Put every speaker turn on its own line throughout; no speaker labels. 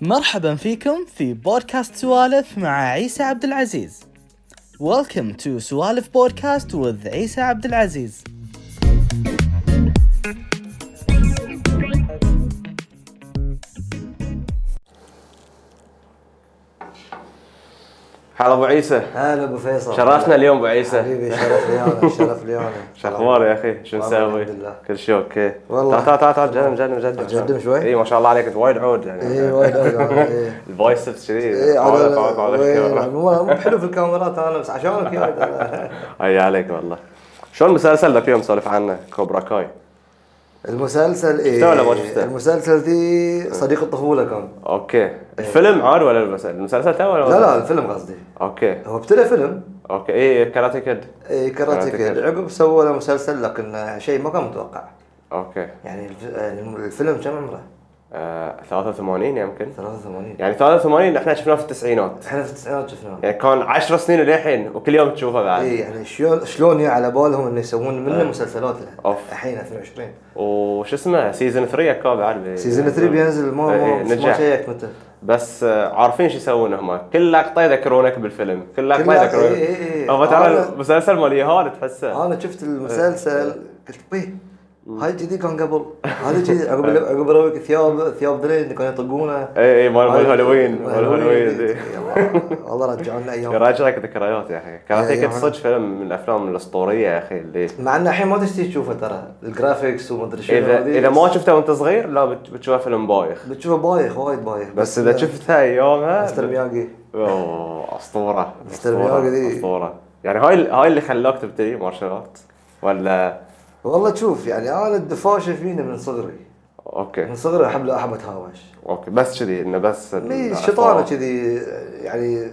مرحبا فيكم في بودكاست سوالف مع عيسى عبد العزيز. Welcome to سوالف بودكاست with عيسى عبد العزيز.
هلا ابو عيسى
هلا ابو فيصل
شرفنا اليوم ابو عيسى
حبيبي شرف لي انا شرف لي انا
شو اخبارك يا اخي شو
والله
نسوي؟
الحمد لله.
كل شيء اوكي
والله.
تعال تعال تعال جنب جنب جنب
جنب شوي؟
اي ما شاء الله عليك انت وايد عود يعني
اي وايد أنا، إيه.
البايسبس كذي
إيه،
طالع
أنا-
طالع طالع
إيه،
كذا.
مو مو حلو في الكاميرات انا بس عشانك يا ولد أنا.
اي عليك والله شلون المسلسل اللي فيهم سولف عنه كوبرا كاي
المسلسل ايه
شفته ولا ما شفته؟
المسلسل دي صديق الطفوله كان
اوكي الفيلم عاد ولا المس- المسلسل تو ولا
لا لا الفيلم قصدي
اوكي
هو ابتدى فيلم
اوكي اي كاراتي كيد
إيه،
كاراتي
كاراتي كيد
كيد.
عقب سووا له مسلسل لكن شيء ما كان متوقع
اوكي
يعني الف- يعني الفيلم كم عمره؟
آه، 83 يمكن
83
يعني 83 احنا شفناه في التسعينات
احنا في التسعينات شفناه
يعني كان 10 سنين للحين وكل يوم تشوفه بعد
اي يعني شلون شلون يا على بالهم انه يسوون منه مسلسلات له
أوف.
الحين 2020
وش اسمه سيزون 3 اكو بعد بي-
سيزون 3 بينزل ما ما
يعني إيه،
ما
نجح
شيك متى
بس آه، عارفين شو يسوون هم كل لقطه يذكرونك بالفيلم كل لقطه
كل-
يذكرونك
إيه، إيه، إيه.
هو ترى
أنا-
المسلسل مال يهال تحسه
انا شفت
إيه.
المسلسل قلت بيه هاي جديد كان قبل هذا جديد عقب
إيه.
عقب روك ثياب ثياب درين اللي كانوا يطقونه
اي اي إيه، مال مال
هاي-
هالوين مال هالوين
جديد.
إيه.
يلا، والله رجعونا ايام
يراجعك ذكريات يا اخي كاراتيه
إيه،
كيد
يعني.
صدق فيلم من الافلام الاسطوريه يا اخي اللي
مع ان الحين ما تشتهي تشوفه ترى الجرافيكس ومدري شنو
اذا
هذي،
اذا
بس
ما شفته وانت صغير لا بت- بتشوفه فيلم بايخ
بتشوفه بايخ وايد بايخ
بس اذا شفتها
مستر
ايامها
مياجي
اوه اسطوره
مستر
اسطوره
مياغي دي.
اسطوره يعني هاي ال- هاي اللي خلاك تبتدي مارشال ارت ولا
والله تشوف يعني انا الدفاشه فيني من صغري
اوكي
من صغري احب احب اتهاوش
اوكي بس كذي انه بس ال-
لي
الأطفال.
شيطانه كذي يعني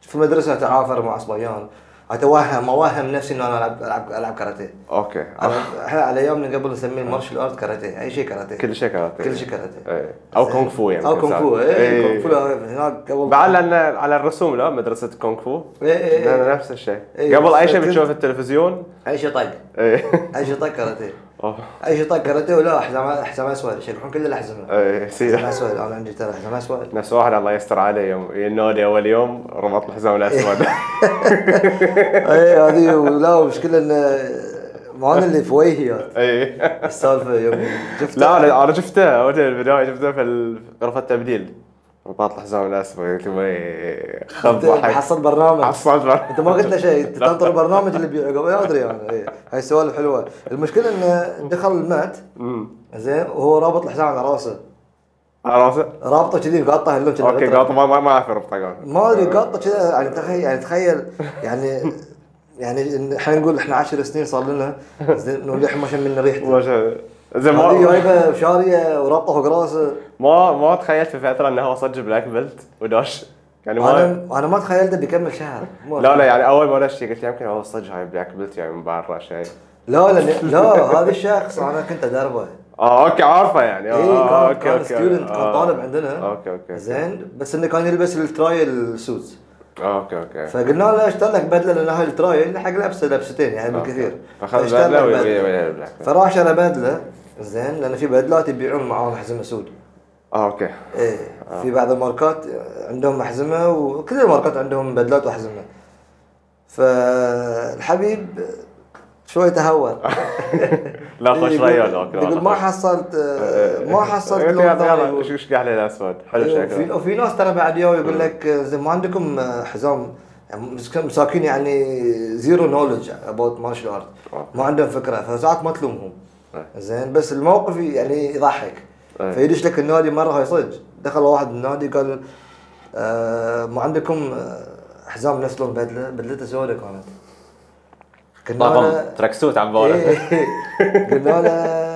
في مدرسه اتعافر مع صبيان اتوهم اوهم نفسي ان انا العب العب العب كاراتيه
اوكي
على- احنا على ايامنا قبل نسميه مارشال ارت كاراتيه اي شيء كاراتيه
كل شيء كاراتيه
كل شيء كاراتيه
إيه. او كونغ فو يعني
او كونغ فو اي كونغ فو لا، هناك قبل
بعد لان على الرسوم لا مدرسه كونغ فو
إيه، إيه، إيه.
لأن نفس الشيء
إيه،
قبل اي
بس
شيء
كنت-
بتشوف التلفزيون
اي شيء طق
ايه
اي شيء طق كاراتيه
أوه.
اي شيء طق كاراتيه ولا حزام حزام اسود يشرحون كل الاحزمه
إيه،
حزام
سي-
اسود انا عندي ترى حزام اسود
نفس واحد الله يستر عليه يوم ينادي اول يوم ربط الحزام الاسود
اي إيه، هذه ولا مشكله انه ما انا اللي في وجهي
اي
السالفه يوم شفت
لا انا انا شفته اول شيء البدايه شفته في ال- غرفه التبديل رباط الحزام الاسود قلت له إيه، خب ضحك
حصل برنامج
حصل
انت ما قلت له شيء انت تنطر البرنامج اللي بيعقب ما ادري انا إيه. هاي السوالف حلوه المشكله انه دخل المات زين وهو رابط الحزام على راسه
عرفت
رابطه كذي قاطه اللون كذي
اوكي
بالغطرة.
قاطع ما ما- ما اعرف ربطه
ما ادري قاطه كذي يعني تخيل يعني تخيل يعني يعني إن احنا نقول احنا 10 سنين صار لنا زين وللحين ما شمنا ريحته
زين
هذه
ما
جايبه شاريه ورابطه فوق راسه
ما ما تخيلت في فتره انه هو صدق بلاك بيلت وداش يعني
انا
ما
انا ما تخيلته بيكمل شهر ما-
لا لا يعني اول ما داش قلت يمكن هو صدق هاي بلاك بيلت يعني من برا شيء
لا لا لا هذا الشخص انا كنت ادربه
اه اوكي عارفه يعني
اي
اه
إيه، كان كان ستودنت كان
آه.
طالب عندنا
اوكي اوكي
زين بس انه كان يلبس الترايل سوت
اوكي اوكي
فقلنا له اشتري لك بدله لان هاي الترايل حق لبسه لبستين يعني بالكثير
فاخذ
فاشترى
بدله
لك
وي- وي-
بدلة.
وي- بلاك بيلت.
فراح شرى بدله زين لان في بدلات يبيعون معاهم حزمه سود
اه اوكي
ايه
آه.
في بعض الماركات عندهم احزمه وكل الماركات عندهم بدلات واحزمه فالحبيب شوي تهور
لا خوش
إيه، يقول-
ريال اوكي لا،
يقول
لا،
ما
خوش. إيه،
حصلت آه، ما حصلت إيه،
قلت
لون
يلا
ثاني.
يلا شو ايش قاعد عليه الاسود حلو
وفي
شكله
وفي ناس ترى بعد يوم يقول لك زين ما عندكم آه، حزام مساكين يعني زيرو نولج اباوت مارشال ارت ما عندهم فكره فساعات ما تلومهم
أي.
زين بس الموقف يعني يضحك
أي.
فيدش لك النادي مره هاي صدق دخل واحد النادي قال آه، ما عندكم آه، حزام نفس لون بدله بدلته سوداء كانت كنا
طبعا
أنا-
تراك سوت عم باله
إيه، إيه. قلنا له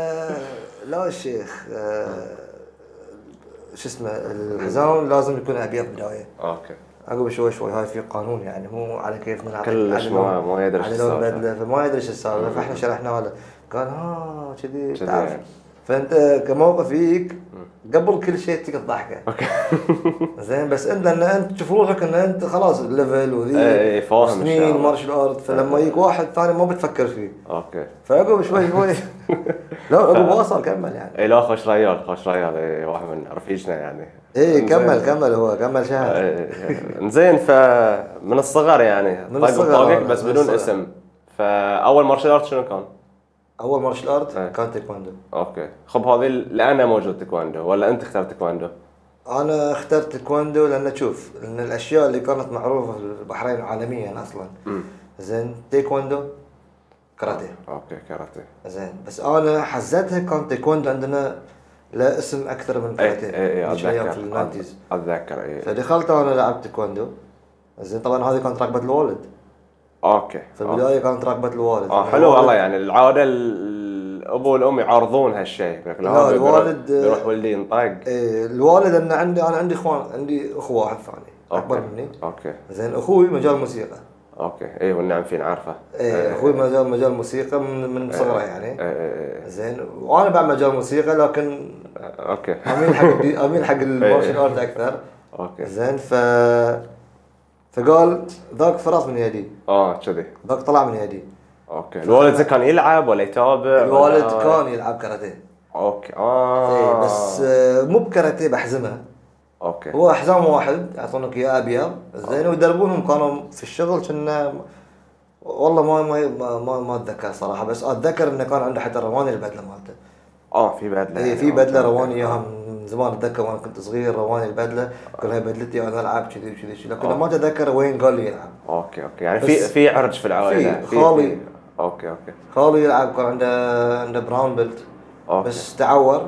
لا يا شيخ آه، شو اسمه الحزام لازم يكون ابيض بدايه
اوكي
عقب شوي شوي هاي في قانون يعني مو على كيفنا على-
كلش
على
ما-
لون-
ما يدري شو
على لون
السالفة.
بدله فما يدري شو السالفه فاحنا شرحنا له قال ها "آه، كذي
كذي
تعرف
يعني.
فانت كموقف يجيك قبل كل شيء تقعد ضحكه
اوكي
زين بس انت ان انت تشوف روحك ان انت خلاص ليفل وذي
إيه، إيه، فاهم
سنين
الشغلة.
مارشال ارت فلما
إيه.
يجيك واحد ثاني ما بتفكر فيه
اوكي
فعقب شوي شوي إيه؟ لا عقب واصل كمل يعني
اي إيه، لا خوش ريال خوش ريال إي، واحد من رفيجنا يعني
ايه كمل
إنزين. إيه، آه،
كمل هو كمل شهر
إي، انزين فمن الصغر يعني
من
طق
الصغر،
بطاقك
آه،
بس
من
بدون
الصغر.
اسم فاول مارشال ارت شنو كان؟
اول مارشال
إيه.
ارت كان تايكوندو
اوكي خب هذه لانه موجود تايكواندو ولا انت اخترت تايكواندو؟
انا اخترت تايكوندو لان تشوف ان الاشياء اللي كانت معروفه في البحرين عالميا اصلا زين تايكوندو كاراتيه
اوكي كاراتيه
زين بس انا حزتها كان تايكوندو عندنا لا اسم اكثر من
اي
كاراتيه
اي اي
مش أيام في
اتذكر
الناينتيز
اتذكر اي
فدخلت انا لعبت تايكوندو زين طبعا هذه كانت رغبه الوالد
اوكي
في البدايه كانت رغبه الوالد
اه آه. حلو والله يعني العاده ال- الاب والام يعارضون هالشيء يقول لك
لا،
هذا بيروح-
الوالد-
بيروح ولدي ينطق
إيه، الوالد انا عندي انا عندي اخوان عندي اخو واحد ثاني اكبر
أوكي.
مني
اوكي
زين اخوي مجال موسيقى
اوكي اي والنعم إيه، فين عارفه
ايه اخوي مجال مجال موسيقى من من صغره
إيه،
يعني
اي
زين وانا بعد مجال موسيقى لكن
اوكي
اميل حق الدي- اميل حق المارشال ارت اكثر
اوكي
زين ف فقال ذاك فراغ من يدي
اه كذي
ذاك طلع من يدي
اوكي الوالد زين كان يلعب ولا يتابع ولا-
الوالد كان يلعب كاراتيه
اوكي
ايه
اه
بس آه، مو بكاراتيه بحزمه
اوكي
هو حزام واحد يعطونك اياه ابيض زين ويدربونهم كانوا في الشغل كنا والله ما ما ما- ما ما اتذكر صراحه بس اتذكر انه كان عنده حتى رواني البدله مالته
اه في بدله
اي
يعني.
إيه، في بدله
أوكي.
رواني اياها من زمان اتذكر وانا كنت صغير رواني البدله كل هاي بدلتي انا العب كذي وكذي وكذي، لكن ما اتذكر وين قال لي يلعب
اوكي اوكي يعني
بس-
في في عرج في العائله
في،
في-
خالي.
في- اوكي اوكي
خالي يلعب كان عنده عنده براون بيلت
أوكي.
بس تعور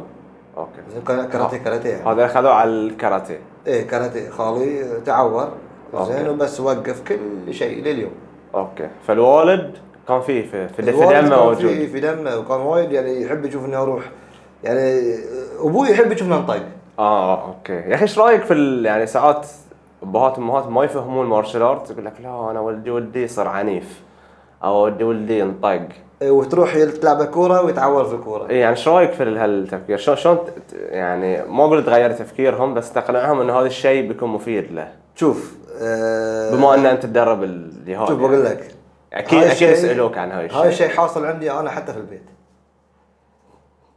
اوكي
زين كان كاراتيه كاراتيه يعني.
هذا اخذوه على الكاراتيه
ايه كاراتيه خالي تعور
أوكي.
زين وبس وقف كل شيء لليوم
اوكي فالوالد كان فيه في في, في
الوالد
دمه
كان
موجود
في في دمه وكان وايد يعني يحب يشوف اني اروح يعني ابوي يحب طيب. يشوفنا نطيق
اه اوكي يا اخي ايش رايك في ال... يعني ساعات ابهات وامهات ما يفهمون مارشال ارت يقول لك لا انا ولدي ولدي يصير عنيف او ولدي ولدي ينطق
إيه، وتروح يل- تلعب كوره ويتعور في الكوره
إيه يعني ايش رايك في ال- هالتفكير شلون شلون ت- ت- يعني ما اقول تغير تفكيرهم بس تقنعهم ان هذا الشيء بيكون مفيد له
شوف آه
بما ان انت تدرب يعني. اليهال
شوف بقول لك
اكيد
هاي
اكيد
الشيء-
يسالوك عن هاي الشيء
هاي الشيء حاصل عندي انا حتى في البيت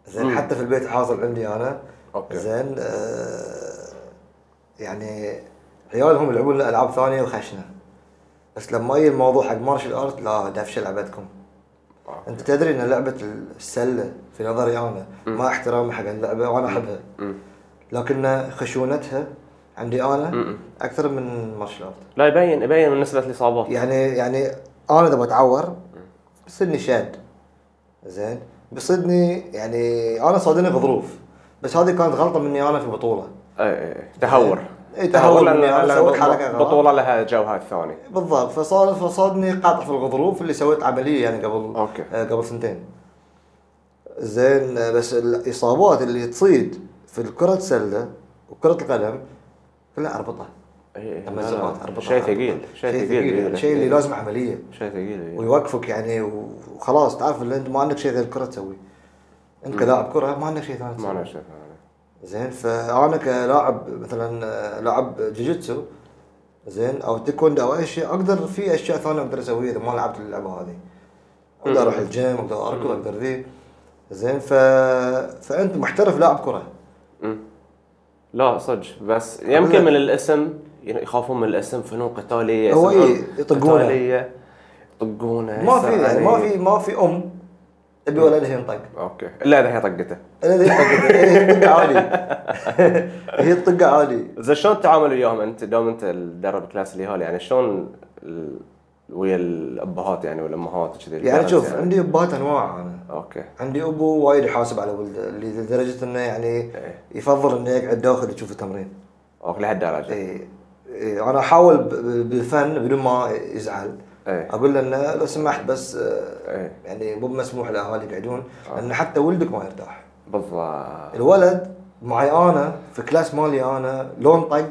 زين حتى في البيت حاصل عندي انا
أوكي.
زين آه يعني عيالهم يلعبون العاب ثانيه وخشنه بس لما اجي الموضوع حق مارشال ارت لا دفشه لعبتكم
آه، أوكي.
انت تدري ان لعبه السله في نظري انا ما احترامي حق اللعبه وانا احبها لكن خشونتها عندي انا اكثر من مارشال ارت
لا يبين يبين من نسبه الاصابات
يعني يعني انا اذا بتعور بصيرني شاد زين بصيرني يعني انا صادني بظروف بس هذه كانت غلطه مني انا في البطوله
اي اي اي إيه، تهور
اي إيه، تهور
لأن-
إني أنا
لأن
سويت
بط-
حركة غلط.
بطوله لها جوها الثاني
بالضبط فصار فصادني قطع في الغضروف اللي سويت عمليه يعني قبل
أوكي.
آه قبل سنتين زين آه، بس الاصابات اللي تصيد في الكره السله وكره القدم كلها اربطه
إي إي،
لما
إيه، لا، لا،
الزباط اربطه
شيء
أربطة.
ثقيل شيء
شيء
ثقيل يعني. إيه. إي،
ثقيل شيء اللي
إي.
لازم عمليه
شيء ثقيل إي.
ويوقفك يعني وخلاص تعرف اللي انت ما عندك شيء غير الكره تسوي انت كلاعب كره ما عندك شيء ثاني
ما
تسوي
انا شايف هذا.
زين فانا كلاعب مثلا آه، لاعب جوجيتسو زين او تيكوندو او اي شيء اقدر في اشياء ثانيه اقدر اسويها اذا ما لعبت اللعبه هذه اقدر اروح الجيم اقدر اركض اقدر ذي زين ف... فانت محترف لاعب كره
لا صدق بس
لك.
يمكن من الاسم يعني يخافون من الاسم فنون قتاليه
هو
يسمعون
إي، يطقونه.
قتاليه يطقونه
ما في
يسمعون
يعني ما
إي.
في ما في ام ابي ولا لها ينطق
اوكي الا اذا هي طقته
انا ذي طقة- هي الطقه عالي هي الطقه عالي
زين شلون التعامل وياهم انت دوم انت تدرب كلاس اليهال يعني شلون ال- ويا الابهات يعني والامهات كذي
يعني شوف عندي ابات انواع انا
اوكي
عندي ابو وايد يحاسب على ولده اللي لدرجه انه يعني
إيه.
يفضل انه يقعد داخل يشوف التمرين
اوكي لهالدرجه
إيه. إيه. انا احاول ب- ب- بالفن بدون ما يزعل
إيه.
اقول له انه لو سمحت بس آه،
إيه.
يعني مو مسموح لاهالي يقعدون لان حتى ولدك ما يرتاح
بالضبط
الولد معي انا في كلاس مالي انا لون طق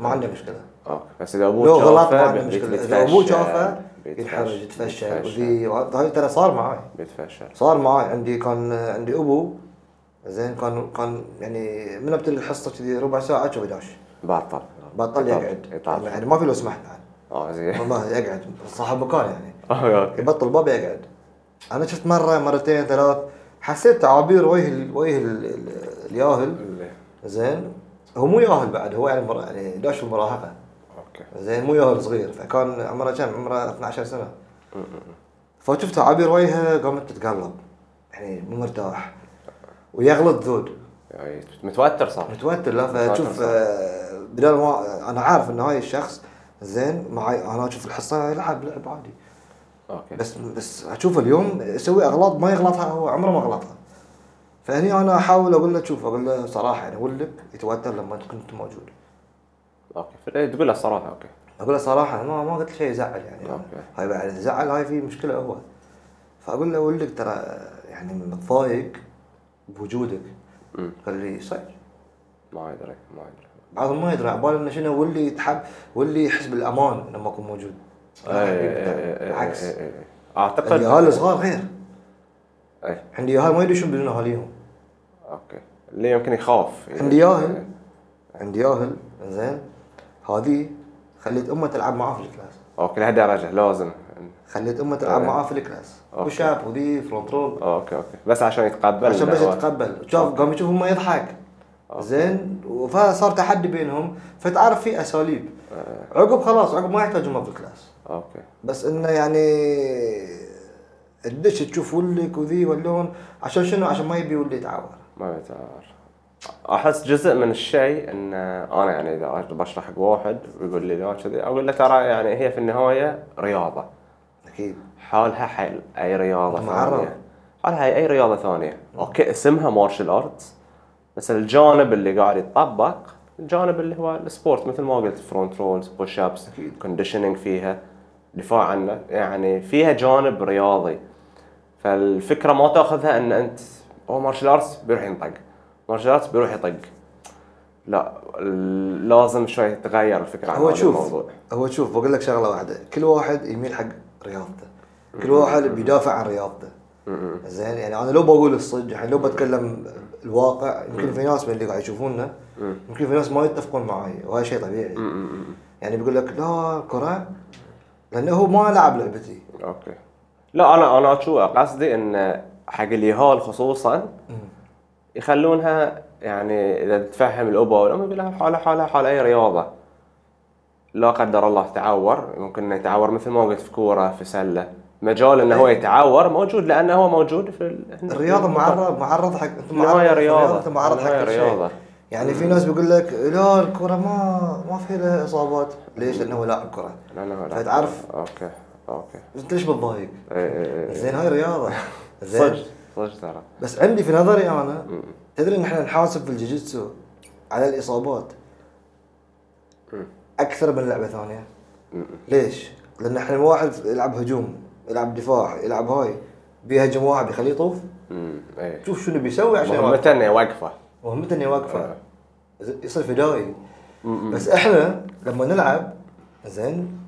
ما عنده مشكله
اوكي بس اذا ابوك
لو غلط ما
شافه
عنده
بيت-
مشكله اذا
بيتفشل،
ابوه شافه
بيتفشل،
يتحرج يتفشل
بيتفشل.
وذي هاي ترى صار معي
بيتفشل
صار معي عندي كان عندي ابو زين كان كان يعني من ابتدي الحصه كذي ربع ساعه شوف يداش
بطل
بطل يقعد
يطالع
يعني ما في له سمح بعد
اه زين
والله يقعد صاحب مكان يعني
أوكي، اوكي
يبطل باب يقعد انا شفت مره مرتين ثلاث حسيت تعابير وجه ال- وجه ال- ال- الياهل زين هو مو ياهل بعد هو يعني مرا- يعني داش في المراهقه
اوكي
زين مو ياهل صغير فكان عمره كم عمره 12 سنه فشفت تعابير وجهه قامت تتقلب يعني مو مرتاح ويغلط ذود
يعني متوتر صار
متوتر لا فتشوف
متوتر.
آه، بدل ما انا عارف ان هاي الشخص زين معي انا اشوف الحصه يلعب لعب عادي
اوكي
بس بس اشوفه اليوم يسوي اغلاط ما يغلطها هو عمره ما غلطها فهني انا احاول اقول له شوف اقول له صراحه يعني ولك يتوتر لما تكون انت موجود
اوكي فلا- إيه، تقول له الصراحه اوكي
اقول له صراحه ما ما قلت شيء يزعل يعني
أوكي.
هاي بعد إذا زعل هاي في مشكله هو فاقول له ولك ترى يعني متضايق بوجودك
أمم.
قال لي صحيح
ما ادري ما ادري
بعضهم ما يدري عباله انه شنو واللي يتحب واللي يحس بالامان لما اكون موجود آه،
إيه،
بالعكس
اي- اي- اي- اعتقد
اليهال الصغار غير
اي
عندي ياهل ما يدشون بدون اهاليهم
اوكي اللي يمكن يخاف
عندي ياهل عندي ياهل زين هذه خليت امه تلعب معاه في الكلاس
اوكي لهالدرجه لازم
خليت امه تلعب معاه في الكلاس
أوكي.
وشاب وذي فرونت رول
اوكي اوكي بس عشان يتقبل
عشان بس
هو-
يتقبل شاف قام يشوف امه يضحك زين فصار تحدي بينهم فتعرف في اساليب عقب خلاص عقب ما يحتاج امه في الكلاس
اوكي
بس انه يعني الدش تشوف ولك وذي واللون عشان شنو عشان ما يبي ولي يتعور
ما بتعرف احس جزء من الشيء ان انا يعني اذا بشرح حق واحد ويقول لي لا كذي اقول له ترى يعني هي في النهايه رياضه
اكيد
حالها حل اي رياضه
معرض.
ثانيه حالها اي رياضه ثانيه اوكي اسمها مارشال ارتس بس الجانب اللي قاعد يتطبق الجانب اللي هو السبورت مثل ما قلت فرونت رولز بوش ابس كونديشننج فيها دفاع عنه يعني فيها جانب رياضي فالفكره ما تاخذها ان انت هو مارشال ارتس بيروح ينطق مارشال ارتس بيروح يطق لا ال- لازم شوي تغير الفكره عن
هو
هذا
شوف
الموضوع
هو شوف بقول لك شغله واحده كل واحد يميل حق رياضته كل واحد بيدافع عن رياضته زين يعني انا لو بقول الصدق يعني لو بتكلم الواقع يمكن في ناس من اللي قاعد يشوفونا يمكن في ناس ما يتفقون معي وهذا شيء طبيعي يعني بيقول لك لا كره لانه هو ما لعب لعبتي
اوكي لا انا انا شو قصدي ان حق اليهال خصوصا يخلونها يعني اذا تفهم الابا والام يقول لها حالها حالها حال اي رياضه لا قدر الله تعور ممكن انه يتعور مثل ما قلت في كوره في سله مجال انه
إيه.
هو يتعور موجود لانه هو موجود في ال-
الرياضه معرض معرض حق انت
نهاية
معرض
رياضة.
انت معرض حق
نهاية
كل شيء
رياضة.
يعني في ناس بيقول لك لا الكره ما ما في لها اصابات ليش؟ لانه هو لاعب كره
لا لا لا
فتعرف
اوكي اوكي
انت ليش متضايق؟
إي- إي- إي.
زين هاي رياضه
إيه، صدق
زين
صدق ترى
بس عندي في نظري انا تدري ان احنا نحاسب في الجوجيتسو على الاصابات اكثر من لعبه ثانيه ليش؟ لان احنا واحد يلعب هجوم يلعب دفاع يلعب هاي بيهاجم واحد يخليه يطوف
أمم، اي
شوف شنو بيسوي عشان يوقف.
مهمته انه واقفه
مهمته اني واقفه
آه.
ز- يصير فدائي بس احنا لما نلعب زين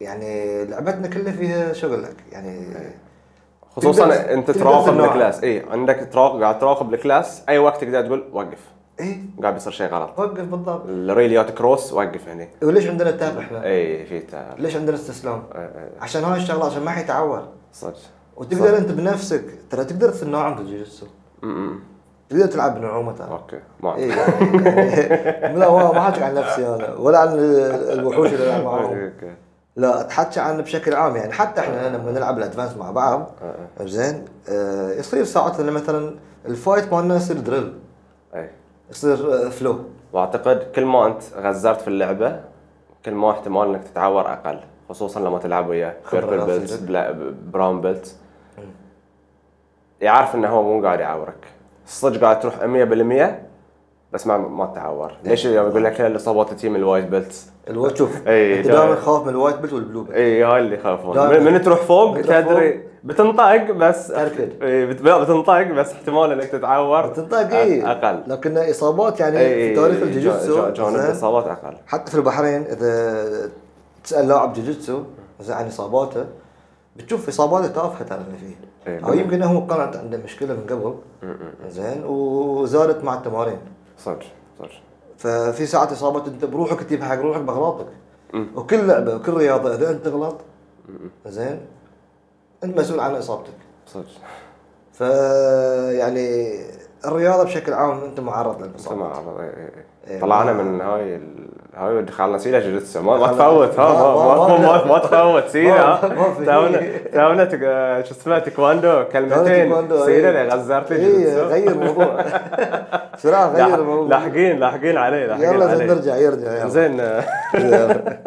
يعني لعبتنا كلها فيها شغل لك يعني تقدر-
خصوصا انت
تقدر
تراقب
تمنعها.
الكلاس اي عندك تراقب قاعد تراقب الكلاس اي وقت تقدر تقول وقف
ايه
قاعد بيصير شيء غلط
وقف بالضبط
الريل يات كروس وقف هني
وليش عندنا التاب احنا؟
اي في تعال.
ليش عندنا استسلام؟
إي- إي،
عشان هاي الشغله عشان ما حيتعور
صدق
وتقدر انت بنفسك ترى تقدر تتناعم في الجوجيتسو
أمم.
تقدر تلعب بنعومه ترى
اوكي ما
ايه يعني لا ما ما حاجة عن نفسي انا ولا عن الوحوش اللي العب معاهم
اوكي
لا اتحكى عنه بشكل عام يعني حتى احنا لما نلعب الادفانس مع بعض زين آه، يصير ساعات إنه مثلا الفايت مالنا يصير دريل
اي
يصير آه، فلو
واعتقد كل ما انت غزرت في اللعبه كل ما احتمال انك تتعور اقل خصوصا لما تلعب ويا
خبرة
بيربل
لا
بيلت
تنزل.
بلا- براون بيلت يعرف انه هو مو قاعد يعورك الصدق قاعد تروح 100% بس ما ما تتعور
إيه.
ليش اليوم يقول لك لا، الاصابات تجي من الوايت بيلت
الوايت شوف
إي،
انت
دائما.
دائما خاف من الوايت بيلت والبلو بيلت
اي هاي اللي يخافون
دائماً.
من, من تروح فوق
من تروح
تدري بتنطق بس
تركض.
اي بت- لا، بتنطق بس احتمال انك تتعور إيه،
تنطق اي
أ- اقل
لكن اصابات يعني
اي
إيه. في تاريخ
جا- جا-
الجوجيتسو
جانب
زين،
الاصابات اقل
حتى في البحرين اذا تسال لاعب جوجيتسو زين عن اصاباته بتشوف اصاباته تافهه ترى اللي فيه
إيه.
او يمكن هو كانت عنده مشكله من قبل زين وزادت مع التمارين
صدق صدق
ففي ساعات اصابات انت بروحك تجيب حق روحك باغلاطك وكل لعبه وكل رياضه اذا انت غلط زين انت مسؤول عن اصابتك
صدق
ف يعني الرياضه بشكل عام انت معرض للاصابه
سمع عرض إيه، إيه،
إيه،
إيه. طلعنا
ما-
من هاي ال... هاي دخلنا سينا جوجيتسو ما, ما
دخلنا-
تفوت ها
ما-
ما ما, ما,
ما- ما-
ما, ما تفوت سينا
ما- ما في.
تونا تونا تق- شو اسمه تيكواندو كلمتين
تايكوندو،
سينا
إيه.
اللي غزرت لي
اي
جوجيتسو.
غير الموضوع بسرعه
لح-
غير الموضوع
لاحقين لاحقين عليه لاحقين
يلا زين
عليه
نرجع يرجع يلا.
زين آه،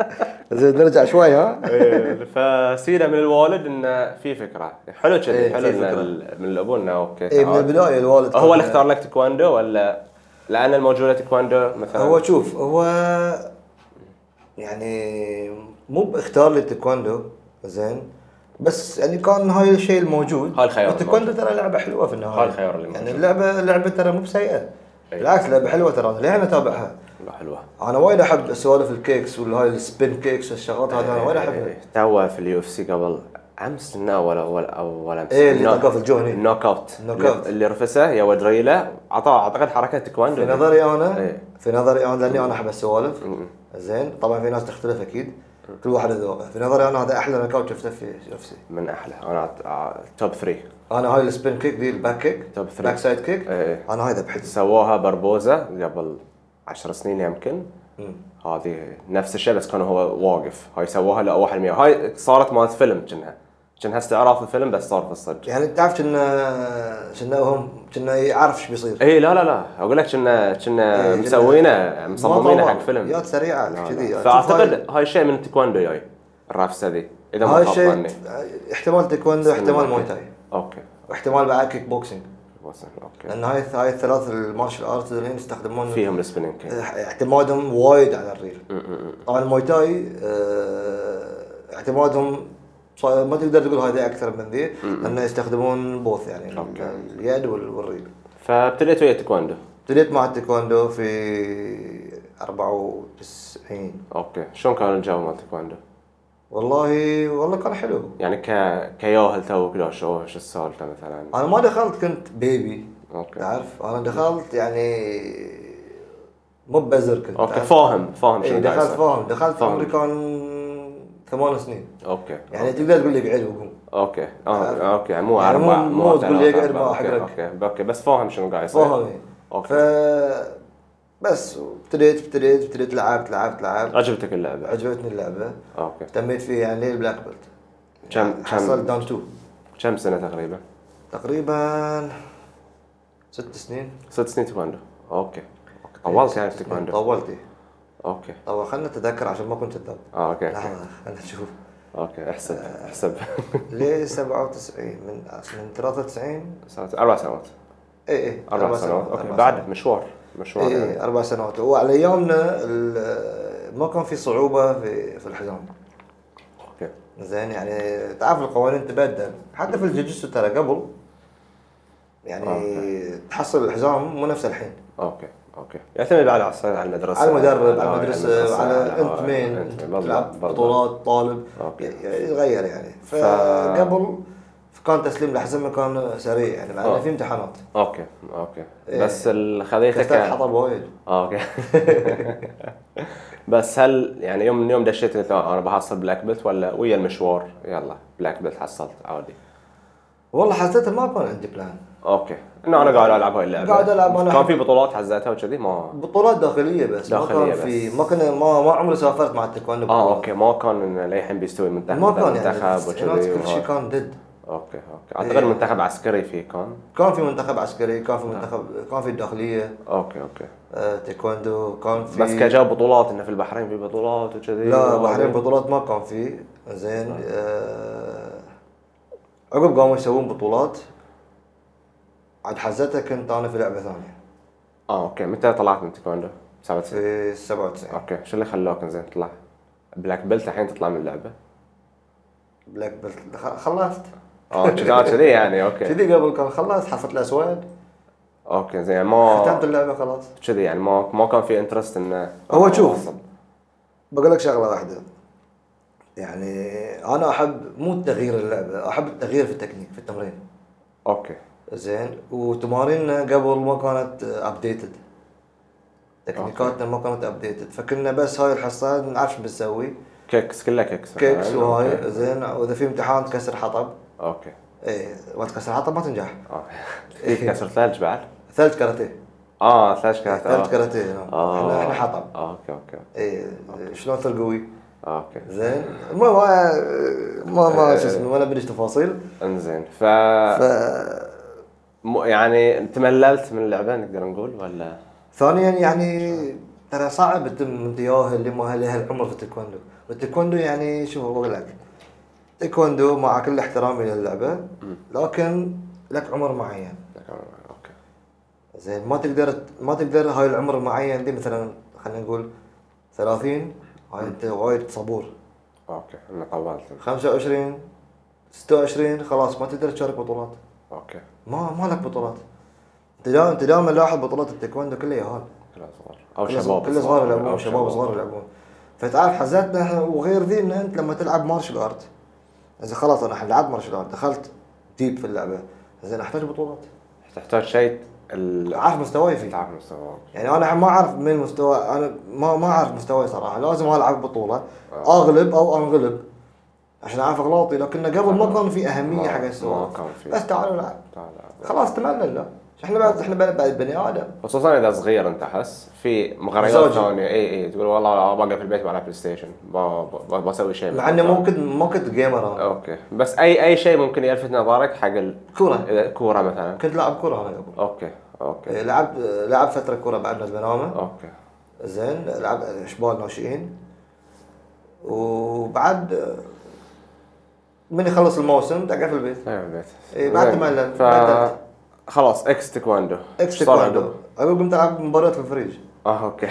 زين نرجع شوي ها
إيه، فسينا من الوالد انه في فكره حلو كذي
إيه،
حلو إن
في فكرة.
ال- من الابو انه اوكي
اي إيه، من
تعال.
البدايه الوالد
هو
كان-
اللي اختار لك تيكواندو ولا لان الموجوده تيكواندو مثلا
هو شوف هو يعني مو باختار لي التايكوندو زين بس يعني كان هاي الشيء الموجود
هاي الخيار
التايكوندو ترى لعبه حلوه في النهايه
هاي الخيار اللي
يعني
موجود. إيه.
اللعبه لعبه ترى مو بسيئه بالعكس لعبه حلوه ترى ليه انا اتابعها
لا حلوه
انا وايد احب سوالف الكيكس والهاي السبين كيكس والشغلات هذه انا وايد احبها
إيه، توه في اليو اف سي قبل امس لا ولا ولا ولا امس
إيه، اللي
النوك-
نقف الجوني.
النوك اوت
نوك أوت.
اللي- اللي رفسه يا ولد ريله عطاه اعتقد حركه تيكواندو
في نظري انا
إيه.
في نظري انا لاني انا احب السوالف زين طبعا في ناس تختلف اكيد كل واحد ذوقه في نظري انا هذا احلى نكاوت شفته في نفسي
من احلى انا توب 3
انا هاي السبين كيك دي الباك كيك
توب ثري.
باك سايد كيك
إيه.
انا هاي ذبحت
سووها بربوزة قبل عشر سنين يمكن هذه نفس الشيء بس كان هو واقف هاي سووها لأول حلمية هاي صارت مالت فيلم كأنها كأنها استعراض الفيلم بس صار في الصج
يعني تعرف كنا كنا هم كنا يعرف ايش بيصير
اي إيه، لا لا لا اقول لك كنا كنا
إيه،
مسوينه مصممينه
ما
حق
طول.
فيلم نعم،
يات سريعه
لا، لا.
كذي يعني شوف
فاعتقد هاي الشيء من التايكوندو جاي الرفسه ذي اذا
هاي
ما خاب
الشيء
ظني يعني.
احتمال تايكوندو احتمال موي تاي
اوكي
واحتمال بعد كيك بوكسينج
بس- اوكي
لان هاي هاي الثلاث المارشال ارتس اللي يستخدمون
فيهم السبيننج كيك
إيه. اعتمادهم وايد على الريل طبعا الموي تاي آه، اعتمادهم صا- ما تقدر تقول هذا اكثر من ذي لانه يستخدمون بوث يعني
أوكي.
اليد وال- والريل
فابتديت ويا التايكوندو
ابتديت مع التايكوندو في 94
اوكي شلون كان الجو مال التايكوندو؟
والله والله كان حلو
يعني ك كياهل توك لو شو شو السالفه مثلا
انا ما دخلت كنت بيبي
اوكي
تعرف انا دخلت يعني مو بزر كنت
اوكي
تعرف؟
فاهم فاهم
إيه
شنو قاعد
دخلت
يصير.
فاهم دخلت
فاهم.
عمري كان ثمان سنين
اوكي
يعني تقدر تقول لي قعد وقوم
اوكي اه اوكي يعني مو
يعني مو-
اربع
مو تقول
ثلاثة،
لي اقعد
أربع.
ما
أوكي،
أحرق.
اوكي اوكي بس فاهم شنو قاعد يصير
فاهم إيه. ف
اوكي
بس ابتديت ابتديت ابتديت لعبت لعبت لعبت
عجبتك اللعبه
عجبتني اللعبه
اوكي
اهتميت فيها يعني البلاك بيلت
كم
حصلت
كم
دان 2
كم سنه تقريبا؟
تقريبا ست سنين
ست سنين تايكوندو اوكي أوكي. طولت يعني في تايكوندو
طولت إيه.
اوكي
طبعا خلنا نتذكر عشان ما كنت كذاب
اه اوكي
لحظه خلنا نشوف
اوكي احسب احسب
ليه 97 من من إيه، 93
سنوات- اربع سنوات
اي اي
اربع سنوات اوكي بعد مشوار مشوار
اي
يعني.
إي، اربع سنوات وعلى ايامنا ال- ما كان في صعوبه في في الحزام
اوكي
زين يعني تعرف القوانين تبدل حتى في الجوجيتسو ترى قبل
آه،
يعني تحصل الحزام مو نفس الحين
اوكي اوكي يعتمد على الص- على المدرسه
على المدرب على
آه،
المدرسه على
آه،
انت مين
أنت
أنت
بالضبط،
تلعب
بالضبط.
بطولات طالب
أوكي.
ي- يتغير يعني فقبل كان تسليم الحزمه كان سريع يعني مع انه
آه.
في امتحانات
اوكي اوكي
إيه.
بس ال- خذيته
كاستات
ك-
حطب وايد
آه، اوكي بس هل يعني يوم من يوم دشيت قلت له انا بحصل بلاك بيلت ولا ويا المشوار يلا بلاك بيلت حصلت عادي
والله حسيته ما كان عندي بلان
اوكي انه انا قاعد العب هاي اللعبه
قاعد ألعب أنا. آه،
كان في بطولات حزتها وكذي ما
بطولات داخليه بس ما
داخلية
كان في
بس.
ما كنا ما, ما عمري سافرت مع التايكوندو
اه
بطولات.
اوكي ما كان انه للحين بيستوي منتخب
ما كان يعني
منتخب
التسعينات كل شيء
وكذي
كان ديد
اوكي اوكي اعتقد
إيه.
منتخب عسكري فيه كان
كان في منتخب عسكري كان في
نعم.
منتخب كان في الداخليه
اوكي اوكي
آه، تايكوندو كان في
بس كجا بطولات انه في البحرين في بطولات وكذي
لا بحرين بطولات ما كان في زين آه، عقب قاموا يسوون بطولات عاد حزتها كنت انا في لعبه ثانيه
اه اوكي متى طلعت من تايكوندو؟ 97
في 97
اوكي شو اللي خلاك زين تطلع؟ بلاك بيلت الحين تطلع من اللعبه
بلاك بيلت خ- خلصت
اه كذا آه، كذي يعني اوكي
كذي قبل كان خلصت حصلت الاسود
اوكي زين يعني ما
ختمت اللعبه خلاص
كذي يعني ما ما كان في انترست انه
هو شوف.
أوصل.
بقول لك شغله واحده يعني انا احب مو تغيير اللعبه احب التغيير في التكنيك في التمرين
اوكي
زين وتماريننا قبل ما كانت ابديتد تكنيكاتنا ما كانت ابديتد فكنا بس هاي الحصه نعرف شو بنسوي
كيكس كلها كيكس
كيكس
يعني،
وهاي
أوكي.
زين واذا في امتحان تكسر حطب
اوكي
اي ما تكسر حطب ما تنجح
اه في
إيه.
كسر ثلج بعد
ثلج كاراتيه
اه ثلج كانت
ثلج
آه.
كاراتيه نعم. احنا احنا حطب
آه، اوكي اوكي
اي شلون تلقوي
اوكي
زين ما ما ما, ما شو اسمه ولا بنش تفاصيل
انزين ف
ف
م- يعني تمللت من اللعبه نقدر نقول ولا
ثانيا يعني ترى صعب انت من تياهل اللي ما لهالعمر في التايكوندو والتايكوندو يعني شوف اقول لك التايكوندو مع كل احترامي للعبه لكن لك عمر معين
اوكي
زين ما تقدر ما تقدر هاي العمر المعين دي مثلا خلينا نقول 30 هاي انت وايد صبور
اوكي انا طولت
25 26 خلاص ما تقدر تشارك بطولات
اوكي
ما ما لك بطولات انت دائما انت دائما لاحظ بطولات التايكوندو كلها يهال
كلها صغار او
كل
شباب
كل صغار يلعبون
أو
شباب صغار يلعبون فتعرف حزتنا إحنا وغير ذي ان انت لما تلعب مارشال ارت اذا خلاص انا لعبت مارشال ارت دخلت ديب في اللعبه زين احتاج بطولات
تحتاج شيء ال-
عارف مستواي فيه
تعرف مستوى
يعني انا ما اعرف من مستوى انا ما ما اعرف مستواي صراحه لازم العب بطوله
آه.
اغلب او انغلب عشان اعرف اغلاطي لكن قبل ما كان في اهميه
آه. ما-
حق
ما
السوالف
كان في.
بس تعالوا نلعب
تعال
خلاص تملل لا احنا بعد احنا بعد بعد بني ادم
خصوصا اذا صغير انت احس في مغريات
مزاجي.
ثانيه اي اي تقول والله بقى في البيت بلعب بلاي ستيشن ب- ب- بسوي شيء
مع اني ما كنت ما كنت جيمر أنا.
اوكي بس اي اي شيء ممكن يلفت نظرك حق
كره
الكوره مثلا
كنت لاعب كره انا قبل
اوكي اوكي
إيه، لعبت لعبت فتره كره بعد البنامه
اوكي
زين لعب اشبال ناشئين وبعد آه، من يخلص الموسم تقعد في البيت
ايوه البيت
إي، إيه، بعد
زين.
ما-
ف...
بعد-
خلاص اكس تيكواندو
اكس
صار
تايكوندو
عندهم؟
اقول قمت العب مباريات في الفريج
اه اوكي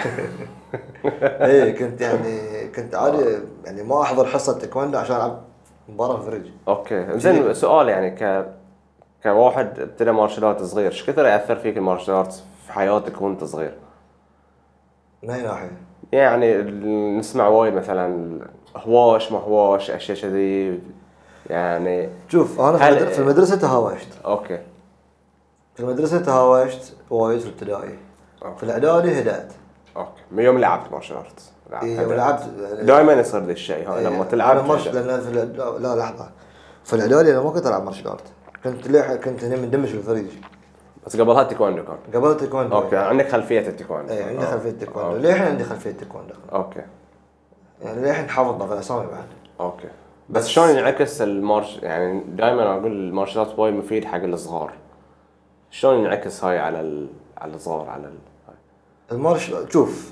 ايه كنت يعني كنت عادي يعني ما احضر حصه تايكوندو عشان العب مباراه في الفريج
اوكي زين سؤال يعني ك كواحد ابتدى مارشال ارت صغير ايش كثر ياثر فيك المارشال ارت في حياتك وانت صغير؟
من اي ناحيه؟
يعني ال- نسمع وايد مثلا هواش ما هواش اشياء كذي يعني
شوف انا في
هل-
المدر- في المدرسه تهاوشت
اوكي
في المدرسه تهاوشت وايد في الابتدائي
أوكي.
في الاعدادي هدات
آه، اوكي من يوم لعبت مارشال ارت
إيه، ولعبت-
دائما يصير ذا الشيء ها
إيه،
لما تلعب
انا مارش
تهدأ.
لان في الإعداد- لا لحظه في الاعدادي انا ما كنت العب مارشال ارت كنت ليه كنت هنا مندمج في الفريج
بس قبلها تيكواندو كان
قبل التايكوندو
اوكي عندك خلفيه التيكواندو
اي إيه. عندي
آه.
خلفيه
آه.
تايكوندو للحين عندي خلفيه تايكوندو
اوكي
يعني للحين حافظ بعض الاسامي بعد
اوكي بس شلون ينعكس المارش يعني دائما اقول المارشال ارت وايد مفيد حق الصغار شلون ينعكس هاي على ال... على الصغار على ال... هاي.
المارشال شوف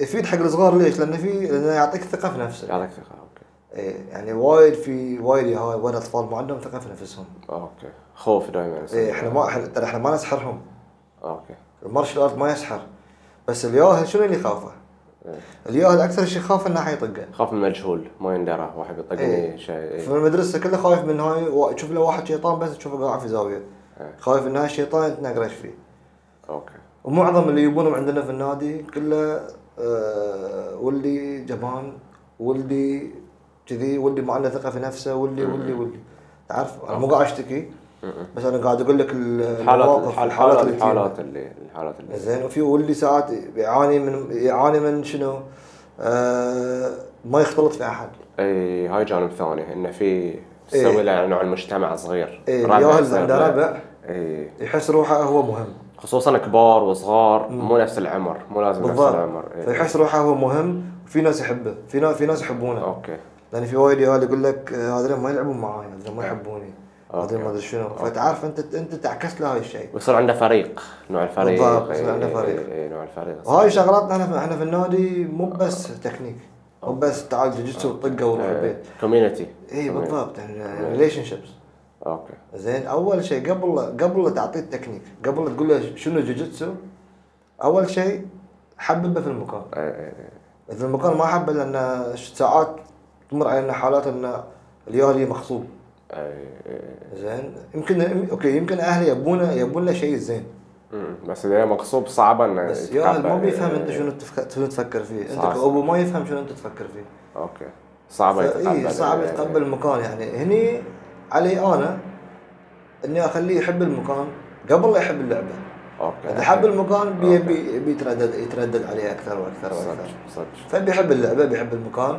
يفيد حق الصغار ليش؟ لانه في لانه يعطيك ثقه في نفسك
يعطيك ثقه اوكي
إيه يعني وايد في وايد هاي وايد اطفال ما عندهم ثقه في نفسهم
اوكي خوف دائما
إيه احنا ما إحنا- ترى احنا ما نسحرهم
اوكي
المارشال ارت ما يسحر بس الياهل شنو اللي يخافه؟ الياهل اكثر شيء يخاف انه حيطقه
خاف من المجهول ما يندرى واحد
إيه.
بيطقني شيء
في
إيه.
المدرسه كله خايف من هاي وا- تشوف له واحد شيطان بس تشوفه قاعد في زاويه
إيه.
خايف ان هاي الشيطان يتنقرش فيه
اوكي
ومعظم اللي يبونهم عندنا في النادي كله آه واللي جبان واللي كذي واللي ما عنده ثقه في نفسه واللي واللي واللي تعرف انا مو قاعد اشتكي بس انا قاعد اقول لك ال-
الحالات
المواقف،
الحال- الحالات
اللي إيه. تجينا.
الحالات اللي الحالات اللي
زين وفي واللي ساعات يعاني من يعاني من شنو آه ما يختلط في احد
اي إيه، هاي جانب ثاني انه في تسوي له نوع المجتمع صغير
إيه،
ربع
ياهل
يصير
عنده
له.
ربع.
اي
يحس روحه هو مهم
خصوصا إيه. كبار وصغار مو نفس العمر مو لازم نفس
بالضبط
العمر إيه.
فيحس روحه هو مهم وفي ناس يحبه في ناس في ناس يحبونه
اوكي
لان في وايد يهال يقول لك آه، هذول ما يلعبون معاي هذول ما يحبوني
أوكي.
هذول ما ادري شنو فتعرف انت انت تعكس له هاي الشيء
ويصير عنده فريق نوع الفريق
بالضبط،
إيه،
يصير عنده
إيه،
فريق.
إيه، نوع الفريق
وهاي شغلاتنا احنا في- احنا في النادي مو بس تكنيك مو بس تعال جوجيتسو وطقه وروح
إيه،
البيت
كوميونتي
اي إيه، بالضبط يعني
إيه.
ريليشن شيبس
اوكي
زين اول شيء قبل قبل لا تعطيه التكنيك قبل لا تقول له شنو جوجيتسو اول شيء حببه في المكان
إيه، إيه، إيه.
اذا المكان ما حبه لان ساعات تمر علينا حالات ان اليالي مخصوب
إيه، إيه.
زين يمكن اوكي يمكن اهلي يبونه يبون له شيء زين
أمم، بس اذا مغصوب صعب انه
بس ياهل ما
يتقبل.
بيفهم
إيه،
انت
إيه.
شنو تفك- شنو تفكر فيه انت
صح.
كابو ما يفهم شنو انت تفكر فيه
اوكي صعبه
فاي
يتقبل
صعب
يعني.
إيه، يتقبل المكان يعني هني علي انا اني اخليه يحب المكان قبل لا يحب اللعبه
اوكي
اذا حب المكان بي
أوكي.
بي بيتردد يتردد عليه اكثر واكثر واكثر
صدق صدق
فبيحب اللعبه بيحب المكان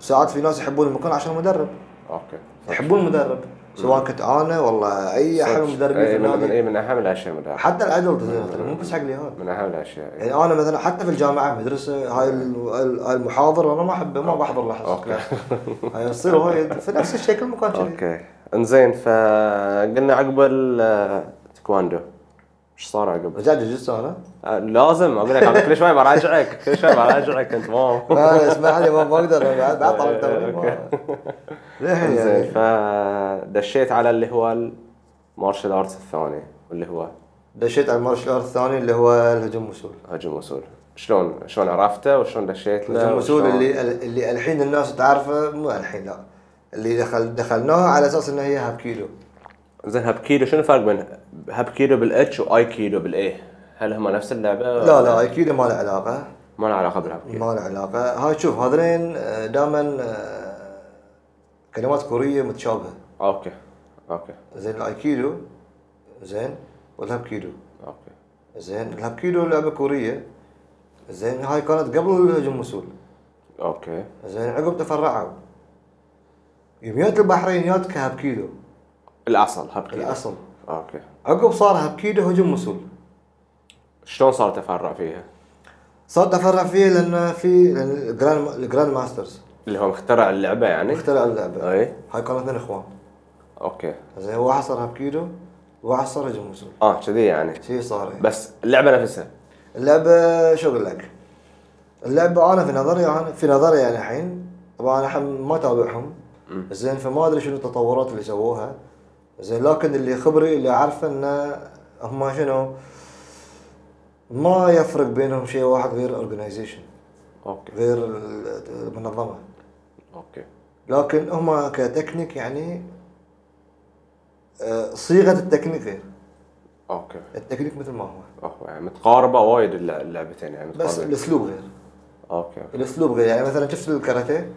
ساعات في ناس يحبون المكان عشان مدرب
اوكي صدق.
يحبون مدرب سواء كنت انا والله اي احد
صدق.
من المدربين في
إيه، من, من,
النادي
إيه، من اهم الاشياء مدرب
حتى الادلت مثلا مو بس حق اليهود
من اهم الاشياء إيه.
يعني انا مثلا حتى في الجامعه مدرسه هاي ال- ال- هاي المحاضر انا ما احبه ما بحضر لحظه
أوكي.
هاي تصير وايد في نفس الشيء كل مكان كذي
اوكي انزين فقلنا عقب التايكواندو ايش صار عقب؟
رجعت جوجيتسو انا
آه، لازم اقول لك أنا كل شوي براجعك كل شوي براجعك انت ما
ما اسمح لي ما ما اقدر أنا بعد بعد طلب التمرين ما- للحين
انزين
يعني
فدشيت على اللي هو المارشال ارتس الثاني واللي هو
دشيت على المارشال ارت الثاني اللي هو الهجوم وسول
هجوم وصول شلون شلون عرفته وشلون دشيت له
الهجوم وسول
وشلون-
اللي اللي الحين الناس تعرفه مو الحين لا اللي دخل دخلناها على اساس انها هي هاف كيلو
زين هابكيدو شنو الفرق بين هابكيدو بالاتش واي كيدو بالاي؟ هل هما نفس اللعبه؟
لا لا اكيد ما له علاقه
ما لها علاقه بالهابكيدو
ما له علاقه هاي شوف هذين دائما آه، كلمات كوريه متشابهه
اوكي اوكي
زين الايكيدو زين والهابكيدو
اوكي
زين الهابكيدو لعبه كوريه زين هاي كانت قبل الهجوم وسول
اوكي
زين عقب تفرعوا يوميات البحرينيات كهابكيدو
الاصل هابكيدو
الاصل
اوكي
عقب صار هابكيدو هجوم وسول
شلون صار تفرع فيها؟
صار تفرع فيه لان في لأن الجراند الجراند ماسترز
اللي هو مخترع اللعبه يعني؟
اخترع اللعبه
اي
هاي كانوا اثنين اخوان
اوكي
زين واحد صار هابكيدو وواحد صار هجوم وسول
اه كذي يعني
شي صار إيه.
بس اللعبه نفسها
اللعبة شو اقول لك؟ اللعبة انا في نظري انا في نظري انا الحين طبعا انا الحين ما اتابعهم زين فما ادري شنو التطورات اللي سووها زين لكن اللي خبري اللي اعرفه انه هم شنو ما يفرق بينهم شيء واحد غير اورجنايزيشن
اوكي
غير ال- المنظمة
اوكي
لكن هم كتكنيك يعني آه، صيغة التكنيك غير
اوكي
التكنيك مثل ما هو
اوه يعني متقاربه وايد اللع- اللعبتين يعني
بس
متقاربه
الاسلوب غير
اوكي اوكي
الاسلوب غير يعني مثلا شفت الكاراتيه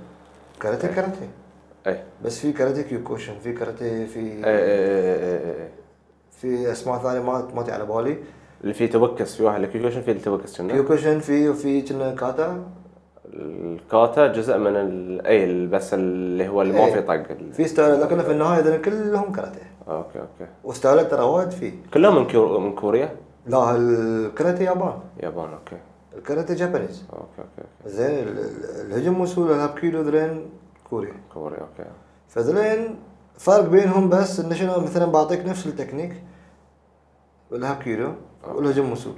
كاراتيه كاراتيه
اي
بس في كاراتيه كيوكوشن في كاراتيه
اي
في
اي اي اي اي, أي.
في اسماء ثانيه ما ما تي على بالي
اللي فيه توكس في واحد الكيوكوشن فيه التوكس كنا
كيوكوشن في وفي كنا كاتا
الكاتا جزء من ال... اي ال- بس اللي هو اللي ما
إيه.
فيه طق ال-
في ستايل لكن في النهايه ذول كلهم كاراتيه
اوكي اوكي
وستايلات ترى وايد في
كلهم من كور... من كوريا
لا الكاراتيه يابان
يابان اوكي
الكاراتيه جابانيز
اوكي اوكي اوكي
زين ال- ال- الهجم وسول الهابكيدو ذلين كوريا
كوريا اوكي
فذلين فرق بينهم بس انه شنو مثلا بعطيك نفس التكنيك والهابكيدو والهجوم وسول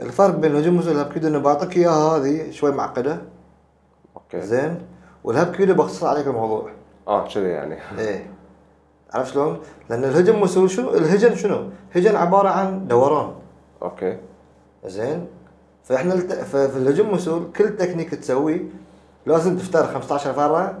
الفرق بين الهجوم وسول والهابكيدو انه بعطيك اياها هذه شوي معقده
اوكي
زين والهابكيدو بختصر عليك الموضوع
اه كذي يعني
ايه عرفت شلون؟ لان الهجم وسول شنو الهجن شنو؟ هجن عباره عن دوران
اوكي
زين فاحنا الت... ففي الهجوم وسول كل تكنيك تسويه لازم تفتر 15 فرع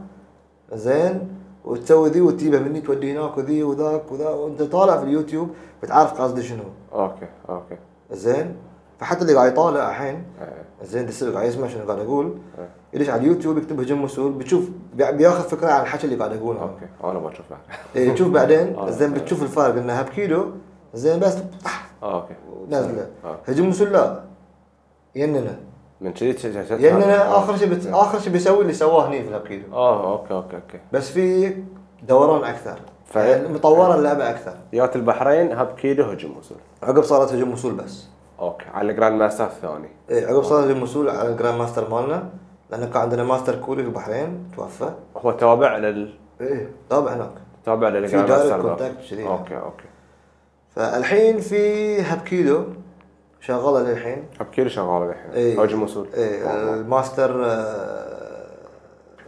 زين وتسوي ذي وتجيبها مني تودي هناك وذي وذاك وذا وانت طالع في اليوتيوب بتعرف قصدي شنو
اوكي اوكي
زين فحتى اللي قاعد يطالع الحين
إيه.
زين لسه قاعد يسمع شنو قاعد اقول
إيه.
يدش على اليوتيوب يكتب هجوم وسول بتشوف بي- بياخذ فكره عن الحكي اللي قاعد اقوله أنا.
اوكي انا بشوف بعد
إيه تشوف بعدين
آه.
زين بتشوف الفرق انه هبكيدو زين بس طح
اوكي
نازله
آه.
هجوم وسول لا يننا
من كذي
لان انا اخر يعني شيء بت... اخر شيء بيسوي اللي سواه هني في الابكيدو
اه اوكي اوكي اوكي
بس في دوران اكثر
ف-
يعني مطوره اللعبه اكثر
يات البحرين هاب كيدو هجوم وصول
عقب صارت هجوم وصول بس
اوكي على الجراند ماستر الثاني
إيه عقب صارت هجوم وصول على الجراند ماستر مالنا لان كان عندنا ماستر كوري في البحرين توفى
هو تابع لل
ايه تابع هناك
تابع للجراند
دايركت
ماستر ذاك.
كونتاكت شذي.
اوكي اوكي
فالحين في هابكيدو شغاله للحين
هاب كيدو شغال الحين
إيه.
هجوم وصول
ايه الماستر آه،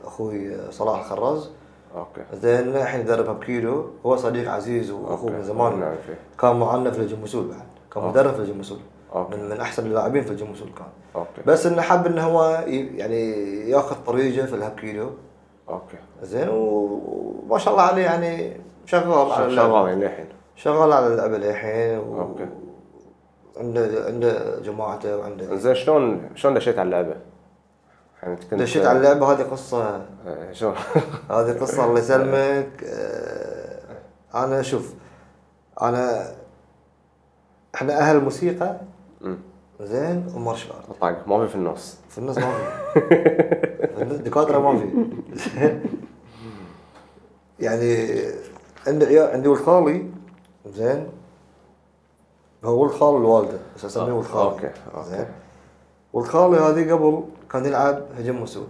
اخوي صلاح الخراز
اوكي
زين الحين يدرب هابكيدو هو صديق عزيز واخوه
أوكي.
من زمان
نعم، فيه.
كان معنا في الجموسول بعد كان مدرب في الجموسول
أوكي.
من, من احسن اللاعبين في الجموسول كان
أوكي.
بس انه حب انه هو ي- يعني ياخذ طريقه في الهابكيدو
اوكي
زين و- وما شاء الله عليه يعني شغال على اللعبه
شغالين للحين
شغال على اللعبه للحين و-
أوكي.
عنده عنده جماعته وعنده
زين شلون شلون دشيت على اللعبه؟ يعني أنت كنت
دشيت على اللعبه هذه قصه
آه، شو
هذه قصه الله يسلمك آه، انا شوف انا احنا اهل موسيقى
مم.
زين ومارشال ارت
طاق طيب، ما في في النص
في النص ما في في النص- دكاتره ما في يعني عندي عيال عندي ولد خالي زين هو ولد خال الوالده بس اسميه ولد خالي
أوكي، أوكي.
زين ولد خالي هذه قبل كان يلعب هجم مسؤول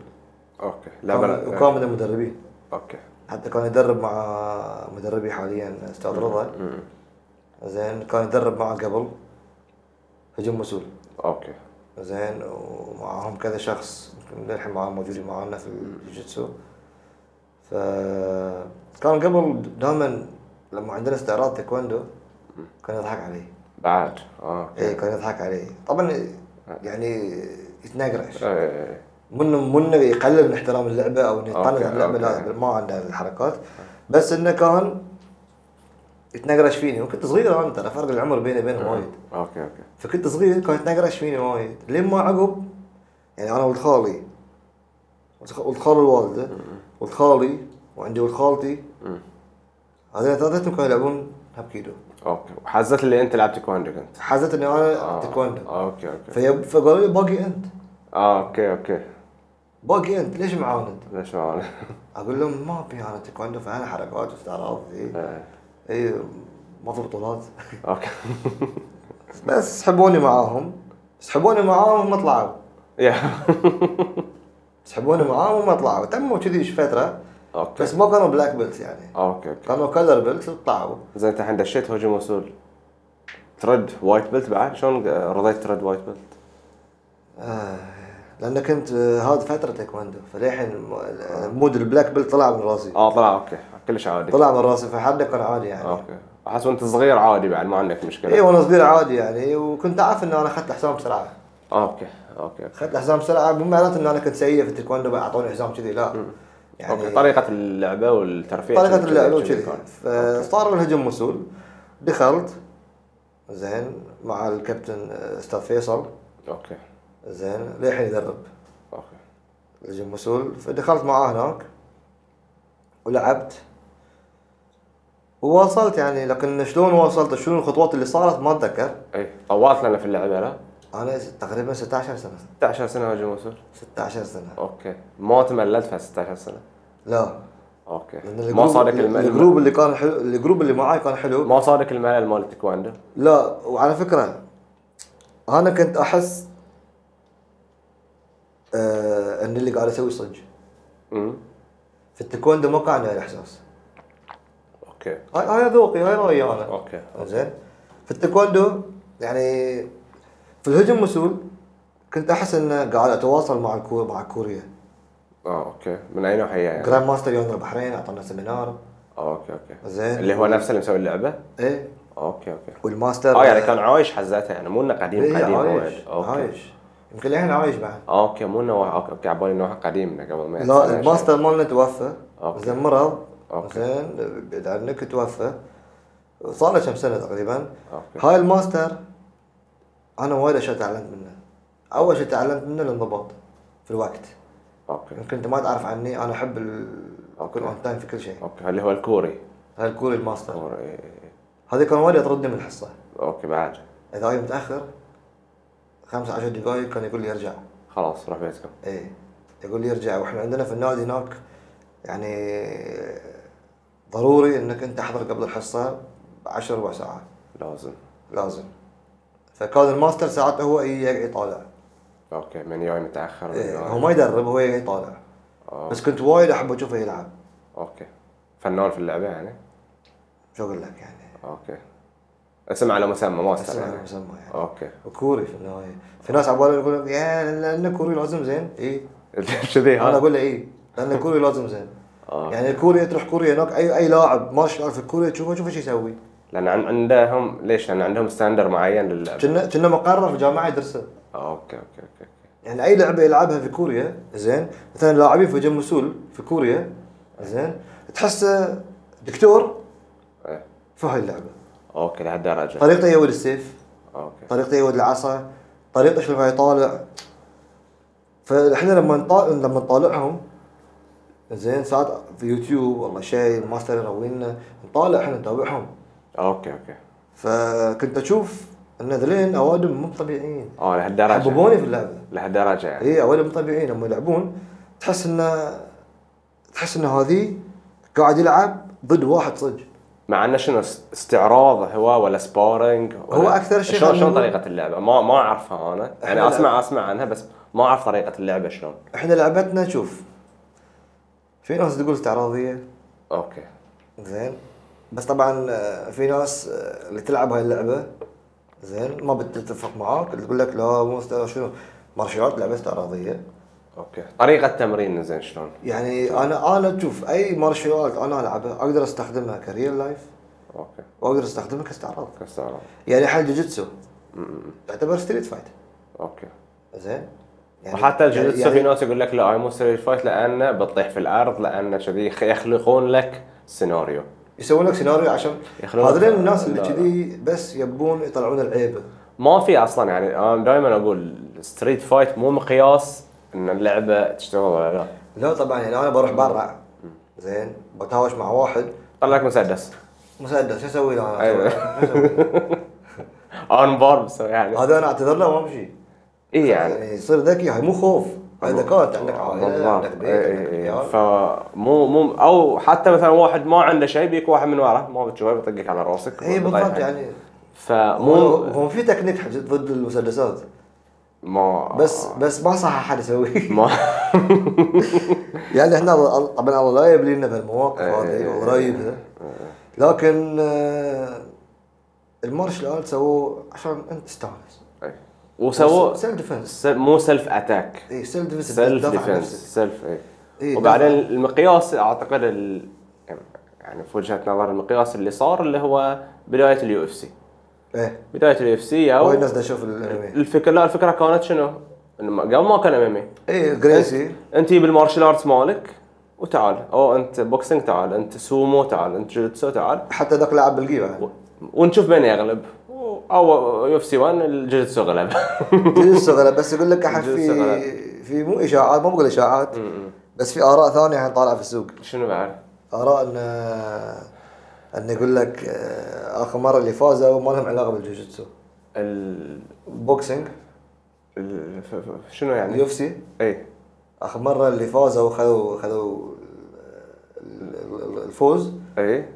اوكي لا
كان-
بلا
وكان من المدربين
اوكي
حتى كان يدرب مع مدربي حاليا استاذ رضا زين كان يدرب معه قبل هجوم مسؤول
اوكي
زين ومعاهم كذا شخص يمكن للحين معاهم موجودين معانا في الجوجيتسو فكان قبل دائما لما عندنا استعراض تايكوندو كان يضحك علي
بعد اوكي
اي كان يضحك علي طبعا يعني يتنقرش
إيه.
من من يقلل من احترام اللعبه او انه يطنز
أوكي،
اللعبه لا
أوكي.
ما عنده الحركات بس انه كان يتنقرش فيني وكنت صغير انا ترى فرق العمر بيني وبينه
إيه.
وايد
اوكي اوكي
فكنت صغير كان يتنقرش فيني وايد لين ما عقب يعني انا ولد خالي ولد خ- ولد خال الوالده ولد خالي وعندي ولد خالتي هذول ثلاثتهم كانوا يلعبون هابكيدو
اوكي وحزت اللي انت لعبت كوندو كنت
حزت اني انا
آه.
تايكوندو
اوكي اوكي
في- فقالوا لي باقي انت
اوكي اوكي
باقي انت ليش معاند؟
ليش ما أعرف؟
اقول لهم ما ابي انا تايكوندو فانا حركات واستعراض اي
إيه.
اي ما في بطولات
اوكي
بس سحبوني معاهم سحبوني معاهم وما طلعوا
يا
سحبوني معاهم وما طلعوا تموا كذي إيش فتره
اوكي
بس ما كانوا بلاك بيلت يعني
اوكي اوكي
كانوا كلر بيلت وطلعوا
زين انت الحين دشيت هجوم وصول ترد وايت بيلت بعد شلون آه، رضيت ترد وايت بيلت؟
لان آه، كنت آه، هاد فتره تايكوندو فللحين م- مود البلاك بيلت طلع من راسي
اه طلع اوكي كلش عادي
طلع من راسي فحد كان عادي يعني
اوكي احس وانت صغير عادي بعد ما عندك
اي
مشكله
وانا صغير عادي يعني وكنت عارف ان انا اخذت الحسام بسرعه
اوكي اوكي اوكي
اخذت الحزام بسرعه مو معناته ان انا كنت سيء في التايكوندو بقى اعطوني حزام كذي لا يعني
اوكي طريقه اللعبه والترفيه
طريقه
كذي-
اللعب
كذي
وكذي
كان.
فصار الهجوم مسؤول دخلت زين مع الكابتن آه، استاذ فيصل
اوكي
زين للحين يدرب
اوكي
الهجوم مسؤول فدخلت معاه هناك ولعبت وواصلت يعني لكن شلون واصلت شنو الخطوات اللي صارت ما اتذكر
اي طولت لنا في اللعبه لا
انا تقريبا 16 سنه
16 سنه هجوم وصول
16 سنه
اوكي ما تملت في 16 سنه
لا
اوكي
لأن
ما
الجروب-
صادك الملل
الجروب اللي كان حلو الجروب اللي معاي كان حلو
ما صادك الملل مال التايكوندو
لا وعلى فكرة أنا كنت أحس آه إن اللي قاعد أسوي صدق
امم
في التايكوندو ما كان عندي الإحساس
اوكي
هاي هاي ذوقي هاي رأيي أنا
اوكي
زين في التايكوندو يعني في الهجوم مسؤول كنت أحس إن قاعد أتواصل مع الكو مع كوريا
اه اوكي من اي ناحيه يعني
جراند ماستر يوم البحرين أعطانا سيمينار
آه، اوكي اوكي
زين
اللي هو نفسه اللي مسوي اللعبه
إيه
اوكي اوكي
والماستر آه،
اه يعني كان عايش حزتها يعني مو انه قديم
طيب. إيه
قديم
عايش
وايد. اوكي
عايش يمكن الحين عايش بعد
اوكي مو انه واحد- اوكي اوكي عبالي انه واحد قديم من قبل ما يتسنى
لا الماستر مالنا توفى
أوكي.
زين مرض
أوكي.
زين بعد عنك توفى صار له كم سنه تقريبا
أوكي.
هاي الماستر انا وايد اشياء تعلمت منه اول شيء تعلمت منه الانضباط في الوقت
شيء. اوكي
يمكن انت ما تعرف عني انا احب ال-
أوكي.
اكون اون تايم في كل شيء
اوكي اللي هو الكوري
هاي الكوري الماستر
كوري.
هذا كان وايد يطردني من الحصه
اوكي بعد
اذا جاي متاخر خمس عشر دقائق كان يقول لي ارجع
خلاص روح بيتكم
ايه يقول لي ارجع واحنا عندنا في النادي هناك يعني ضروري انك انت تحضر قبل الحصه 10 ربع ساعه
لازم
لازم فكان الماستر ساعات هو يقعد يطالع
اوكي من جاي متاخر من
إيه
جاي-
هو ما يدرب هو يقعد يطالع
أيوة. آه.
بس كنت وايد احب اشوفه يلعب
اوكي فنان في اللعبه يعني
شو اقول لك يعني
اوكي اسم على مسمى ماستر
اسمع
يعني
المسمى يعني
اوكي
وكوري في النهايه في ناس عبالي يقول لك يا لان كوري لازم زين ايه
كذي
انا
ها
اقول له ايه لان كوري لازم زين
آه.
يعني كوريا تروح كوريا هناك اي اي لاعب مارشال ارت في كوريا تشوفه شوفه شو يسوي
لان عن- عندهم ليش؟ لان عندهم ستاندر معين للعب
كنا كنا مقرر في جامعه يدرسه
اوكي اوكي اوكي اوكي
يعني اي لعبه يلعبها في كوريا زين مثلا لاعبين في جم مسول في كوريا زين تحسه دكتور
إيه. يعني.
في هاي اللعبه
اوكي لهالدرجه
طريقته يود السيف
اوكي
طريقته يود العصا طريقته شلون يطالع فاحنا لما نطالع لما نطالعهم زين ساعات في يوتيوب والله شيء الماستر يروينا نطالع احنا نتابعهم
اوكي اوكي
فكنت اشوف ان ذلين اوادم مو طبيعيين
اه لهالدرجه
حببوني في طيب. اللعبه
لهالدرجه يعني
اي اوادم مو طبيعيين لما يلعبون تحس انه تحس ان هذه قاعد يلعب ضد واحد صدق
مع انه شنو است- استعراض هو ولا سبارينج ولا
هو أكثر شيء
شلون
غني-
شلون طريقه اللعبه ما ما اعرفها انا يعني
لا.
اسمع اسمع عنها بس ما اعرف طريقه اللعبه شلون
احنا لعبتنا شوف في ناس تقول استعراضيه
اوكي
زين بس طبعا آه، في ناس آه، اللي تلعب هاي اللعبه زين ما بتتفق معاك اللي تقول لك لا مو است- شنو مارشال آرت لعبه استعراضيه
اوكي طريقه تمرين زين شلون
يعني انا انا تشوف اي مارشال آرت انا العبها اقدر استخدمها كريال لايف
اوكي
واقدر استخدمها كاستعراض
اوكي استعراض
يعني حال جوجيتسو تعتبر ستريت فايت
اوكي
زين
وحتى الجوجيتسو
يعني-
في ناس يقول لك لا هاي مو ستريت فايت لانه بتطيح في الارض لانه كذي يخ- يخلقون لك سيناريو
يسوون لك سيناريو عشان
يخلونك-
هذول الناس اللي
لا، لا.
كذي بس يبون يطلعون العيبه
ما في اصلا يعني انا دائما اقول ستريت فايت مو مقياس ان اللعبه تشتغل ولا لا
لا طبعا يعني انا بروح برا زين بتهاوش مع واحد
طلع لك مسدس
مسدس شو اسوي له انا؟
أيوة.
شو أسوي؟
اون باربس يعني
هذا انا اعتذر له وامشي
اي يعني
يعني يصير ذكي هاي مو خوف هاي ذكاء عندك عائله
بالضبط إيه،
عندك بيت
إي
عندك
إي إي.
عيال.
فمو مو او حتى مثلا واحد ما عنده شيء بيك واحد من وراه ما بتشوفه بيطقك على راسك
اي بالضبط
وبيطيحك.
يعني
فمو
هو هو في تكنيك حج- ضد المسدسات
ما
بس بس ما صح احد يسويه
ما
يعني احنا الله- الله- طبعا الله لا يبلينا بهالمواقف
إيه إيه
هذه
إيه.
وقريبها آه، لكن آه، المارشال ارت سووه عشان انت تستانس
إي. وسووا
سيلف ديفنس
س- مو سيلف اتاك
اي سيلف ديفنس
سيلف
تدافع عن
ديفنس
نفسك.
سيلف اي
إيه،
وبعدين
دافع.
المقياس اعتقد ال... يعني في وجهه نظر المقياس اللي صار اللي هو بدايه اليو اف سي
ايه
بدايه اليو اف سي او
وايد ناس دا تشوف الانمي
الفكره لا الفكره كانت شنو؟ إنه قبل ما كان ام ام
اي جريسي
انت جيب المارشال ارتس مالك وتعال او انت بوكسينج تعال انت سومو تعال انت جوجيتسو تعال
حتى ذاك لاعب بالقيمه يعني
ونشوف من يغلب او يو اف سي 1 الجوجيتسو غلب
جلسوا غلا بس يقول لك احد
جلسوا غلا.
في في مو اشاعات ما بقول اشاعات بس في اراء ثانيه الحين طالعه في السوق
شنو بعد؟
اراء ان ان يقول لك آه، اخر مره اللي فازوا ما لهم علاقه بالجوجيتسو
ال...
بوكسينج
ال... ف- ف- شنو
اليو
يعني؟
اف سي
اي
اخر مره اللي فازوا خذوا خذوا ال- ال- الفوز
اي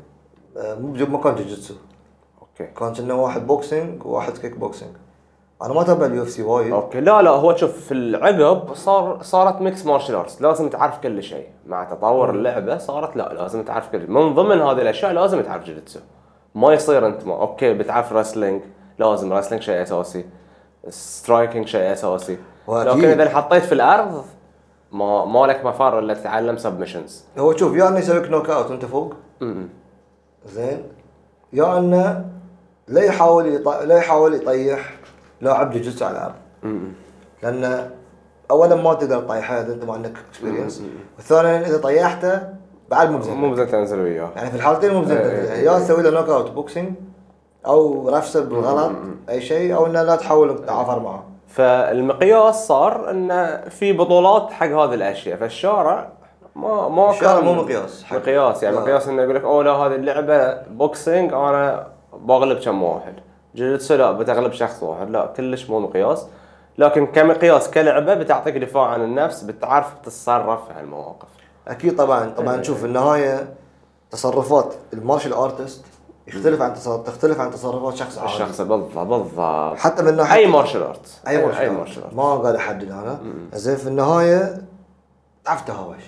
آه، مو بج- ما كان جوجيتسو
اوكي
كان كنا واحد بوكسينج وواحد كيك بوكسينج انا ما تابع اليو اف سي وايد
اوكي لا لا هو شوف في العقب صار صارت ميكس مارشال ارتس لازم تعرف كل شيء مع تطور اللعبه صارت لا لازم تعرف كل من ضمن هذه الاشياء لازم تعرف جوجيتسو ما يصير انت ما اوكي بتعرف رسلينج لازم رسلينج شيء اساسي سترايكنج شيء اساسي
وأكيد.
لكن اذا حطيت في الارض ما ما لك مفر الا تتعلم سبمشنز
هو شوف يا انه يسويك نوك اوت وانت فوق زين يا انه لا يحاول يط... لا يحاول يطيح لاعب جوجيتسو على الارض لان اولا ما تقدر تطيحه اذا انت ما عندك اكسبيرينس وثانيا اذا طيحته بعد مو بزين
مو بزين تنزل وياه
يعني في الحالتين مو بزين
إيه، إيه،
يعني يا تسوي له نوك اوت بوكسينج او رفسه بالغلط اي شيء او انه لا تحاول تتعافر معه
فالمقياس صار انه في بطولات حق هذه الاشياء فالشارع ما ما
الشارع
كان-
مو مقياس آه. حق-
مقياس يعني
لا.
مقياس انه يقول لك اوه لا هذه اللعبه بوكسينج انا بغلب كم واحد جوجيتسو لا بتغلب شخص واحد لا كلش مو مقياس لكن كمقياس كلعبه بتعطيك دفاع عن النفس بتعرف تتصرف في هالمواقف
اكيد
إيه،
طبعا طبعا شوف في النهايه تصرفات المارشال ارتست يختلف عن تصرف تختلف عن تصرفات شخص عادي
الشخص بالضبط بالضبط
آه. حتى من ناحيه
اي مارشال ارت
اي
اي
مارشال
مارشال
ارت
ارت
ما قاعد احدد انا زين في النهايه تعرف تهاوش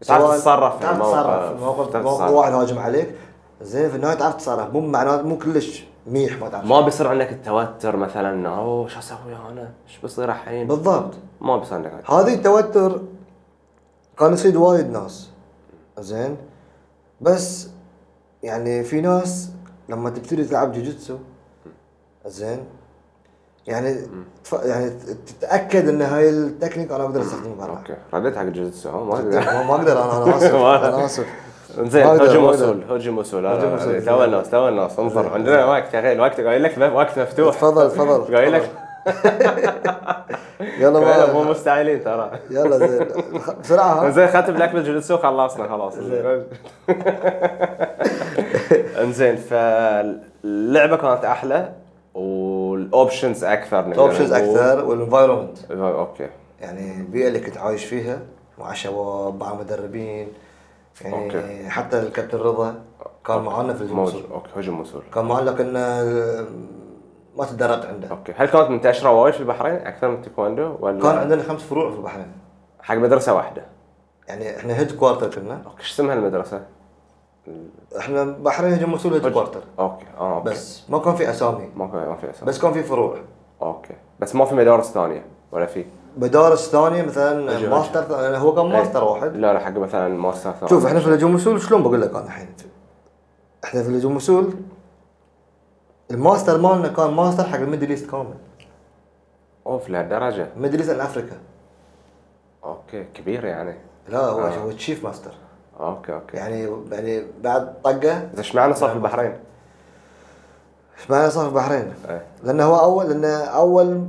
تعرف
سواء-
تتصرف في
تعرف تتصرف في
الموقف،
الموقف
تعرف
موقف
تتصرف.
واحد هاجم عليك زين في النهايه تعرف تتصرف مو معناته مو كلش ميح ما تعرف
ما بيصير عندك التوتر مثلا إنه، اوه شو اسوي انا؟ شو بيصير الحين؟
بالضبط
ما بيصير عندك هذا.
هذه التوتر كان يصيد وايد ناس زين بس يعني في ناس لما تبتدي تلعب جوجيتسو زين يعني تف... يعني تتاكد ان هاي التكنيك انا اقدر استخدمه برا
اوكي رديت حق جوجيتسو ها؟ ما أدري.
ما ما اقدر انا انا اسف انا اسف
زين
ما أقدر،
هجم
ما أقدر.
وصول هجم وصول آه، لا، لا،
هجوم
لا،
وصول.
تو الناس تو الناس انظر عندنا وقت يا اخي الوقت قايل لك وقت مفتوح
تفضل تفضل
قايل لك
تفضل. يلا
فعلا مو
ما
مستعجلين ترى
يلا زين بسرعه ها
زين ختم لك بالجوجيتسو خلصنا خلاص انزين فاللعبه كانت احلى والاوبشنز اكثر نقدر
اوبشنز
نقول.
اكثر والانفايرمنت
اوكي
يعني البيئه اللي كنت عايش فيها مع شباب مع مدربين يعني
أوكي.
حتى الكابتن رضا كان معانا في الموسم
موجود اوكي هجوم مسؤول
كان معنا لكن آه، ما تدربت عنده
اوكي هل كانت منتشره وايد في البحرين اكثر من التايكوندو ولا
كان عندنا خمس فروع في البحرين
حق مدرسه واحده
يعني احنا هيد كوارتر كنا
اوكي شو اسمها المدرسه؟
احنا البحرين هجوم مسؤول هيد كوارتر
اوكي اه اوكي
بس ما كان في اسامي
ما كان- ما في اساس
بس كان في فروع
اوكي بس ما في مدارس ثانيه ولا في؟
مدارس ثانيه مثلا ماستر ثاني- هو كان
إيه.
ماستر واحد
لا لا حق مثلا ماستر ثاني
شوف احنا في الهجوم مسؤول شلون بقول لك انا الحين احنا في الهجوم مسؤول الماستر مالنا كان ماستر حق الميدل ايست كامل
اوف لهالدرجه
ميدل ايست اند افريكا
اوكي كبير يعني
لا هو آه. هو تشيف ماستر
اوكي اوكي
يعني يعني بعد طقه
زين ايش معنى صار في البحرين؟
يعني ايش معنى صار في البحرين؟
إيه.
لانه هو اول لانه اول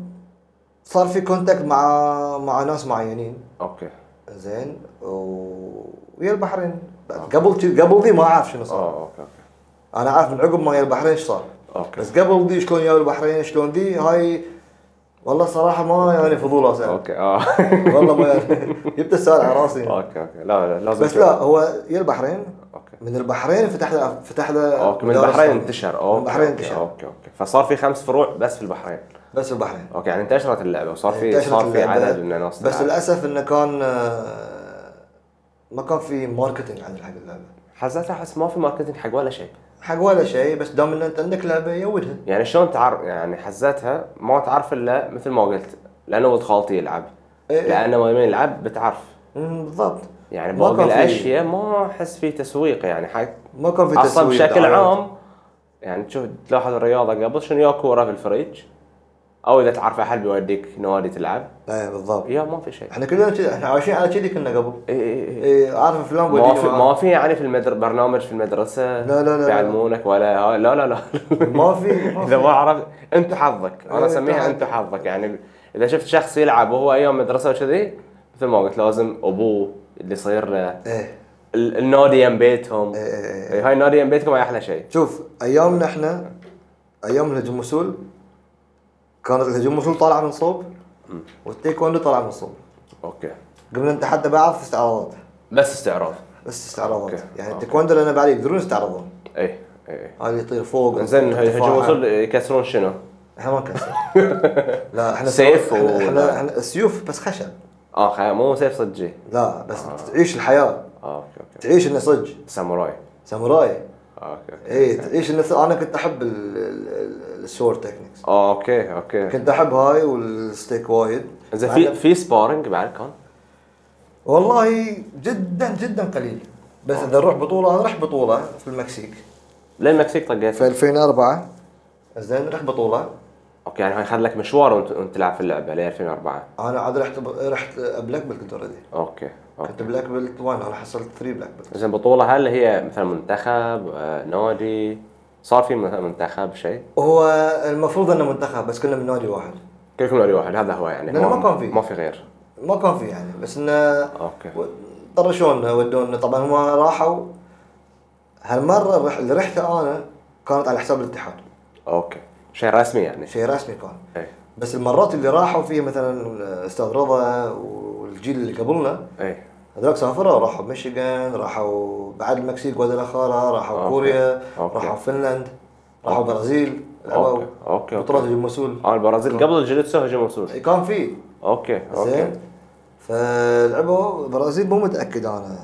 صار في كونتاكت مع مع ناس معينين
اوكي
زين و... ويا البحرين بعد قبل قبل ذي ما اعرف شنو صار
اه اوكي اوكي
انا عارف من عقب ما يا البحرين ايش صار
اوكي
بس قبل دي شلون يا البحرين شلون ذي هاي والله صراحه ما يعني فضول اسال
اوكي اه
والله ما يعني جبت السؤال على راسي
اوكي اوكي لا لا لازم
بس لا هو يا البحرين
اوكي
من البحرين فتح له فتح له
اوكي من
مدارس
البحرين
ثانية.
انتشر
من
اوكي
البحرين
أوكي،
انتشر
اوكي اوكي فصار في خمس فروع بس في البحرين
بس البحرين
اوكي يعني انتشرت اللعبه وصار في
انتشرت
صار في
اللعبة.
عدد من الناس
بس
تلعب.
للاسف انه كان آه، ما كان في ماركتنج عند حق اللعبه
حزتها احس ما في ماركتنج حق ولا شيء
حق ولا شيء بس دام ان انت عندك لعبه يودها
يعني شلون تعرف يعني حزتها ما تعرف الا مثل ما قلت لانه ولد خالتي يلعب
إيه.
لانه ما يلعب بتعرف
مم، بالضبط
يعني
ما
باقي
كان في-
الاشياء ما احس في تسويق يعني حق
ما كان في
اصلا
تسويق
بشكل
دعايات.
عام يعني تشوف تلاحظ الرياضه قبل شنو يا كوره في الفريج او اذا تعرف احد بيوديك نوادي تلعب
ايه بالضبط
يا ما في شيء
احنا كلنا كذا احنا عايشين على كذي كنا قبل
إي إي إي.
ايه عارف فلان
ما
وديني
في
معاه.
ما في يعني في المدر برنامج في المدرسه
لا، لا، لا.
بيعلمونك ولا ها- لا لا لا
ما في ما
اذا ما
في
عرفت انت حظك انا
إيه،
اسميها
تعال.
انت حظك يعني اذا شفت شخص يلعب وهو ايام مدرسه وكذي مثل ما قلت لازم ابوه اللي يصير له
ايه
ال- النادي يم بيتهم
إيه، إيه،
إيه، هاي النادي يم بيتكم هاي احلى شيء
شوف ايامنا احنا ايام الهجوم مسؤول كانت الهجوم مسؤول طالعه من صوب والتيكواندو طالعه من صوب
اوكي
قمنا نتحدى بعض في استعراضات
بس استعراض
بس استعراضات
أوكي.
يعني
أوكي.
التيكواندو لان بعد يقدرون يستعرضون
اي اي
هذا يطير فوق
إيه، زين
يطير
هجوم
ارتفاعاً.
وصل يكسرون شنو؟
احنا ما نكسر لا احنا
سيف
احنا,
و-
احنا, احنا السيوف بس خشب
اه خيال مو سيف صجي
لا بس
آه.
تعيش الحياه
اه اوكي اوكي
تعيش انه صج
ساموراي
ساموراي
آه، اوكي اوكي
اي تعيش انه صج. انا كنت احب ال- ال- ال- السور تكنيكس
آه، اوكي اوكي
كنت احب هاي والستيك وايد
زين
مع
في
إنه-
في سبارنج بعد كان؟
والله جدا جدا قليل بس اذا نروح بطوله انا رحت بطوله في المكسيك
لين المكسيك طقيت
في 2004 زين رحت بطوله
اوكي يعني هاي خذ لك مشوار وانت وأنت تلعب في اللعبه لين 2004
انا عاد رحت ب... رحت بلاك بيلت كنت اوريدي
اوكي اوكي
كنت بلاك بيلت 1 انا حصلت 3 بلاك بيلت
زين بطوله هل هي مثلا منتخب آه، نادي صار في مثلا منتخب شيء
هو المفروض انه منتخب بس كنا من نادي واحد
كلكم نادي واحد هذا هو يعني
لأنه ما كان في.
ما في غير
ما كان في يعني بس انه
اوكي
و- طرشونا ودونا طبعا هم راحوا هالمره الرح- اللي رحته انا كانت على حساب الاتحاد
اوكي شيء رسمي يعني
شيء رسمي كان
ايه
بس المرات اللي راحوا فيها مثلا استاذ رضا والجيل اللي قبلنا
ايه
هذول سافروا راحوا ميشيغان راحوا بعد المكسيك غوادالاخارا راحوا
أوكي.
كوريا
أوكي.
راحوا فنلند راحوا برازيل
اوكي
لعبوا
اوكي
بطولات
اوكي
المسؤول
اه البرازيل قبل الجليتسو هجموا سوريا
كان في
اوكي اوكي
إيه. زين فلعبوا البرازيل مو متاكد انا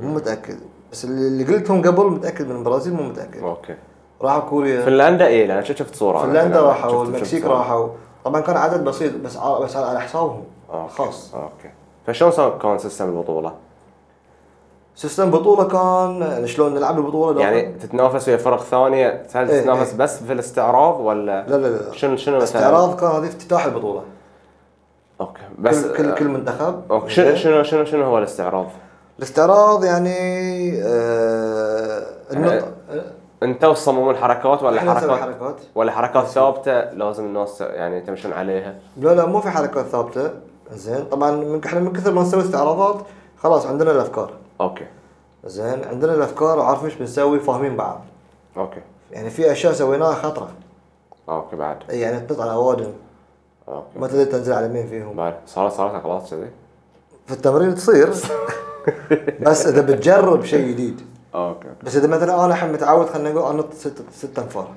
مو متاكد بس اللي اللي قلتهم قبل متاكد من البرازيل مو متاكد
اوكي
راحوا كوريا
فنلندا ايه لان شفت صوره أنا.
فنلندا
فنلندا
راحوا
شفت- شفت
المكسيك
صورة.
راحوا طبعا كان عدد بسيط بس ع- بس على حسابهم
آه، أوكي.
خاص
اوكي فشلون صار كان سيستم البطوله؟
سيستم بطوله كان يعني شلون نلعب البطوله دائما.
يعني تتنافس ويا فرق ثانيه هل
إيه،
تتنافس
إيه.
بس في الاستعراض ولا
لا لا لا
شنو شنو مثلا؟
استعراض كان هذه افتتاح البطوله
اوكي بس
كل كل, كل منتخب
اوكي شنو شنو شنو شنو هو الاستعراض؟
الاستعراض يعني آه النط...
انت وصمموا الحركات ولا
إحنا نسوي
حركات
حركات
ولا حركات ثابته لازم الناس يعني تمشون عليها
لا لا مو في حركات ثابته زين طبعا من احنا من كثر ما نسوي استعراضات خلاص عندنا الافكار
اوكي
زين عندنا الافكار وعارفين ايش بنسوي فاهمين بعض
اوكي
يعني في اشياء سويناها خطره
اوكي بعد
أي يعني تنط على اوادم
اوكي
ما تدري تنزل على مين فيهم
بعد صارت صارت خلاص كذي
في التمرين تصير بس اذا بتجرب شيء جديد
اوكي اوكي
بس اذا مثلا انا الحين متعود خلينا نقول انط ست ست انفار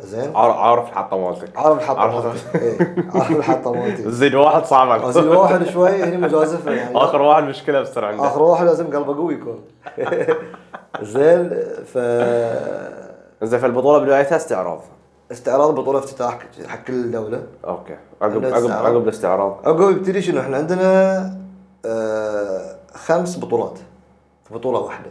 زين
عار- عارف الحطه مالتك
عارف الحطه
عارف
مالتي إيه، عارف الحطه مالتي
زيد واحد صعب عليك.
بس الواحد شوي هني مجازفه يعني
اخر واحد مشكله بصير عنده
اخر واحد لازم قلبه قوي يكون زين ف
زين فالبطوله بدايتها استعراض
استعراض بطوله افتتاح حق كل دوله
اوكي عقب
عندنا
عقب
استعراض.
عقب الاستعراض
عقب يبتدي شنو احنا عندنا آه، خمس بطولات في بطوله واحده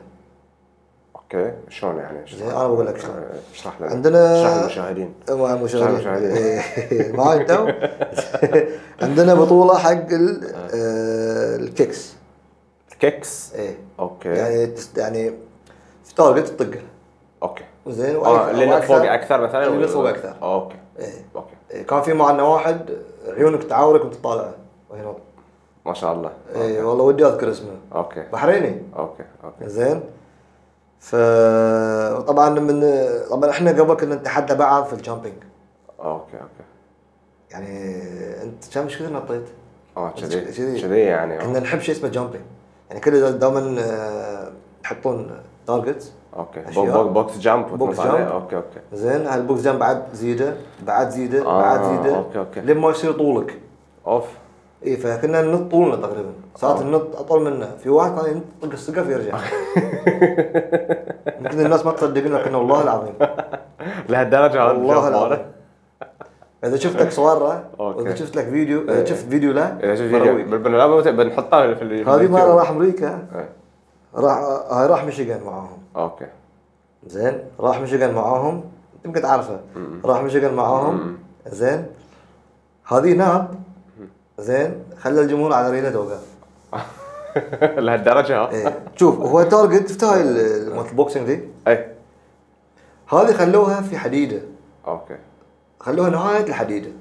اوكي شلون يعني اشرح-
زين انا بقول لك شلون
اشرح لنا
عندنا-
اشرح للمشاهدين
مع
مع
المشاهدين
المشاهدين.
إيه، معاي تو عندنا بطوله حق ال- آه، الكيكس
كيكس
ايه
اوكي
يعني تس- يعني في تارجت تطقه
اوكي
زين
اه
وأي-
اللي
وأكثر-
فوق اكثر مثلا
اللي
ولا-
فوق اكثر
اوكي
إيه.
اوكي
إيه، كان في معنا واحد عيونك تعاورك وانت طالعه وهي نط
ما شاء الله
اي إيه، والله ودي اذكر اسمه
اوكي
بحريني
اوكي اوكي
زين ف طبعا من طبعا احنا قبل كنا نتحدى بعض في الجامبينج
اوكي اوكي
يعني انت كم ايش كثر نطيت؟
اه كذي
كذي.
كذي يعني
كنا
آه.
نحب شيء اسمه جامبينج يعني كل دائما آه، يحطون تارجت
اوكي
أشياء.
بوك بوك بوكس جامب
بوكس
وتنط عليه
جامب.
اوكي اوكي
زين هالبوكس جام بعد زيده بعد زيده
آه،
بعد زيده
أوكي، أوكي.
لما يصير طولك
اوف
اي فكنا ننط طولنا تقريبا
آه.
ساعات النط اطول منا في واحد كان ينط طق السقف يرجع يمكن الناس ما تصدقنا لكن والله العظيم
لهالدرجه هذا
والله
الجو
العظيم
ماله؟
اذا شفت لك صوره
أوكي.
واذا شفت لك فيديو اذا شفت فيديو له
اذا شفت
برويك.
فيديو بن- بنلعبه وت- بنحطها في ال- في
هذه
اليوتيوب.
مره راح امريكا
إيه.
راح هاي راح ميشيغان معاهم
اوكي
زين راح ميشيغان معاهم أنت يمكن تعرفه راح ميشيغان معاهم زين هذه ناب زين خلى الجمهور على رينا دوقه
لهالدرجه ها؟
ايه شوف هو تارجت شفت هاي ال- مالت البوكسنج دي
اي
هذه خلوها في حديده
اوكي
خلوها نهايه الحديده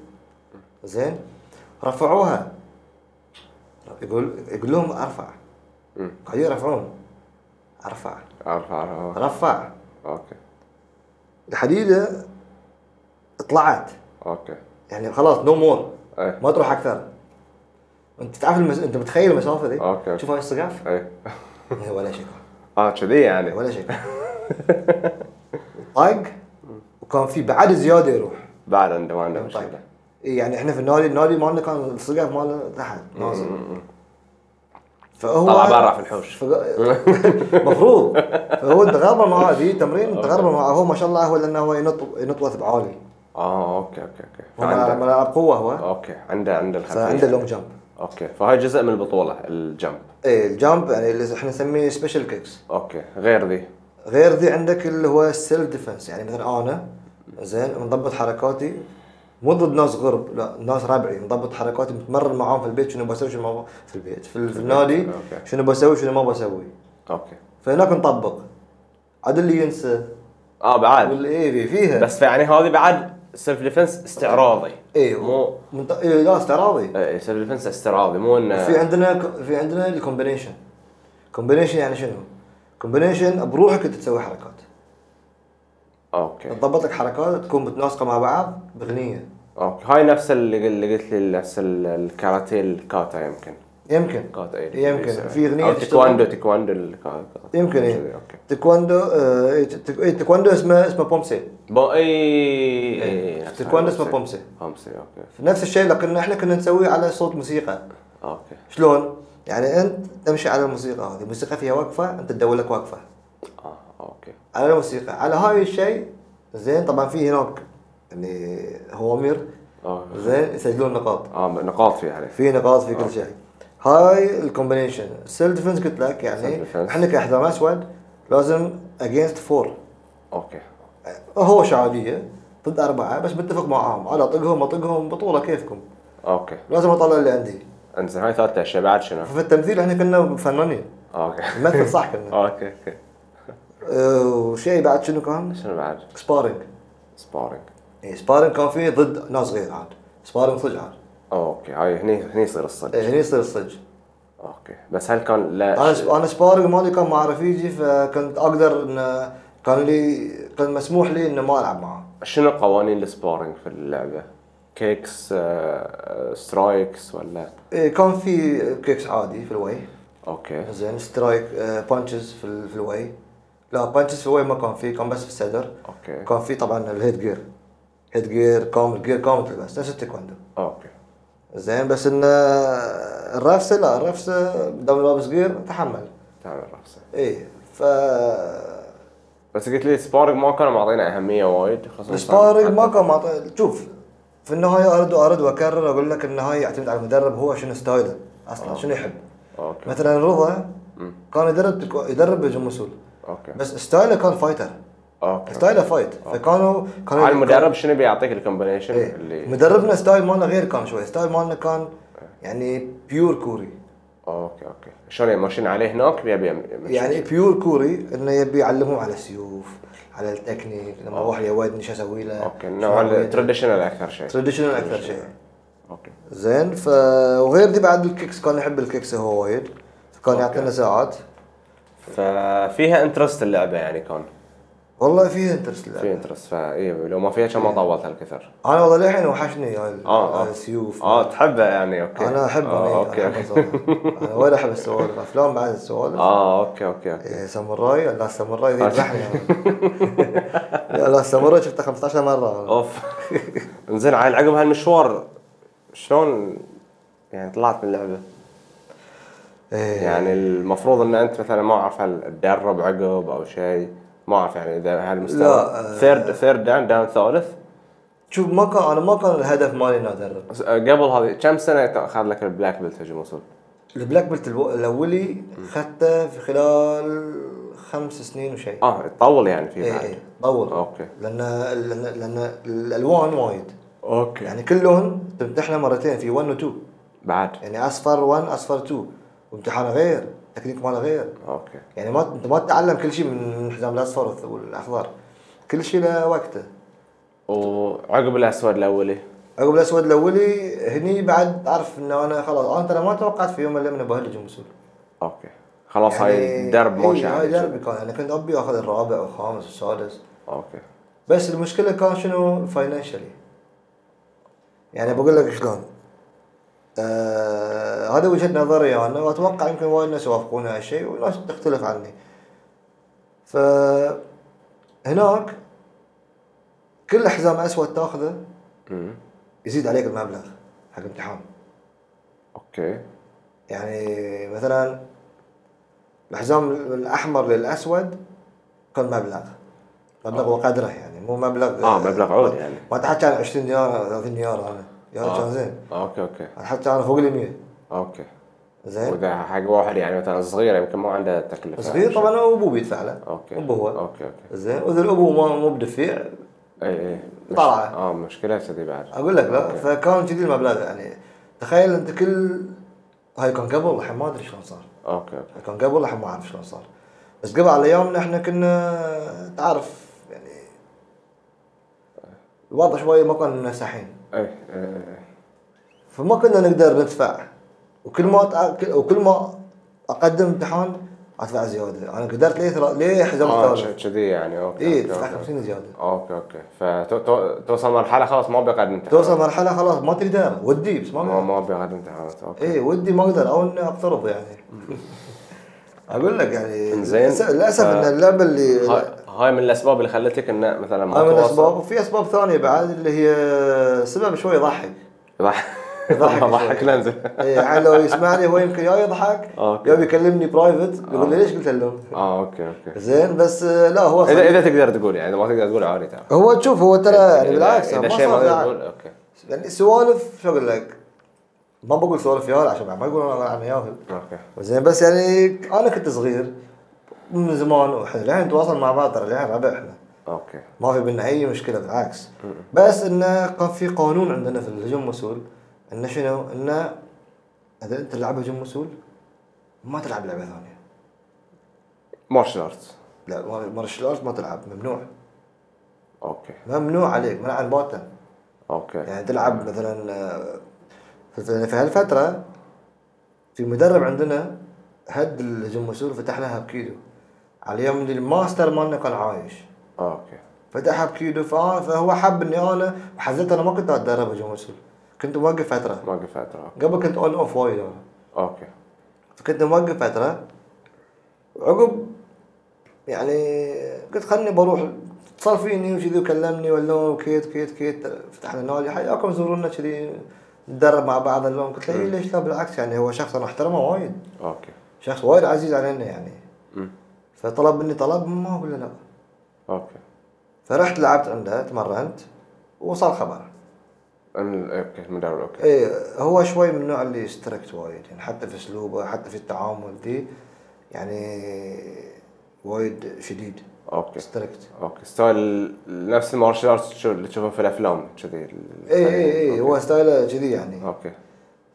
زين رفعوها يقول يقول لهم ارفع
مم.
قاعدين يرفعون ارفع
عارف عارف آه.
رفع
اوكي
الحديده طلعت
اوكي
يعني خلاص نو مور
اي
ما تروح اكثر انت تعرف المس... انت متخيل المسافه دي
أوكي، أوكي.
شوف هاي السقف
اي
إيه، ولا شيء
اه كذي يعني
ولا شيء طق وكان في بعد زياده يروح
بعد عنده ما عنده
طق
مشكله
إيه، يعني احنا في النادي النادي مالنا كان السقف مالنا تحت نازل فهو
طلع برا في الحوش.
المفروض فهو تغربل معاه في تمرين تغربل معاه هو ما شاء الله هو لانه هو ينط ينط وثب عالي
اه اوكي اوكي اوكي
هو ملعب
فعنده
ملعب قوه هو
اوكي عنده عنده الخلفيه
فعنده لونج جامب
اوكي فهاي جزء من البطوله الجمب
ايه الجامب يعني اللي احنا نسميه سبيشال كيكس
اوكي غير ذي
غير ذي عندك اللي هو السيلف ديفنس يعني مثلا انا زين مضبط حركاتي مو ضد ناس غرب لا ناس ربعي مضبط حركاتي متمرن معاهم في البيت شنو بسوي شنو ما ب- في البيت في, ال- في النادي
أوكي.
شنو بسوي شنو ما بسوي
اوكي
فهناك نطبق عاد اللي ينسى
اه بعد
واللي ايه في- فيها
بس يعني هذه بعد سيلف ديفنس استعراضي
ايه
مو
منط... إيه لا استعراضي
اي سيلف ديفنس استعراضي مو
في
انه
عندنا ك- في عندنا الكومبينيشن كومبينيشن يعني شنو؟ كومبينيشن بروحك انت تسوي حركات
اوكي
تضبط لك حركات تكون متناسقه مع بعض بغنيه
اوكي هاي نفس اللي اللي قلت لي نفس ال- الكاراتيه الكاتا يمكن
يمكن
كاتا إيه، اي
يمكن في اغنيه
او
تشتغل-
تيكواندو تيكواندو الكاتا
يمكن
كذي،
ايه
اوكي
تيكواندو آه، إيه، تيك- إيه، تيكواندو اسمه اسمه بومسي
بو اي اي نفس
تيكواندو
هاي
إيه. اسمه
بومسي.
بومسي.
بومسي اوكي
نفس الشيء لكن احنا كنا نسويه على صوت موسيقى
اوكي
شلون؟ يعني انت تمشي على الموسيقى هذه الموسيقى فيها وقفه انت تدور لك وقفه
اه اوكي
على الموسيقى على هاي الشيء زين طبعا في هناك يعني هوامير
اه
زين يسجلون نقاط
اه نقاط فيها يعني
في نقاط في كل شيء هاي الكومبينيشن السيلف ديفنس قلت لك
Self
يعني
defense.
احنا كحزام اسود لازم اجينست فور
اوكي
هو شعبيه ضد اربعه بس متفق معاهم على طقهم اطقهم بطوله كيفكم
اوكي
لازم اطلع اللي عندي
انزين هاي ثلاث اشياء بعد شنو؟
ففي التمثيل احنا كنا فنانين
اوكي
نمثل صح كنا
اوكي اوكي
أه، وشيء بعد شنو كان؟
شنو بعد؟
سبارينج
سبارينج
اي سبارينج كان فيه ضد ناس غير عاد سبارينج صج عاد
اوكي هاي هني هني يصير الصدق
إيه، هني يصير الصج
اوكي بس هل كان لا
انا انا سبارينج مالي كان مع رفيجي فكنت اقدر ان كان لي كان مسموح لي انه ما العب معاه
شنو قوانين السبارينج في اللعبه؟ كيكس آه، آه، سترايكس ولا
إيه، كان في كيكس عادي في الوي
اوكي
زين سترايك آه، بانشز في, ال- في الوي لا بانشز في الوي ما كان في كان بس في الصدر
أوكي.
كان في طبعا الهيد جير هيد جير كامل جير كامل تلبس نفس التايكوندو
اوكي
زين بس ان آه، الرفسه لا الرفسه دام لابس جير تحمل
تعمل راسه
اي ف
بس قلت لي سبارينج ما كانوا معطينا اهميه وايد خصوصا
السبارينج ما
طيب. حتى-
كان معطي شوف في النهايه ارد وارد واكرر اقول لك النهايه يعتمد على المدرب هو شنو ستايله اصلا شنو يحب
اوكي
مثلا رضا كان يدرب تيكو- يدرب بجم مسؤول
اوكي
بس ستايله كان فايتر
اوكي
ستايله فايت فكانوا كانوا
على المدرب شنو بيعطيك الكومبينيشن
إيه.
اللي
مدربنا ستايل مالنا غير كان شوي ستايل مالنا كان يعني بيور كوري
اوكي اوكي شلون يعني ماشيين عليه هناك يبي يمشي.
يعني بيور كوري انه يبي يعلمهم على السيوف على التكنيك لما واحد يودني شو اسوي له
اوكي نوع التراديشنال اكثر شيء
تراديشنال اكثر شيء
اوكي
زين ف وغير دي بعد الكيكس كان يحب الكيكس هو وايد فكان يعطينا ساعات
ففيها انترست اللعبه يعني كان
والله فيها انترست
في انترست فاي لو ما فيها كان ما طولت هالكثر
انا والله للحين وحشني هاي ال-
آه، آه.
السيوف
اه تحبها يعني اوكي
انا احب
اه
انا
اوكي
أحب
اوكي
السوالف. انا وايد احب السوالف افلام بعد السوالف
اه اوكي اوكي اوكي
إيه، ساموراي لا ساموراي يذبحني لا ساموراي شفته 15 مره أنا.
اوف انزين عيل عقب هالمشوار شلون يعني طلعت من اللعبه؟
إيه.
يعني المفروض ان انت مثلا ما اعرف هل تدرب عقب او شيء ما اعرف يعني اذا هالمستوى
لا، آه.
ثيرد ثيرد داون داون ثالث
شوف ما كان انا ما كان الهدف مالي اني ادرب
بس، آه، قبل هذه كم سنه اخذ لك البلاك بيلت هجوم وصول؟
البلاك بيلت الو- الاولي اخذته في خلال خمس سنين وشيء
اه طول يعني في
اي
بعد آه.
اي طول
أوكي.
لان لان لان الالوان وايد
اوكي
يعني كل لون تمتحنه مرتين في 1 و 2
بعد
يعني اصفر 1 اصفر 2 وامتحانه غير تكنيك ماله غير
اوكي
يعني ما انت ما تتعلم كل شيء من الحزام الاصفر والث- والاخضر كل شيء له وقته
وعقب الاسود الاولي
عقب الاسود الاولي هني بعد تعرف انه انا خلاص انا ترى ما توقعت في يوم الا من بهلج ومسؤول
اوكي خلاص هاي درب ماشي
يعني إيه، هاي
عليه.
درب كان انا كنت ابي اخذ الرابع والخامس والسادس
اوكي
بس المشكله كان شنو فاينانشلي يعني بقول لك شلون آه هذا وجهه نظري انا واتوقع يمكن وايد ناس يوافقون على هالشيء وناس تختلف عني ف هناك كل حزام اسود تاخذه
امم
يزيد عليك المبلغ حق امتحان
اوكي
يعني مثلا الحزام الاحمر للاسود كان مبلغ مبلغ وقدره يعني مو مبلغ
آه، مبلغ عود يعني.
ما تحكي عن 20 دينار 30 دينار انا يا كان زين
اوكي اوكي
حتى انا فوق ال 100
اوكي
إيه. زين
واذا حق واحد يعني مثلا صغير يمكن ما عنده تكلفه
صغير طبعا هو ابوه بيدفع له
اوكي
ابوه هو
اوكي اوكي
زين واذا الابو ما مو بدفيع
اي اي إيه، مش-
طلعة.
اه مشكله كذي بعد
اقول لك لا فكان كذي المبلغ يعني تخيل انت كل هاي كان قبل الحين ما ادري شلون صار
اوكي اوكي
كان قبل الحين ما اعرف شلون صار بس قبل على ايامنا احنا كنا تعرف يعني الوضع شوي ما كان منسحين
اي اي اي
فما كنا نقدر ندفع وكل ما تع- كل- وكل ما اقدم امتحان ادفع زياده انا قدرت ليه ثرا- ليه إيه، حزام
اه
الثالث
ش- كذي يعني اوكي
اي
اوكي
تدفع
اوكي
50 زياده
اوكي اوكي فتوصل مرحله خلاص ما بيقعد امتحانات
توصل مرحله خلاص ما تقدر ودي بس ما
ما
أقدر.
ما بيقعد امتحانات اوكي
اي ودي ما اقدر او اني اقترض يعني اقول لك يعني
إنزين. آه.
للأسف- للاسف
ف-
ان اللعبه اللي
هاي- هاي من الاسباب اللي خلتك انه مثلا ما
هاي من
تواصل
الاسباب وفي اسباب ثانيه بعد اللي هي سبب شوي يضحك
يضحك
يضحك شوي.
يضحك لنزل
إيه، يعني لو يسمعني هو يمكن يا يضحك
آه، أوكي. آه.
يا بيكلمني برايفت يقول لي ليش قلت له
اه اوكي اوكي
زين بس آه، لا هو
اذا
صديق.
اذا تقدر تقول يعني اذا ما تقدر تقول عادي ترى
هو تشوف هو ترى يعني
إذا-
بالعكس
اذا
ما
شيء ما
صار
تقدر
يعني-
تقول اوكي
يعني سوالف شو اقول لك ما بقول سوالف ياهل عشان بعد ما يقولون انا أنا ياهل
اوكي
زين بس يعني انا كنت صغير من زمان واحنا الحين نتواصل مع بعض ترى الحين ربع احنا
اوكي
ما في بينا اي مشكله بالعكس بس انه كان في قانون عندنا في الهجوم مسؤول انه شنو انه اذا انت تلعب هجوم مسؤول ما تلعب لعبه ثانيه
مارشال ارتس
لا مار- مارشال ارت ما تلعب ممنوع
اوكي
ممنوع عليك منعا باتا
اوكي
يعني تلعب مثلا آه، في في هالفتره في مدرب عندنا هد الجمهور فتحنا بكيدو على اليوم اللي الماستر مالنا كان عايش
اوكي
فتحها بكيدو فأنا- فهو حب اني انا حزت انا ما كنت اتدرب جمهور كنت موقف فتره
ما فتره
قبل كنت اون اوف وايد انا
اوكي
فكنت موقف فترة وعقب يعني قلت خلني بروح اتصل فيني وكذي وكلمني واللون وكيت كيت كيت فتحنا نادي حياكم زورونا كذي نتدرب مع بعض اللون قلت له إيه ليش لا بالعكس يعني هو شخص انا احترمه وايد
اوكي
شخص وايد عزيز علينا يعني
مم.
فطلب مني طلب ما اقول له لا
اوكي
فرحت لعبت عنده تمرنت وصل خبر
أن- اوكي المدرب اوكي
ايه هو شوي من النوع اللي ستريكت وايد يعني حتى في اسلوبه حتى في التعامل دي يعني وايد شديد
اوكي
ستريكت
اوكي ستايل نفس المارشال ارتس شو- اللي تشوفه في الافلام كذي
اي اي اي إيه، هو ستايله كذي يعني
اوكي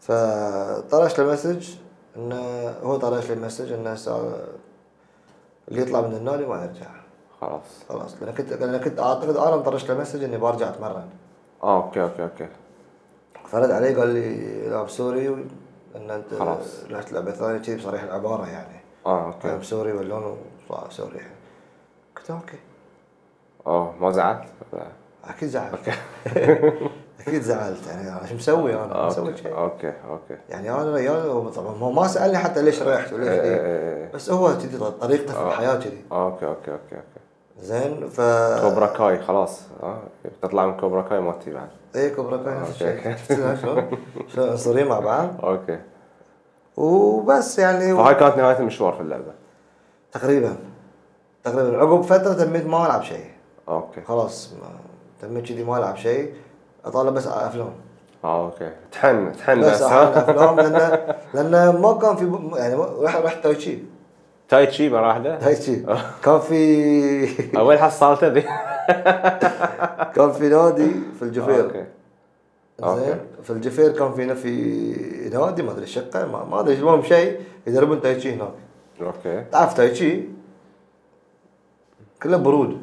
فطرش له مسج انه هو طرش لي مسج انه سا- اللي يطلع من النادي ما يرجع
خلاص
خلاص لان كنت لان كنت اعتقد انا طرش له مسج اني برجع اتمرن
اه اوكي اوكي اوكي
فرد علي قال لي لا بسوري ان انت
خلاص.
رحت لعبه ثانيه كذي بصريح العباره يعني
اه اوكي
كلام سوري واللون وطلع سوري قلت اوكي
اه ما زعلت؟ لا.
اكيد زعلت اكيد زعلت يعني انا شو مسوي انا مسوي
اوكي
شيء
اوكي اوكي
يعني انا ريال هو طبعا هو ما سالني حتى ليش ريحت وليش
إيه،
ذي
إيه، إيه. آه.
بس هو كذي طريقته في الحياه كذي
اوكي اوكي اوكي اوكي
زين ف
كوبرا كاي خلاص اه تطلع من كوبرا كاي مالتي بعد
اي إيه، كوبرا كان نفس الشيء
آه، أوكي.
شفتها شلون؟ شلون عنصريين مع بعض
اوكي
وبس يعني
فهاي كانت نهايه المشوار في اللعبه
تقريبا تقريبا عقب فتره تميت ما العب شيء
اوكي
خلاص ما- تميت كذي ما العب شيء اطالع بس افلام
اه اوكي تحن تحن
بس
بس
عن
ها
الافلام لان لان ما كان في يعني ما- رحت رحت تاي تشي
تاي تشي مرة واحده
تاي تشي كان في
اول حصلته ذي
كان في نادي في الجفير
اوكي
زين في الجفير كان في في نادي ما ادري شقه ما, ما ادري المهم شيء يدربون تاي تشي هناك
اوكي
تعرف تاي تشي كله برود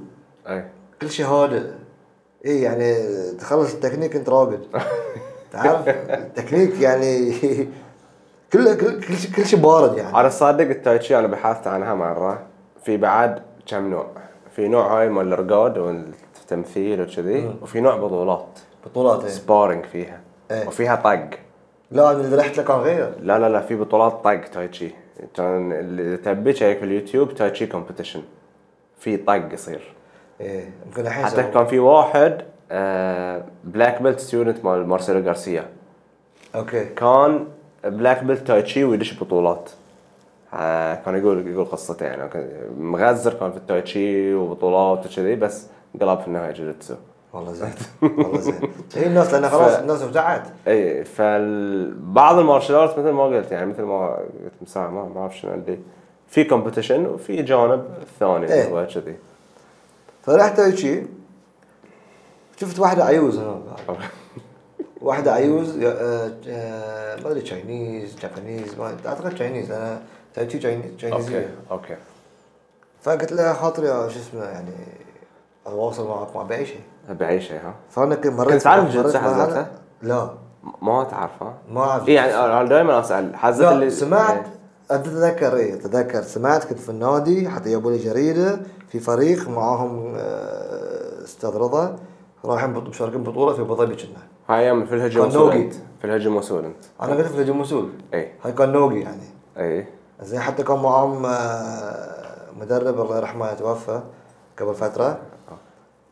اي
كل شيء هادئ اي يعني تخلص التكنيك انت راقد تعرف التكنيك يعني كله كل كل شيء كل شيء بارد يعني
انا صادق التاي تشي انا بحثت عنها مره في بعد كم نوع في نوع هاي مال الرقاد والتمثيل وكذي وفي نوع بطولات
بطولات إيه.
سبارينج فيها
إيه.
وفيها طق
لا انا اللي رحت له كان غير
لا لا لا في بطولات طق تاي تشي كان اللي تبي شيك في اليوتيوب تاي تشي كومبetition في طق يصير
ايه يمكن الحين
حتى
سووا.
كان في واحد آه بلاك بيلت ستودنت مال مارسيلو غارسيا
اوكي
كان بلاك بيلت تاي تشي ويدش بطولات آه كان يقول يقول قصته يعني كان مغزر كان في التاي تشي وبطولات وكذي بس قلب في النهايه جوجيتسو
والله زين والله زين هي الناس لان خلاص الناس ابتعت
اي إيه، فبعض المارشال ارت مثل ما قلت يعني مثل ما قلت من ساعه ما ما اعرف شنو اللي في كومبتيشن وفي جانب ثاني
إيه.
اللي هو كذي
فرحت هيجي شفت واحده عيوز هناك واحده عيوز يا- آه، آه، ما ادري تشاينيز جابانيز ما اعتقد تشاينيز انا تايتشي تشاينيز-
اوكي
تشاينيزيه
اوكي
فقلت لها خاطري يا شو اسمه يعني اتواصل معك ما باي شيء
باي شيء ها
فانا كنت مريت
كنت عارف
مريت
جوجيتسو
مرحلة-
حزتها؟
لا
ما تعرفه
ما اعرف
اي يعني انا دائما اسال حزت
لا
اللي
سمعت
إيه.
اتذكر ايه اتذكر سمعت كنت في النادي حتى جابوا لي جريده في فريق معاهم آه، استاذ رضا رايحين بط- مشاركين بطوله في ابو ظبي كنا
هاي ايام في الهجم
كان نوقي.
وسولنت في الهجم وسولنت
انا كنت في نجم مسؤول
اي
هاي كان نوقي يعني
اي
زين حتى كان معاهم آه، مدرب الله يرحمه توفى قبل فتره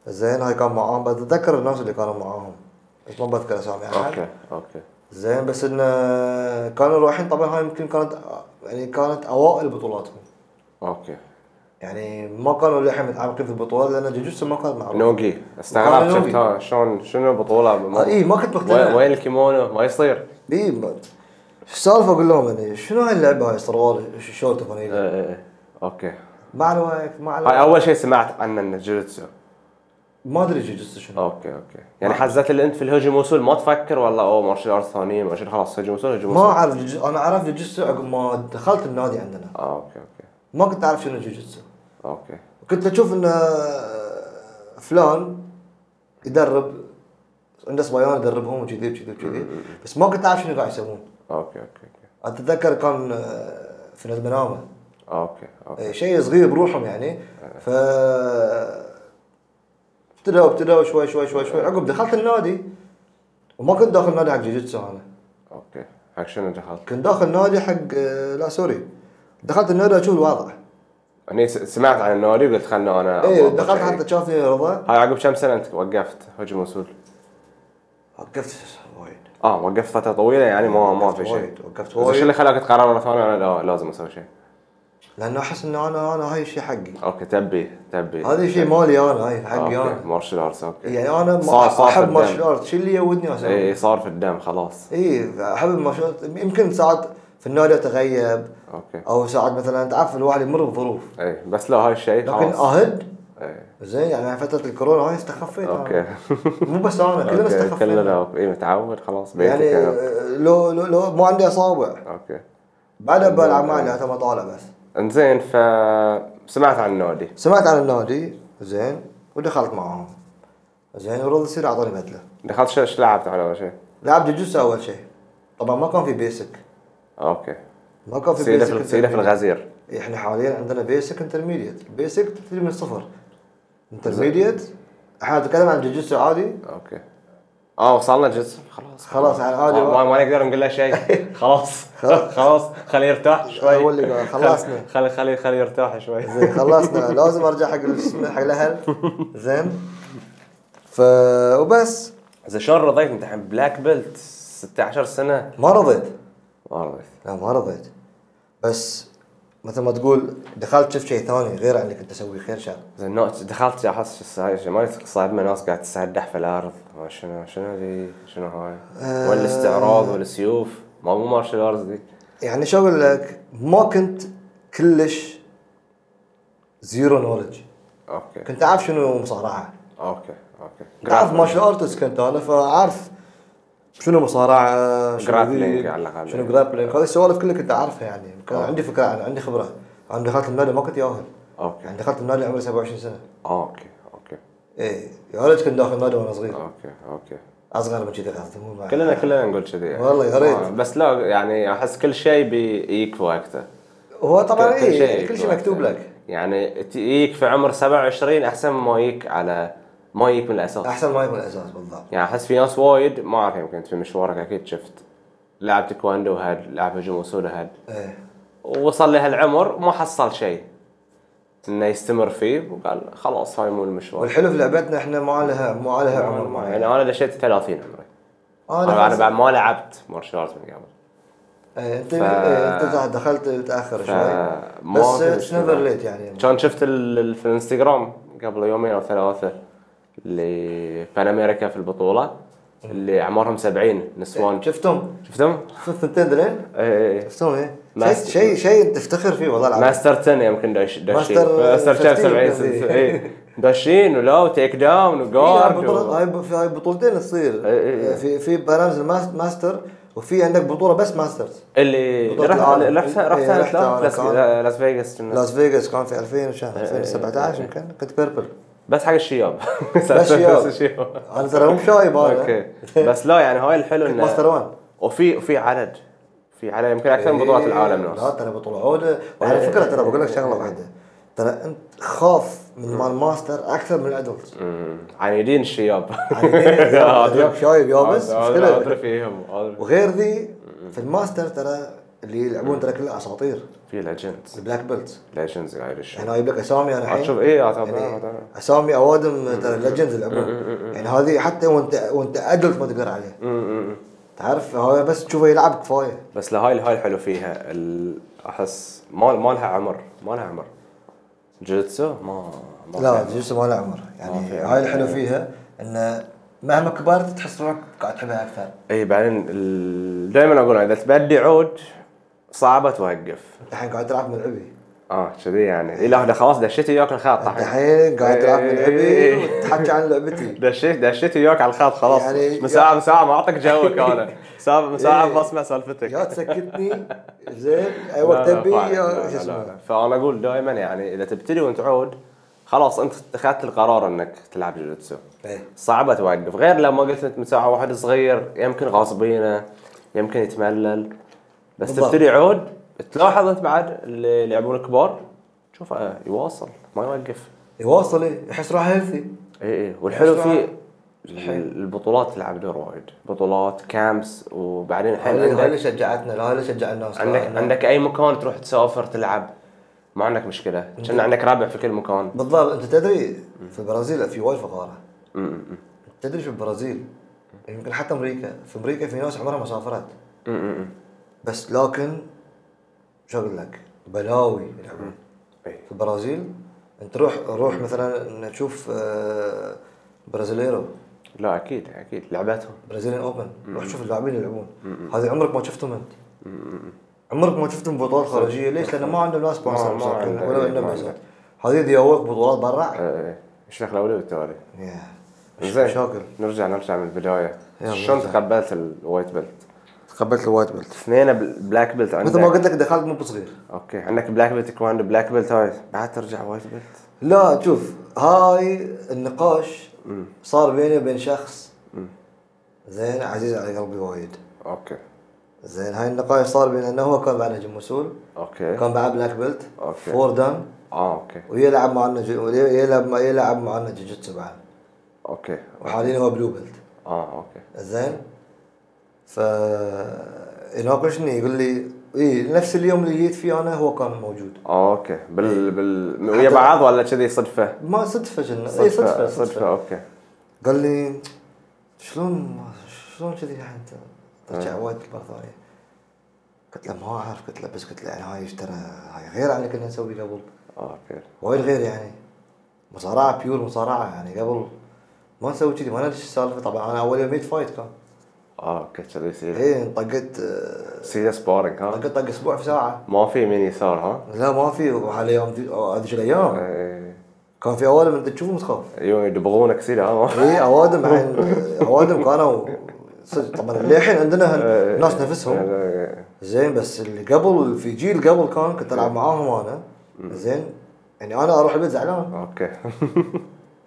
زين هاي كان معاهم بتذكر الناس اللي كانوا معاهم بس ما بذكر اسامي احد
اوكي اوكي
زين بس انه كانوا رايحين طبعا هاي يمكن كانت يعني كانت اوائل بطولاتهم
اوكي
يعني ما كانوا للحين متعمقين في البطولات لان جوجوتسو ما كانت معروفه
نوقي استغربت
وكان
شفت ها شلون شنو البطوله
آه، اي ما كنت
وين-
مقتنع
وين الكيمونو ما يصير
اي ما- شو السالفه اقول لهم يعني شنو هاي اللعبه هاي سروال ش- شورت
إيه،
فانيلا
إيه، آه. إيه. اوكي
ما على وقت ما
هاي
على
اول شيء سمعت عنه انه جوجيتسو
ما ادري جوجوتسو شنو
اوكي اوكي يعني حزت اللي انت في الهجم وصول ما تفكر والله اوه مارشال ارت ثانيه مارشال خلاص هجم وصول هجم
ما
وصول
اعرف جوجوتسو انا عرفت جوجوتسو عقب ما دخلت النادي عندنا
اه اوكي اوكي
ما كنت اعرف شنو جوجوتسو
اوكي
كنت اشوف ان فلان يدرب عنده صبيان يدربهم وكذي وكذي وكذي بس ما كنت اعرف شنو قاعد يسوون
اوكي اوكي اوكي
اتذكر كان آه، في المنامه
اوكي اوكي
إيه، شيء صغير بروحهم يعني ف ابتدوا ابتدوا شوي شوي شوي شوي عقب دخلت النادي وما كنت داخل نادي حق جوجيتسو انا
اوكي حق شنو دخلت؟
كنت داخل نادي حق آه، لا سوري دخلت النادي اشوف الوضع
هني يعني س- سمعت عن النادي وقلت خلنا انا
اي
أبغى
إيه، دخلت
شيء.
حتى شافني رضا
هاي عقب كم سنه انت وقفت هجوم وصول؟
وقفت وايد
اه وقفت فتره طويله يعني ما ما
آه، وقفت
في
وايد
شيء
وقفت
بس شو اللي
وايد
خلاك تقرر مره ثانيه انا لا لازم اسوي شيء؟
لانه احس انه انا انا هاي الشيء حقي
اوكي تبي تبي
هذا شيء مالي انا هاي حقي انا
مارشال ارتس اوكي
يعني انا
صار-
ما
صار في
احب
الدم. إيه.
مارشال ارت شو اللي يودني اسوي
اي صار في الدم خلاص
اي احب المارشال ارت يمكن ساعات في النادي اتغيب
اوكي
او ساعات مثلا تعرف الواحد يمر بظروف
اي بس لا هاي الشيء
لكن
خلاص
اهد
إي.
زين يعني فتره الكورونا هاي استخفيت أنا.
اوكي
مو بس انا كلنا
اوكي
استخفينا
كلنا اي متعود خلاص بيتك
يعني
يعني...
آه، لو لو لو ما عندي اصابع
اوكي
بعدها بلعب مع اللي ما طالع بس
انزين ف سمعت عن النادي
سمعت عن النادي زين ودخلت معاهم زين ورد يصير اعطاني بدله
دخلت شو شو لعبت على اول شيء؟
لعب جوجوتسو اول شيء طبعا ما كان في بيسك
اوكي
ما كان في
سيده
بيسك
في سيده في الغزير
احنا حاليا عندنا بيسك انترميديت بيسك تبتدي من الصفر انترميديت احنا نتكلم عن جوجوتسو عادي
اوكي اه وصلنا جزء خلاص
خلاص على عادي
ما, ما نقدر نقول له شيء خلاص خلاص خليه يرتاح شوي
هو اللي قال، خلصنا.
خل- خلي خلي خليه يرتاح شوي
زين خلصنا لازم ارجع حق الاسم- حق الاهل زين ف وبس
اذا شلون رضيت انت الحين بلاك بيلت 16 سنه
ما رضيت
ما رضيت
لا ما رضيت بس مثل ما تقول دخلت شفت شيء ثاني غير عن اللي كنت اسويه خير شر
زين نو- دخلت احس شو السايش- ما صاير لنا ناس قاعد تسدح في الارض ما شنو شنو ذي شنو هاي
آه.
ولا استعراض ولا سيوف ما مو مارشال ارتس ذي
يعني شو اقول لك ما كنت كلش زيرو نولج
اوكي
كنت اعرف شنو مصارعه
اوكي اوكي
تعرف مارشال ارتست كنت انا فاعرف شنو مصارعه شنو
Grappling
ذي،
على الأقل.
شنو جرابلينج هذه السوالف كلها كنت اعرفها يعني كان عندي فكره عنها عندي خبره انا دخلت النادي ما كنت ياهل
اوكي
يعني دخلت النادي عمري 27 سنه
اوكي اوكي
ايه يا ريت كنت داخل النادي وانا صغير
اوكي اوكي
اصغر من كذا قصدي مو بعد.
كلنا كلنا نقول كذي يعني.
والله يا ريت.
آه، بس لا يعني احس كل شيء بيجيك في وقته
هو طبعا
كل- كل شيء
ايه
يجيك
كل
في
شيء مكتوب
وقته.
لك
يعني تجيك في عمر 27 احسن ما يجيك على ما يجيك من الاساس
احسن ما يكون الاساس بالضبط
يعني احس في ناس وايد ما اعرف يمكن في مشوارك اكيد شفت لاعب تايكواندو هاد لاعب هجوم وسوله هاد
ايه
ووصل لهالعمر ما حصل شيء انه يستمر فيه وقال خلاص هاي مو المشوار
والحلو في لعبتنا احنا ما لها ما لها عمر معين
يعني انا دشيت 30 عمري انا انا
خمسة-
بعد ما لعبت مارشال ارت من قبل
ايه انت إيه، انت دخلت متاخر شوي
ما
بس
في
اتس
مشكلة.
نيفر ليت يعني
كان شفت ال- ال- في الانستغرام قبل يومين او ثلاثه اللي بان امريكا في البطوله اللي اعمارهم 70 نسوان
شفتهم
شفتهم؟
شفت الثنتين ذلين
إيه إيه إيه.
شفتهم ايه
ماست-
شيء شيء شيء تفتخر فيه والله العظيم
ماستر 10 يمكن داش داشين
ماستر
ماستر كان
15
70
قصدي.
اي إيه. داشين ولا وتيك داون
إيه، هاي
وجارد
بطولة-
و-
هاي ب- في هاي بطولتين تصير
إيه، إيه، إيه.
في في برامج الماس- ماستر وفي عندك بطوله بس ماسترز
اللي
بطولة
رحت
العالم.
رحت
إيه،
رحت
رحت
أنا
أنا
لاس-
كان.
لاس فيغاس كنا.
لاس فيغاس كان في 2000
إيه،
وشان 2017 يمكن كنت بيربل
بس حق الشياب
بس شياب.
الشياب
انا ترى مو شايب انا
اوكي بس لا يعني هاي الحلو
كنت ماستر
انه
1
وفي وفي عدد في عدد يمكن اكثر من بطولات العالم إيه، ناس
إيه. لا ترى بطوله عوده وعلى فكره ترى بقول لك شغله واحده ترى انت خاف من مال ماستر اكثر من يعني الادلت
مم. عنيدين الشياب
ياك شايب
آه،
يابس
ادري
مشكله
فيهم أدري.
وغير ذي في الماستر ترى اللي يلعبون ترى كلها اساطير
في ليجندز
البلاك بيلت
ليجندز قاعد
يعني جايب لك اسامي انا
آه، شوف إيه،
الحين
اي أعتقد-
يعني اسامي اوادم ترى ليجندز يلعبون يعني هذه حتى وانت وانت ادلت ما تقدر عليه تعرف هو بس تشوفه يلعب كفايه
بس لهاي هاي الحلو فيها ال- احس ما ما لها عمر ما لها عمر جوجيتسو ما ما
لا
فيها.
جوجوتسو ما له عمر
ما في
يعني
عمر.
هاي الحلو فيها انه مهما كبرت تحس روحك قاعد تحبها اكثر
اي إيه، بعدين دائما اقول اذا تبدي عود صعبه توقف
الحين قاعد تلعب ملعبي
اه كذي يعني لا ده خلاص دشيت وياك الخط طحن.
الحين قاعد تلعب من لعبي
طيب. إيه.
وتحكي عن لعبتي
دشيت دشيت وياك على الخط خلاص
يعني-
من ساعه من ساعه ما اعطيك جوك انا ساعه من ساعه
إيه.
بسمع سالفتك
يا تسكتني زين اي
لا،
وقت
لا،
تبي
فاهم.
يا
لا،
شو
لا، لا.
اسمه
فانا اقول دائما يعني اذا تبتدي وانت عود خلاص انت اتخذت القرار انك تلعب جوجيتسو
إيه.
صعبه توقف غير لما قلت انت من ساعه واحد صغير يمكن غاصبينه يمكن يتملل بس
بالضبط.
تبتدي عود تلاحظ انت بعد اللي يلعبون الكبار تشوف آه، يواصل ما يوقف
يواصل إيه، يحس روحه هيلثي
اي اي إيه، والحلو
بس
فيه
أنا-
البطولات تلعب دور وايد بطولات كامبس وبعدين الحين
هاي هاي
عندك
اللي شجعتنا لا هاي اللي شجع الناس
عندك
لا، إنه-
عندك اي مكان تروح تسافر تلعب ما عندك مشكله كان عندك رابع في كل مكان
بالضبط انت تدري في البرازيل في وايد فقاره
م- م-
تدري في البرازيل يمكن حتى امريكا في امريكا في ناس عمرها ما سافرت
م- م- م.
بس لكن شو اقول لك بلاوي يلعبون
إيه.
في البرازيل انت روح روح مثلا تشوف آه، برازيليرو
لا اكيد اكيد لعبتهم
برازيليان اوبن روح شوف اللاعبين اللي يلعبون هذه عمرك ما شفتهم انت عمرك ما شفتهم بطولات خارجيه ليش؟ لان ما عندهم لا
ما-
سبونسر
ما
مساعد
عندهم.
ولا
إيه،
عندهم
ما
مساعد هذه ديوك بطولات برا
إيه، الشيخ الاولي والتوالي
يا. مش
زين
مشاكل
نرجع نرجع من البدايه
يلا،
شلون
نرجع.
تقبلت الوايت بيلت؟
تقبلت الوايت بيلت
اثنين بل- بلاك بيلت عندك
مثل ما قلت لك دخلت مو بصغير
اوكي عندك بلاك بيلت كمان بلاك بيلت هاي بعد ترجع وايت بيلت
لا شوف هاي النقاش صار بيني وبين شخص زين عزيز على قلبي وايد
اوكي
زين هاي النقاش صار بين انه هو كان معنا جيم مسؤول
اوكي
كان معاه بلاك بيلت
إيه. أوكي.
فور دان
اه اوكي
ويلعب معنا جي... ويلعب يلعب معنا جوجيتسو بعد
اوكي
وحاليا هو بلو بيلت
اه اوكي
زين ف يناقشني يقول لي اي نفس اليوم اللي جيت فيه انا هو كان موجود
اوكي آه، بال بال ويا
حتى- إيه،
بعض ولا كذي صدفه؟
ما صدفه جنة اي صدفه
صدفه
صدفه
اوكي
قال لي شلون شلون كذي يعني؟ الحين انت ترجع وايد مره ثانيه قلت له ما اعرف قلت له بس قلت له يعني هاي اشترى هاي غير عن اللي كنا نسويه قبل
اوكي
وايد غير يعني مصارعه بيور مصارعه يعني قبل ما نسوي كذي ما ندري ايش السالفه طبعا انا اول يوم جيت فايت كان
اه اوكي كذي يصير
ايه انطقت آه،
يصير سبارنج ها
انطقت طق اسبوع في ساعه
ما في يمين يسار ها؟
لا ما في آه، على يوم ذي- هذيك الايام
إيه.
كان في اوادم انت تشوفهم تخاف
يو- يدبغونك كذي ها؟
اي اوادم عن اوادم كانوا صدق طبعا للحين عندنا الناس نفسهم
إيه.
زين بس اللي قبل في جيل قبل كان كنت العب معاهم انا زين يعني انا اروح البيت زعلان
اوكي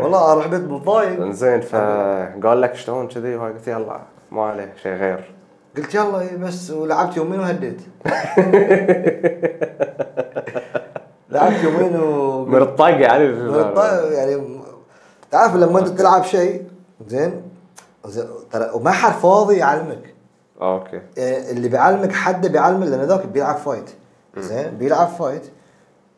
والله اروح البيت متضايق
زين فقال لك شلون كذي وهاي قلت يلا ما عليه شيء غير
قلت يلا إيه بس ولعبت يومين وهديت لعبت يومين و
من الطاقه يعني
طيب يعني م- تعرف لما انت تلعب شيء زين زين، ترى وما حد فاضي يعلمك
اوكي
يعني اللي بيعلمك حد بيعلمك لان ذاك بيلعب فايت زين بيلعب فايت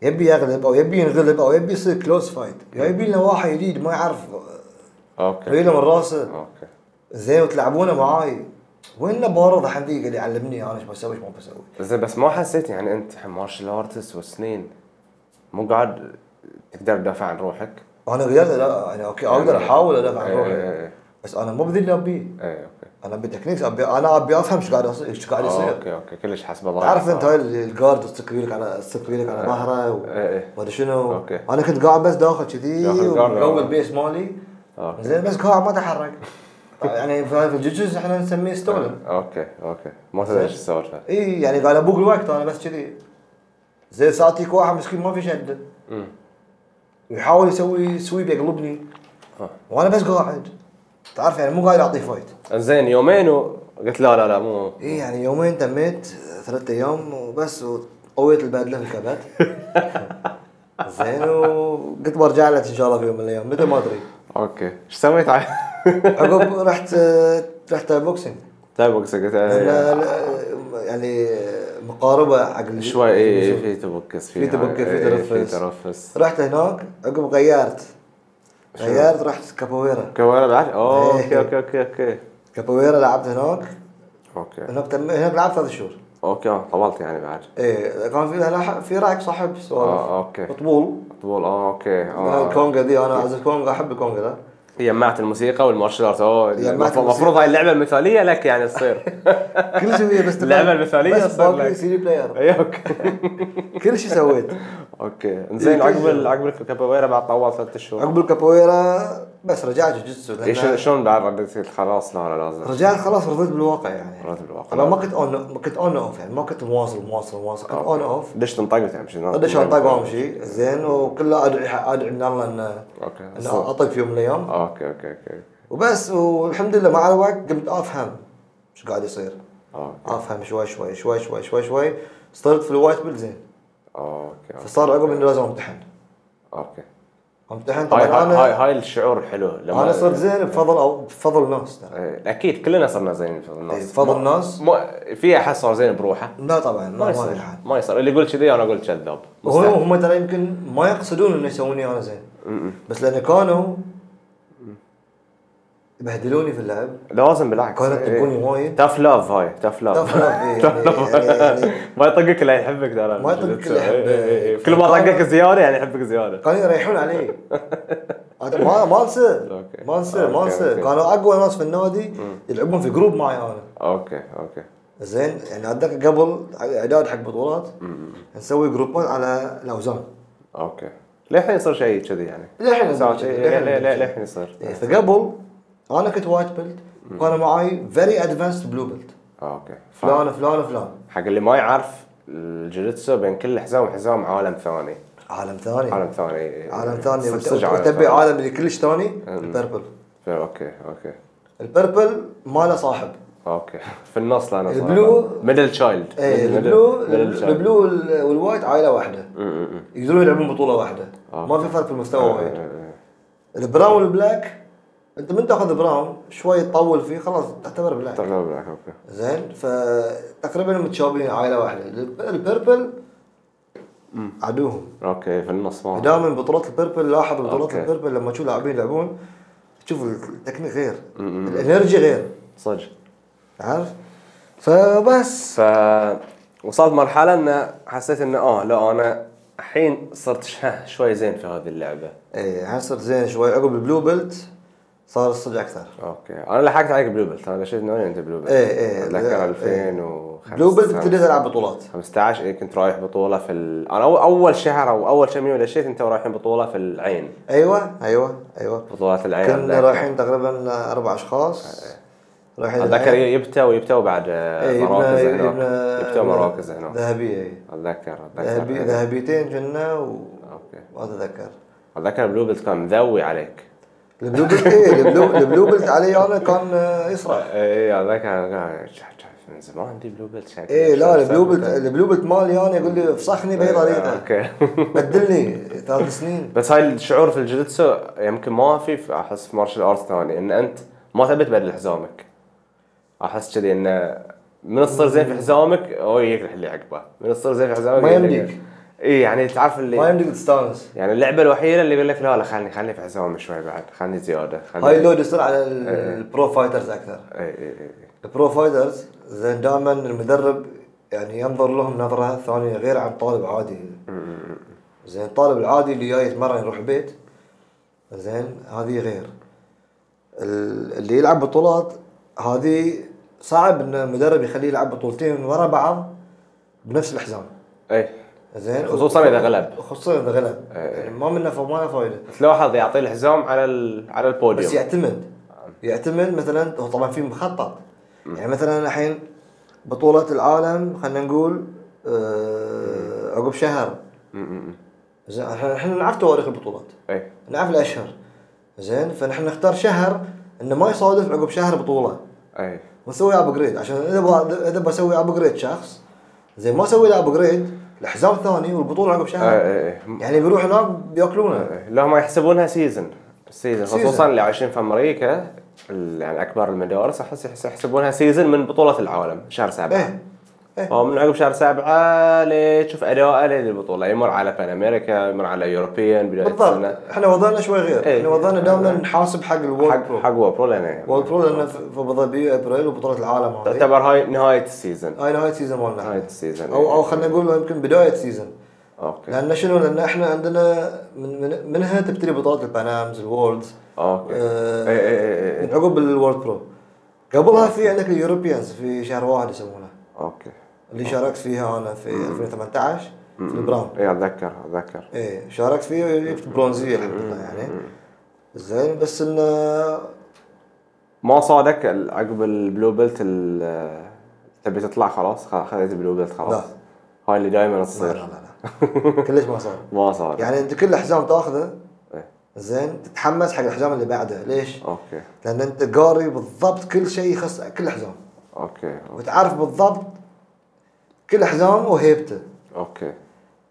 يبي يغلب او يبي ينغلب او يبي يصير كلوز فايت يا يبي لنا واحد جديد ما يعرف
اوكي
ريله من راسه
اوكي
زين وتلعبونه معاي وين بارض حديقه اللي يعلمني انا ايش بسوي ايش ما بسوي
زين بس ما حسيت يعني انت مارشال ارتست وسنين مو قاعد تقدر تدافع عن روحك
انا قدرت لا يعني اوكي اقدر احاول ادافع عن
إيه،
روحي
إيه، إيه.
بس انا مو بذي اللي ابيه
ايه اوكي
انا بتكنيكس ابي انا ابي افهم ايش قاعد يصير ايش قاعد
آه،
يصير
اوكي اوكي كلش حسب ضايع
تعرف انت هاي الجارد تستقبلك على تستقبلك على ظهره و-
إيه، إيه.
ما ادري شنو
اوكي.
انا كنت قاعد بس داخل كذي
داخل الجارد،
ومقوم
آه.
البيس مالي
اوكي
زين بس قاعد ما اتحرك يعني في في الجوجوز احنا نسميه ستولن
اوكي اوكي ما تدري ايش السالفه
اي يعني قاعد ابوق الوقت انا بس كذي زين ساعات يجيك واحد مسكين ما في شده
أمم.
ويحاول يسوي سويب يقلبني
آه.
وانا بس قاعد تعرف يعني مو قاعد اعطيه فايت
زين يومين وقلت لا لا لا مو
اي يعني يومين تميت ثلاثة ايام وبس وطويت البدله في الكبد زين وقلت برجع لك ان شاء الله في يوم من الايام متى ما ادري
اوكي ايش سويت
عقب رحت رحت تاي بوكسينج
طيب وقت قلت
لأن
إيه.
ال- يعني مقاربه حق ال-
شوي إيه، اي اي في تبكس
في تبكس، في
إيه، إيه،
تنفس.
في تنفس
رحت هناك عقب غيرت غيرت رحت كابويرا
كوارع بعد اوه اوكي
إيه.
اوكي اوكي اوكي
كابويرا لعبت هناك
اوكي
هناك تم... هناك لعبت ثلاث شهور
اوكي آه، طولت يعني بعد
ايه كان فيها لح- في رايك صاحب سوالف
اه اوكي
طبول
طول اه اوكي
من
اه
الكونغا دي انا اعز الكونغا احب الكونغا ده
جمعت الموسيقى والمارشال ارت اوه
جمعت
المفروض هاي اللعبه المثاليه لك يعني تصير
كل شيء ويا بس
اللعبة المثالية
بس
صار
باقي
لك.
سي دي بلاير
اي اوكي
كل شيء سويت
اوكي زين عقب ال- عقب الكابويرا بعد طول ثلاث شهور
عقب الكابويرا بس رجعت جوجيتسو لأن
إيه، شلون- شلون بعد رديت قلت خلاص لا لا لازم
رجعت خلاص رضيت بالواقع يعني
رضيت بالواقع.
انا ما كنت اون ما كنت اون اوف يعني ما كنت مواصل مواصل مواصل كنت اون اوف
ليش تنطقت يعني شنو
ادري شلون طيب وامشي زين وكله ادعي ادعي من الله انه
أوكي.
انه اطق في يوم من الايام
اوكي اوكي اوكي
وبس والحمد لله مع الوقت قمت افهم ايش قاعد يصير
اوكي
افهم شوي شوي شوي شوي شوي شوي صرت في الوايت بيل زين
اوكي أوكي.
فصار عقب انه لازم امتحن
اوكي
امتحن
هاي
طبعا
هاي هاي,
انا
هاي الشعور الحلو لما
انا صرت زين بفضل او بفضل الناس ترى.
إيه، اكيد كلنا صرنا زين بفضل
إيه،
الناس
بفضل الناس
مو في احد صار زين بروحه
لا طبعا ما
ما
ما في
يصير
حد
ما يصير اللي يقول كذي انا اقول كذاب
وهم
مستحيل.
هم ترى يمكن ما يقصدون انه يسووني انا زين بس لان كانوا يبهدلوني في اللعب
لازم بالعكس
كانت تبوني وايد.
تاف لاف هاي تاف لاف
Tough love، إيه، يعني- يعني-
ما يطقك الا يحبك ترى
ما يطقك إلا يحبك.
إيه، إيه، إيه. كل ما طقك زياده يعني يحبك زياده
كانوا يريحون علي هذا ما ما نصير
أوكي.
ما نصير ما
أوكي،
نصير
أوكي.
كانوا اقوى ناس في النادي يلعبون في جروب معي انا
اوكي اوكي
زين يعني اتذكر قبل اعداد حق بطولات نسوي جروبات على الاوزان
اوكي للحين يصير شيء كذي يعني
للحين يصير
ساعات-
شيء،
إيه،
للحين
ليه- ليه-
يصير.
للحين يصير
إيه، فقبل انا كنت وايت بيلت وكان معي فيري ادفانسد بلو بيلت
اوكي فاهم.
فلان فلان فلان
حق اللي ما يعرف الجوجيتسو بين كل حزام وحزام عالم ثاني
عالم ثاني
عالم ثاني
إيه. عالم ثاني
صج- صج عالم
وتبي
ثاني.
عالم اللي كلش ثاني البربل
ف- اوكي اوكي
البربل ما له صاحب
اوكي في النص لا انا
البلو-
ميدل تشايلد
ايه البلو البلو وال- والوايت عائله واحده
إيه،
يقدرون يلعبون بطوله واحده
آه.
ما في فرق في المستوى
إيه،
وايد البراون والبلاك انت من تاخذ براون شوي تطول فيه خلاص تعتبر
طيب.
بلاك
اوكي
زين فتقريبا متشابهين عائله واحده الب- البربل عدوهم
اوكي في النص ما
دائما بطولات البربل لاحظ بطولات
أوكي.
البربل لما تشوف لاعبين يلعبون تشوف التكنيك غير الانرجي غير
صدق
عارف
ف
فبس
وصلت مرحله ان حسيت انه اه لا انا الحين صرت شه- شوي زين في هذه اللعبه
ايه الحين صرت زين شوي عقب البلو بيلت صار الصدق اكثر
اوكي انا لحقت عليك بلو بيلت انا دشيت من وين انت بلو بيلت
إيه، إيه.
اتذكر
إيه.
2005
بلو بيلت ابتديت العب بطولات
15 إيه كنت رايح بطوله في ال... انا أول- اول شهر او اول كم يوم دشيت انت رايحين بطوله في العين
ايوه ايوه ايوه
بطولات العين
كنا
أتذكر.
رايحين تقريبا اربع اشخاص
إيه،
رايحين
اتذكر يبتا ويبتا وبعد
إيه،
آه، مراكز
جبنا-
هناك
جبنا-
يبتا مراكز هناك إيه.
ذهبيه إيه.
اتذكر
ذهبي
اتذكر
ذهبيتين كنا و
اوكي
ما اتذكر
اتذكر بلو بيلت كان مذوي عليك
البلو بيلت ايه البلو, البلو بيلت علي انا كان آه، يسرع
اي اتذكر شح- شح- من زمان دي بلو بيلت شكله
ايه لا
شو-
البلو بيلت
شكله.
البلو بيلت مالي انا يقول لي افسخني
eh, إيه.
باي طريقه
اوكي
بدلني ثلاث سنين
بس هاي الشعور في الجوجيتسو يمكن ما في في- احس في مارشال ارت ثاني ان انت ما تبي تبدل حزامك احس كذي انه من تصير زين في حزامك او يجيك اللي عقبه من تصير زين في حزامك
ما
يجيك-
يمديك.
اي يعني تعرف
ما
اللي
يمديك تستانس
يعني اللعبه الوحيده اللي يقول لك لا لا خلني خلني في حزامي شوي بعد خلني زياده خلني
هاي اللود يصير على ال-
إيه.
البرو فايترز اكثر
اي اي اي
البرو فايترز زين دائما المدرب يعني ينظر لهم نظره ثانيه غير عن طالب عادي زين الطالب العادي اللي جاي يتمرن يروح البيت زين هذه غير ال- اللي يلعب بطولات هذه صعب ان المدرب يخليه يلعب بطولتين ورا بعض بنفس الحزام
اي
زين
خصوصاً إذا غلب. إيه.
خصوصا اذا غلب يعني ما منه ف- ما له فايده
تلاحظ يعطي الحزام على ال... على البوديوم
بس يعتمد يعتمد مثلا هو طبعا في مخطط يعني مثلا الحين بطولة العالم خلينا نقول آه عقب شهر
Mm,
زين احنا احنا نعرف تواريخ البطولات
اي
نعرف الاشهر زين فنحن نختار شهر انه ما يصادف عقب شهر بطولة
اي
ونسوي ابجريد عشان اذا ب- اذا بسوي ابجريد شخص زين ما اسوي له ابجريد الحزام ثاني والبطولة عقب
اي
شهر
اي
يعني بيروح هناك بياكلونه
لا هم يحسبونها سيزون سيزون
سيزن.
خصوصا اللي عايشين في امريكا ال- يعني اكبر المدارس احس يحس- يحسبونها سيزون من بطوله العالم شهر سبعه
ايه
فهو من عقب شهر سبعه لتشوف اداءه للبطوله يمر على بان امريكا يمر على يوروبيان بدايه
بالضبط
السنه
احنا وضعنا شوي غير
إيه.
احنا وضعنا دائما نحاسب حق الوورد
حق
برو
حق وبرو لان
وورد برو لان في في ابو ظبي ابريل وبطوله العالم هاي
يعني تعتبر هاي نهايه السيزون
هاي نهايه سيزون مالنا
نهايه السيزون
او او خلينا نقول يمكن بدايه سيزون
اوكي
لان شنو لان احنا عندنا من من منها تبتدي بطولات البانامز الوورلدز
اوكي
آه،
اي اي اي اي
من عقب الورد برو قبلها في عندك اليوروبيانز في شهر واحد يسمونه
اوكي
اللي شاركت فيها انا في 2018 في البراون
اي اتذكر اتذكر
ايه شاركت فيه جبت برونزيه الحمد لله يعني زين بس انه
ما صادك ال- عقب البلو بيلت ال- تبي تطلع خلاص خ- خذيت البلو بيلت خلاص
لا.
هاي اللي دائما
لا لا
تصير
لا, لا. كلش ما صار
ما صادك
يعني انت كل حزام تاخذه
إيه.
زين تتحمس حق الحزام اللي بعده ليش؟
اوكي
لان انت قاري بالضبط كل شيء يخص كل حزام
اوكي
وتعرف بالضبط كل حزام وهيبته
اوكي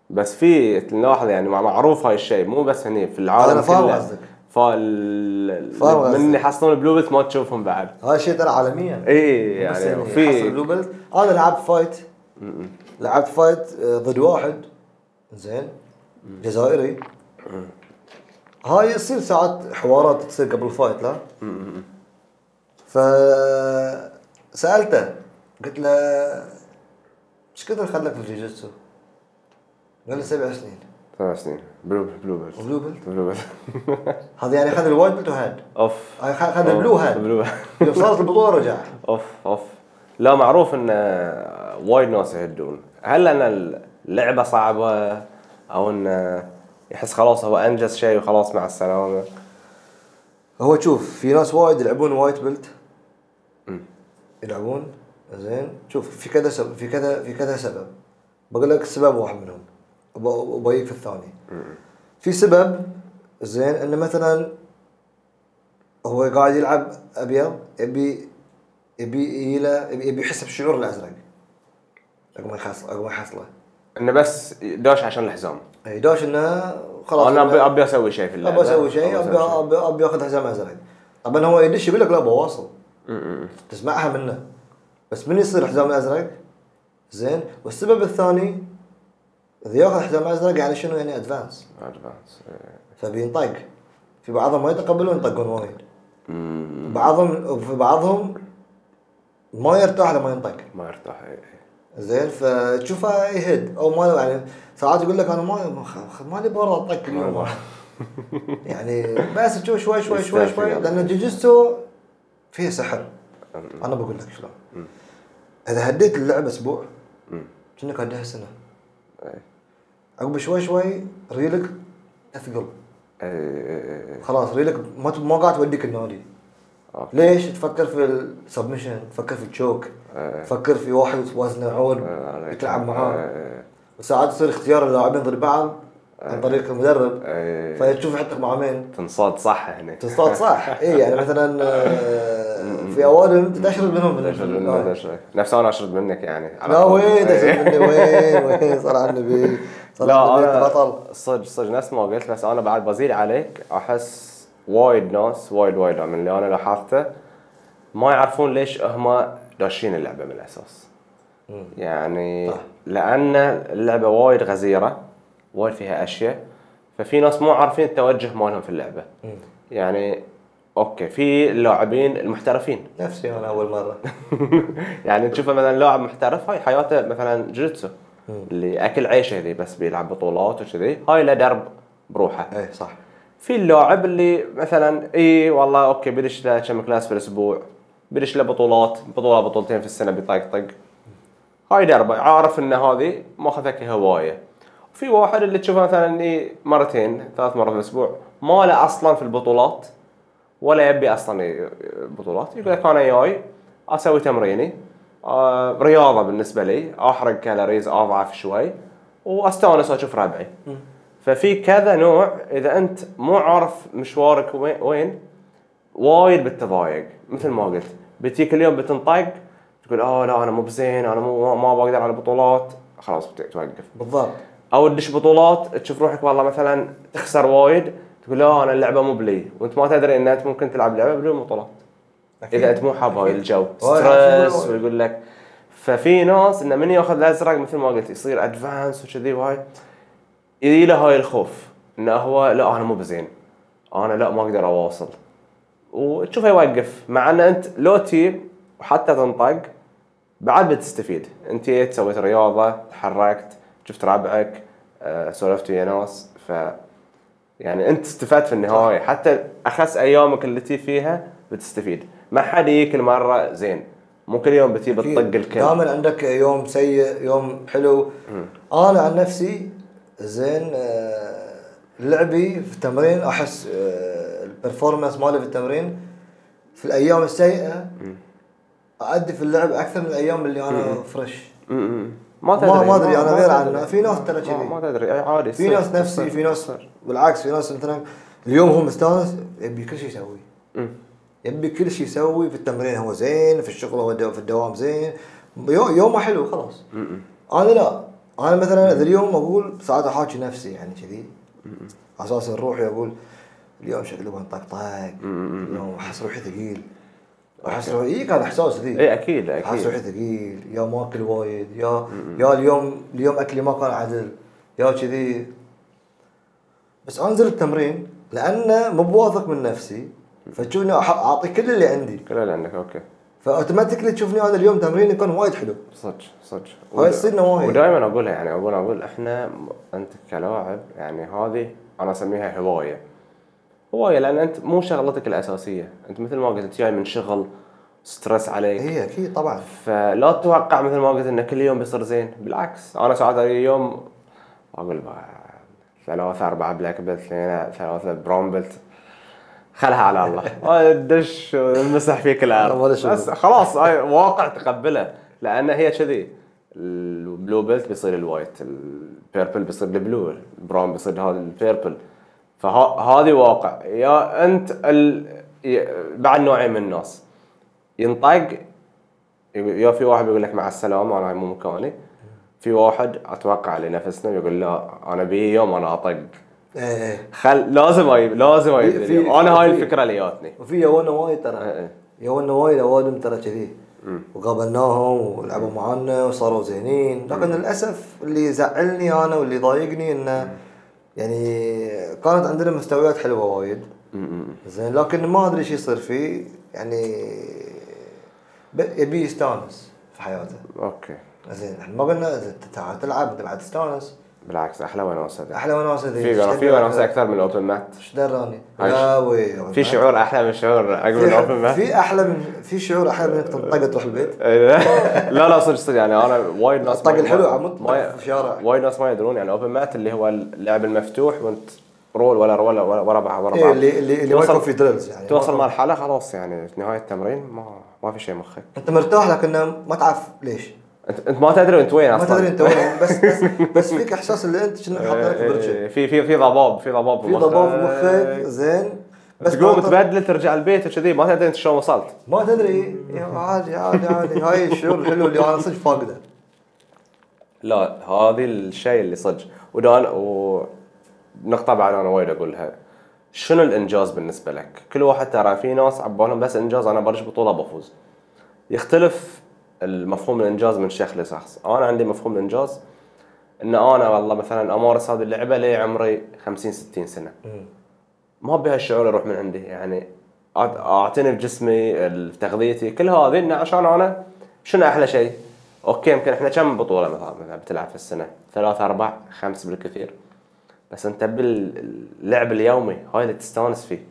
بس في نلاحظ يعني مع- معروف هاي الشيء مو بس هني في العالم
أنا فاهم
كله.
قصدك.
فال
فاهم قصدك.
من يحصلون البلو بيلت ما تشوفهم بعد
هذا شيء ترى عالميا
اي
بس
يعني
حصل
في
بلو بيلت انا لعبت فايت لعبت فايت آه، ضد واحد زين جزائري هاي يصير ساعات حوارات تصير قبل الفايت لا ف سالته قلت له ايش كثر خلك في الجوجيتسو؟ قال لي سبع سنين
ثمان سنين بلو بلو بيلت
بلو بيلت
بلو بيلت
هذا يعني خذ الوايت بيلت وهاد
اوف
هاي خ- خذ البلو هاد
بلو
يوم صارت البطوله رجع
اوف اوف لا معروف ان وايد ناس يهدون هل ان اللعبه صعبه او ان آه، يحس خلاص هو انجز شيء وخلاص مع السلامه
هو شوف في ناس وايد يلعبون وايت بيلت يلعبون زين شوف في كذا سبب في كذا في كذا سبب بقول لك سبب واحد منهم وب- وبجيك في الثاني في سبب زين انه مثلا هو قاعد يلعب ابيض يبي يبي يلا يبي يبي يحس بشعور الازرق عقب ما يحصل عقب ما يحصله
انه بس داش عشان الحزام
اي داش انه خلاص
انا ابي
إنه
ابي اسوي شيء في اللعبه
ابى اسوي شيء
أبي
ابى
أسوي
ابى ابى اخذ حزام ازرق طبعا هو يدش يقول لك لا بواصل
أمم.
تسمعها منه بس من يصير حزام ازرق زين والسبب الثاني اذا ياخذ حزام ازرق يعني شنو يعني ادفانس
Advance. إيه.
فبينطق في بعضهم ما يتقبلون ينطقون وايد بعضهم في بعضهم ما يرتاح لما ينطق
ما ارتاح إيه، إيه.
زين فتشوفه يهد او ما يعني ساعات يقول لك انا ما ما خ- ما لي برا اطق اليوم يعني بس تشوف شوي شوي شوي شوي لان جوجيتسو فيه سحر
أمم.
انا بقول لك شلون اذا هديت اللعبه اسبوع كأنك هديها سنه
أمم. إيه.
عقب شوي شوي ريلك اثقل
إيه، إيه، إيه.
خلاص ريلك ما ما قاعد توديك النادي
أوكي.
ليش تفكر في السبمشن تفكر في التشوك تفكر في واحد وزنه عود
عليك.
تلعب معاه
إيه،
وساعات يصير اختيار اللاعبين ضد بعض عن طريق المدرب
إيه.
فتشوف حتى مع مين
تنصاد صح يعني. هنا
تصطاد صح اي يعني مثلا آه، في اوادم تشرد منهم آه. من-
دشرد
من-
منك، دشرد. نفس انا اشرد منك يعني على
لا
طول.
وين
إيه.
تشرد مني وين وين صار على النبي صار
لا
على النبي
انا
بطل
صدق صدق نفس ما قلت بس انا بعد بزيد عليك احس وايد ناس وايد وايد من اللي انا لاحظته ما يعرفون ليش هم داشين اللعبه من الاساس. يعني لان اللعبه وايد غزيره وايد فيها اشياء ففي ناس مو عارفين التوجه مالهم في اللعبه. يعني اوكي في اللاعبين المحترفين
نفسي انا اول مره
يعني تشوفه مثلا لاعب محترف هاي حياته مثلا جوجيتسو اللي اكل عيشه ذي بس بيلعب بطولات وكذي هاي له درب بروحه
اي إيه، صح
في اللاعب اللي مثلا اي والله اوكي بيدش له كم كلاس في الاسبوع بيدش له بطولات بطوله بطولتين في السنه بيطقطق هاي دربه عارف ان هذه ماخذها كهوايه في واحد اللي تشوفه مثلا اي مرتين ثلاث مرات في الاسبوع ما له اصلا في البطولات ولا يبي اصلا ي- بطولات يقول لك انا جاي اسوي تمريني آه، رياضه بالنسبه لي احرق كالوريز اضعف شوي واستانس واشوف ربعي ففي كذا نوع اذا انت مو عارف مشوارك وين- وين وايد بتضايق مثل ما قلت بتيك اليوم بتنطق تقول اه لا انا مو بزين انا مو ما بقدر على البطولات خلاص بت- توقف
بالضبط
او تدش بطولات تشوف روحك والله مثلا تخسر وايد تقول لا انا اللعبه مو بلي وانت ما تدري ان انت ممكن تلعب لعبه بدون بطولات اذا انت مو حاب هاي الجو
وايد عارف
ستريس
شنو.
ويقول لك ففي ناس انه من ياخذ الازرق مثل ما قلت يصير ادفانس وكذي وهاي يجي له هاي الخوف انه هو لا انا مو بزين انا لا ما اقدر اواصل وتشوفه يوقف مع ان انت لو تي وحتى تنطق بعد بتستفيد انت جيت سويت رياضه تحركت شفت ربعك آه، سولفت ويا ناس ف يعني انت استفدت في النهايه حتى اخس ايامك التي فيها بتستفيد ما حد يجيك المره زين مو كل يوم بتجيب
في-
تطق الكل
دائما عندك يوم سيء يوم حلو انا عن نفسي زين آه، لعبي في التمرين احس آه، البرفورمانس مالي في التمرين في الايام السيئه اادي في اللعب اكثر من الايام اللي انا فريش
م- م. ما
ما- ما أدري، أنا غير عنه. في ناس ترى
ما-
كذي.
ما تدري أي عادي
في
يصير-
ناس نفسي
يصير.
في ناس بالعكس في ناس مثلا اليوم هو مستانس يبي كل شيء يسويه
م.
يبي كل شيء يسوي في التمرين هو زين في الشغل هو دو- في الدوام زين يو- يومه حلو خلاص انا لا انا مثلا اذا اليوم اقول ساعات احاكي نفسي يعني كذي اساسا روحي اقول اليوم شكله بنطقطق اليوم احس روحي ثقيل احس روحي إيه هذا احساس ذي
اي اكيد
احس
اكيد
روحي ثقيل يا ماكل وايد يا يا اليوم اليوم اكلي ما كان عدل يا كذي بس انزل التمرين لانه مو بواثق من نفسي فتشوفني أح- اعطي كل اللي عندي
كل اللي عندك اوكي
فاوتوماتيكلي تشوفني هذا اليوم تمريني كان وايد حلو
صدق صدق
هاي تصيدنا وايد.
ودائما اقولها يعني اقول اقول احنا م- انت كلاعب يعني هذه انا اسميها هوايه هوايه لان انت مو شغلتك الاساسيه انت مثل ما قلت أنت جاي من شغل ستريس عليك
هي اكيد طبعا
فلا تتوقع مثل ما قلت ان كل يوم بيصير زين بالعكس انا ساعات اي يوم اقول بقى ثلاثة أربعة بلاك بيلت اثنين ثلاثة براون بيلت خلها على الله آه، دش مسح فيك الارض
ولا شغل.
بس خلاص هاي واقع تقبله لان هي كذي البلو بيلت بيصير الوايت البيربل بيصير البلو البراون بيصير هذا البيربل فهذه واقع يا انت ال... ي- بعد نوعين من الناس ينطق يا في واحد بيقول لك مع السلامه انا مو مكاني في واحد اتوقع لنفسنا يقول لا انا بي يوم انا اطق
إيه إيه.
خل لازم اجيب لازم اجيب
في-
اليوم.
في-
انا هاي
في-
الفكره اللي جاتني
وفي يوانا وايد
إيه
ترى
إيه.
يوانا وايد اوادم ترى كذي وقابلناهم ولعبوا معانا وصاروا زينين لكن للاسف اللي يزعلني انا واللي ضايقني انه يعني كانت عندنا مستويات حلوه وايد زين لكن ما ادري شو يصير فيه يعني ب- يبي يستانس في حياته
اوكي
زين احنا ما قلنا إذا أنت تعال تلعب انت بعد تستانس
بالعكس احلى وناسه ذي.
احلى وناسه ذي.
طيب. في
إيش
وناسة- في
تدري؟
وناسه اكثر من الاوبن مات
ايش دراني؟
هاي
يا وي
في شعور احلى من شعور عقب الاوبن
في,
مات
في احلى من في شعور احلى من انك تنطق تروح البيت
لا لا صدق صدق يعني انا وايد ناس
الطق
ما-
الحلو عمود
ما-
طق في الشارع.
وايد ناس ما يدرون يعني اوبن مات اللي هو اللعب المفتوح وانت رول ولا ولا ولا- ورا بعض ورا
إيه
بعض
اللي اللي اللي ما
توصل-
يكون في درلز يعني
توصل
ما-
مرحله خلاص يعني في نهايه التمرين ما ما في شيء مخك
انت مرتاح لكن ما تعرف ليش
انت, انت ما تدري انت وين
ما
اصلا
تدري انت وين بس بس بس فيك احساس اللي انت شنو حاط لك
إيه،
برشة
في في في ضباب في ضباب
في ضباب في مخك زين
بس تقوم تبدل ترجع البيت وكذي ما تدري انت شلون وصلت
ما تدري يا عادي عادي عادي هاي الشعور الحلو اللي انا صدق فاقده
لا هذه الشيء اللي صدق ودان و نقطة بعد انا وايد اقولها شنو الانجاز بالنسبة لك؟ كل واحد ترى في ناس عبالهم بس انجاز انا برج بطولة بفوز. يختلف المفهوم الانجاز من شخص لشخص، انا عندي مفهوم الانجاز ان انا والله مثلا امارس هذه اللعبة لي عمري 50 60 سنة. ما بها الشعور يروح من عندي يعني أعت- اعتني بجسمي ال- تغذيتي كل هذه انه عشان انا شنو احلى شيء؟ اوكي يمكن احنا كم بطوله مثلا مثلا بتلعب في السنه؟ ثلاث اربع خمس بالكثير بس انت باللعب اليومي هاي اللي تستانس فيه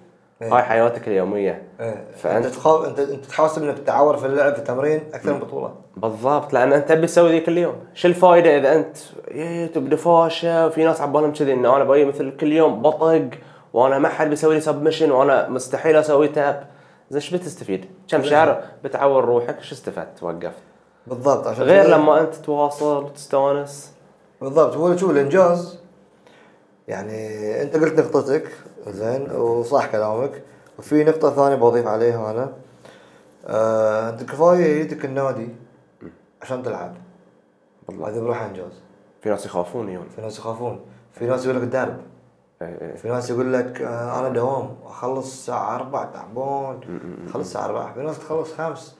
إيه.
هاي حياتك اليوميه
إيه.
فأنت-
انت تخاف انت انت تحاسب انك تعور في اللعب في التمرين اكثر من بطوله
بالضبط لان انت تبي تسوي ذي كل يوم، شو الفائده اذا انت جيت بدفاشه وفي ناس عبالهم كذي انه انا باجي مثل كل يوم بطق وانا ما حد بيسوي لي سبمشن وانا مستحيل اسوي تاب، زين شو بتستفيد؟ كم شهر بتعور روحك شو استفدت وقفت؟
بالضبط عشان
غير
كذا-
لما انت تواصل وتستانس
بالضبط هو شوف الانجاز يعني انت قلت نقطتك زين وصح كلامك وفي نقطة ثانية بضيف عليها انا آه، انت كفاية جيتك النادي عشان تلعب
والله
هذا بروحه انجاز
في ناس يخافون يوم
في ناس يخافون في ناس يقول لك درب
إيه إيه.
في ناس يقول لك آه، انا دوام اخلص الساعة 4 تعبان اخلص الساعة 4 في ناس تخلص 5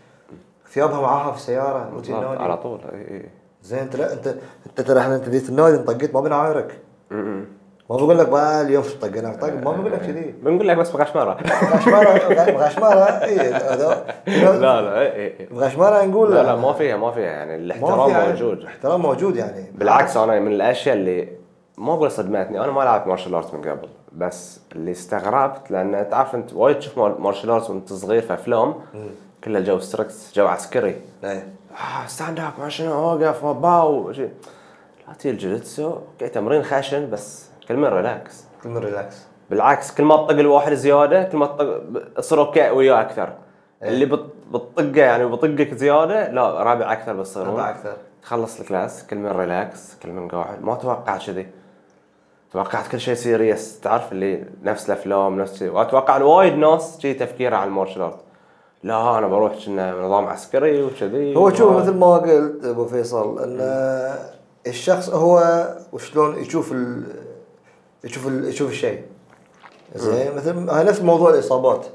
ثيابها معاها في السيارة روتين
بالضبط، على
النادي
طول إيه إيه.
زين انت لا انت انت ترى احنا انت جيت النادي انطقيت ما بنعايرك ما بقول لك بقى اليوم شو طقنا طق ما بقول لك كذي
بنقول لك بس بغشمره
غشمره غشمره اي إيه، هذا-
لا لا إيه إيه.
غشمره نقول
لا لا ما فيها ما فيها يعني الاحترام
فيها-
موجود
الاحترام موجود يعني
بالعكس انا من الاشياء اللي ما اقول صدمتني انا ما لعبت مارشال ارت من قبل بس اللي استغربت لان تعرف انت وايد تشوف مار- مارشال ارتس وانت صغير في افلام كله جو ستريكت جو عسكري
ايه
آه، ستاند اب ما شنو اوقف وباو شي. لا تي الجوجيتسو اوكي تمرين خشن بس كلمه ريلاكس
كل من ريلاكس
بالعكس كل ما تصق الواحد زياده كل ما تطق تصير اوكي وياه اكثر اللي بت- بتطقه يعني بطقك زياده لا رابع اكثر بتصيرون
ربع اكثر
خلص الكلاس كل من ريلاكس كل من قاعد ما توقعت كذي توقعت كل شيء سيريس تعرف اللي نفس الافلام نفس شيء واتوقع إن وايد ناس شي تفكيره على المارشال ارت لا انا بروح كنا نظام عسكري وكذي
هو شوف مثل ما إيه. قلت ابو فيصل ان الشخص هو وشلون يشوف ال يشوف ال يشوف الشيء زين مثل هاي نفس موضوع الاصابات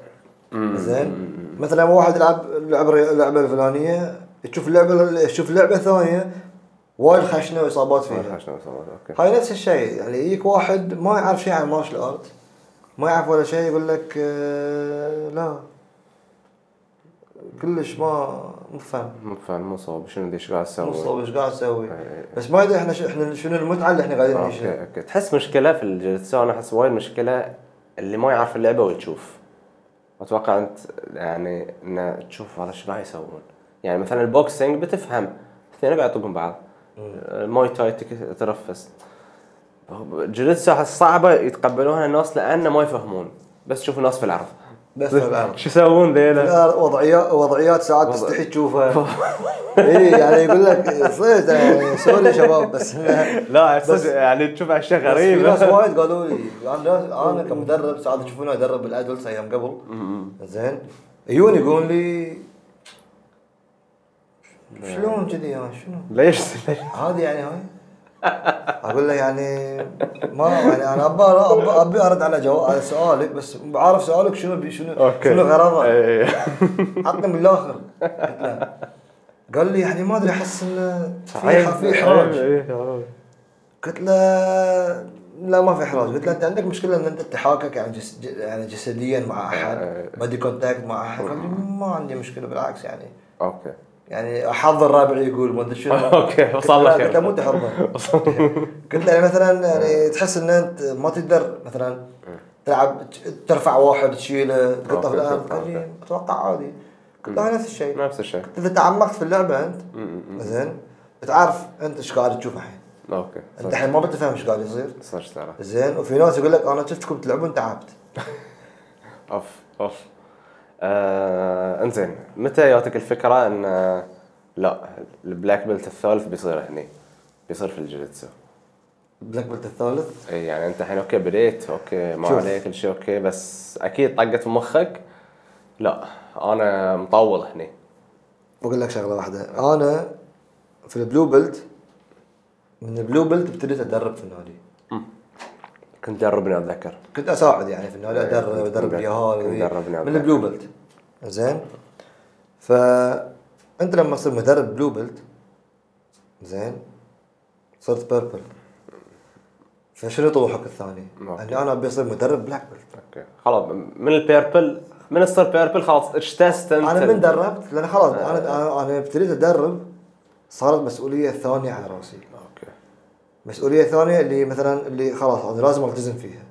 إيه. زين مثلا واحد يلعب لعب اللعبه الفلانيه تشوف لعبه تشوف لعبه ثانيه وايد خشنه واصابات
ما
فيها
أدري شلون سويت، اوكي
هاي نفس الشيء يعني يجيك واحد ما يعرف شيء عن مارشال ارت ما يعرف ولا شيء يقول لك آه، لا كلش ما مو فاهم
مو فاهم مو صوب شنو ذي ايش قاعد
مصطفى
اسوي
ايش قاعد تسوي؟
إيه.
بس ما ادري احنا ش- احنا شنو المتعه اللي احنا قاعدين
اوكي
نعيشها.
اوكي تحس مشكله في الجلسه انا احس وايد مشكله اللي ما يعرف اللعبه ويشوف اتوقع انت يعني ان تشوف هذا شنو قاعد يسوون يعني مثلا البوكسينج بتفهم الاثنين قاعد يطقون بعض الماي تاي تك- ترفس جلسة أحس صعبة يتقبلوها الناس لأن ما يفهمون بس تشوفوا ناس في العرض
بس في العرض.
شو يسوون ذيلا؟
لا، وضعيات وضعيات ساعات
وضع-
تستحي تشوفها. اي يعني يقول لك صيت يعني سوري يا شباب بس
لا
بس-
صدق يعني تشوف اشياء
بس في
غريبة
ناس وايد قالوا لي انا انا كمدرب ساعات تشوفوني ادرب الادلتس ايام قبل زين يجون يقولون لي شلون كذي يا شنو؟
ليش ليش؟
عادي يعني هاي اقول له يعني ما يعني انا ابى ابى ابي ارد على جواب على سؤالك بس عارف سؤالك شنو بي شنو شنو غرضه
إيه.
عطني من الاخر قلت له. قال لي يعني ما ادري احس انه في
عيب.
ح- في احراج
إيه، إيه.
قلت له لا ما في احراج قلت له انت عندك مشكله ان انت تحاكك يعني جس ج- يعني جسديا مع
إيه.
احد بدي كونتاكت مع احد قال لي ما عندي مشكله بالعكس يعني
اوكي
يعني احضر رابع يقول ما ادري شنو
اوكي
قلت
وصل
له
لك
قلت له مو تحضر قلت يعني مثلا يعني تحس ان انت ما تقدر مثلا تلعب ت- ترفع واحد تشيله تقطه في
أوكي،
الارض
أوكي.
قال لي اتوقع عادي قلت له نفس الشيء
نفس الشيء
اذا تعمقت في اللعبه انت زين بتعرف انت ايش قاعد تشوف الحين
اوكي
انت الحين ما بتفهم ايش قاعد يصير
صار سعره
زين وفي ناس يقول لك انا شفتكم تلعبون تعبت
اوف اوف آه، انزين متى جاتك الفكره ان آه، لا البلاك بيلت الثالث بيصير هني بيصير في الجيتسو
بلاك بيلت الثالث
اي يعني انت الحين اوكي بديت اوكي ما
شوف.
عليك كل شيء اوكي بس اكيد طقت في مخك لا انا مطول هني
بقول لك شغله واحده انا في البلو بيلت من البلو بيلت ابتديت ادرب في النادي
كنت دربني اتذكر
كنت اساعد يعني في النادي ادرب ادرب
إيه، كنت-
اليهال
كنت دربنا
من
قبل.
البلو بيلت زين فانت لما تصير مدرب بلو بيلت زين صرت بيربل فشنو طموحك الثاني؟
أوكي.
اني انا ابي اصير مدرب بلاك بيلت
اوكي خلاص من البيربل من الصير بيربل خلاص اجتزت انت
انا من دربت لان خلاص انا أنا-
آه.
انا ابتديت ادرب صارت مسؤوليه ثانيه على راسي
اوكي
مسؤوليه ثانيه اللي مثلا اللي خلاص انا لازم التزم فيها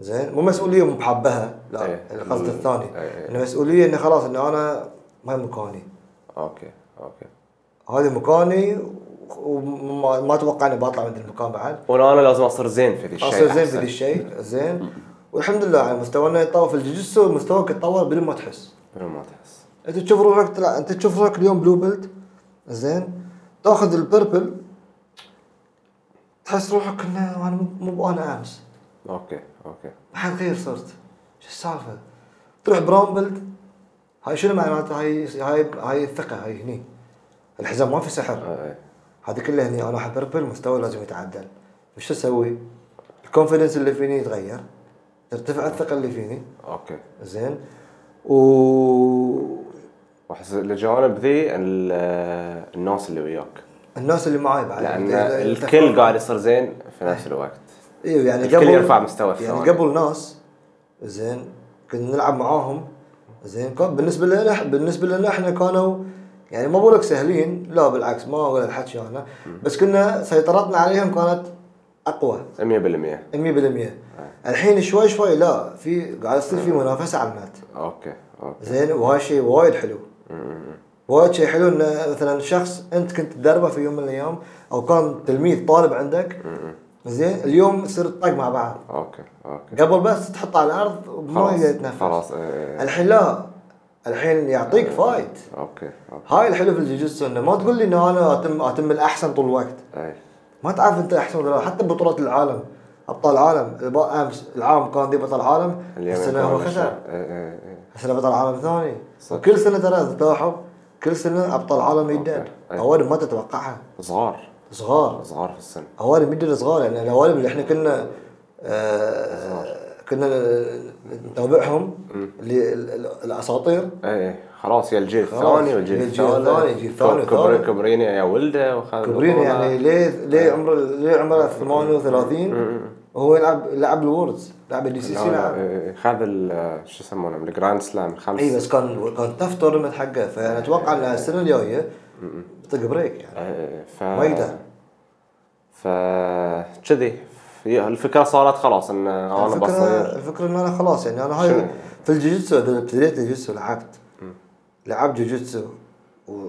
زين مو مسؤوليه مو بحبها لا
إيه.
القصد
ال-
الثاني
إيه، إيه.
انه مسؤوليه انه خلاص انه انا ما هي مكاني
اوكي اوكي
هذا مكاني وما ما اتوقع اني بطلع من ذا المكان بعد
وانا انا لازم اصير زين في ذي الشيء
اصير زين
أحسن.
في ذا الشيء زين والحمد لله يعني مستوانا يتطور في الجوجيتسو مستواك يتطور بدون ما تحس
بدون ما تحس
انت تشوف روحك تلع... انت تشوف روحك اليوم بلو بيلت زين تاخذ البربل تحس روحك انه انا مو- مو بانا امس
اوكي اوكي
ما حد غير صرت شو السالفه تروح براون بيلت هاي شنو معناته هاي هاي هاي الثقه هاي هني الحزام ما في سحر
آه، إيه.
هذا كله هني انا احب اربل مستوى لازم يتعدل وش اسوي؟ الكونفدنس اللي فيني يتغير ترتفع الثقه اللي فيني
اوكي
زين و
واحس الجوانب ذي ال- آه، الناس اللي وياك
الناس اللي معاي بعد
لان
إذا- إذا
الكل قاعد يصير زين في نفس الوقت
ايوه يعني
الكل
قبل
يرفع مستوى الثاني.
يعني قبل ناس زين كنا نلعب معاهم زين كان بالنسبه لنا بالنسبه لنا احنا كانوا يعني ما بقول لك سهلين لا بالعكس ما اقول الحكي انا بس كنا سيطرتنا عليهم كانت اقوى
100%
100%
آه.
الحين شوي شوي لا في قاعد يصير في منافسه على المات
اوكي اوكي
زين وهذا شيء وايد حلو وايد شيء حلو ان مثلا شخص انت كنت تدربه في يوم من الايام او كان تلميذ طالب عندك زين اليوم يصير طق مع بعض
اوكي اوكي
قبل بس تحطه على الارض وما
خلاص
يقدر يتنفس
خلاص إيه، إيه.
الحين لا الحين يعطيك فايت
اوكي اوكي
هاي الحلو في الجوجيتسو انه ما تقول لي انه انا اتم اتم الاحسن طول الوقت
اي
ما تعرف انت احسن ولا لا حتى بطولات العالم ابطال العالم الب- امس العام كان ذي بطل عالم السنه هو خسر
آه،
السنه بطل عالم ثاني
صح.
وكل سنه ترى تلاحظ كل سنه ابطال عالم يدد
أوكي. أيوه. أي.
اوادم ما تتوقعها
صغار
صغار
صغار في السن
اوادم يدد صغار يعني الاوادم اللي احنا كنا آه كنا نتابعهم اللي ال- ال- الاساطير
ايه خلاص يا الجيل
خلاص،
الثاني والجيل
يا الجيل الثاني، الجيل الثاني
كبر
والثالث.
كبرين يا ولده وخذ
كبرين
البطولة.
يعني ليه
آه.
ليه عمره ليه عمره 38 وهو يلعب لعب الوردز لعب الدي سي
لا،
سي
لا،
لعب
إيه، إيه، خذ ال- شو يسمونهم الجراند سلام خمس
اي إيه، أيوة، بس كان كان تف تورنمنت حقه فانا اتوقع
آه.
ان السنه الجايه طق بريك يعني
إيه، ف
ما يقدر.
ف كذي في- الفكره صارت خلاص ان انا
الفكره
بصير
الفكره ان انا خلاص يعني انا
شنو؟
هاي في الجوجيتسو اذا ابتديت الجوجيتسو لعبت لعبت جوجيتسو و-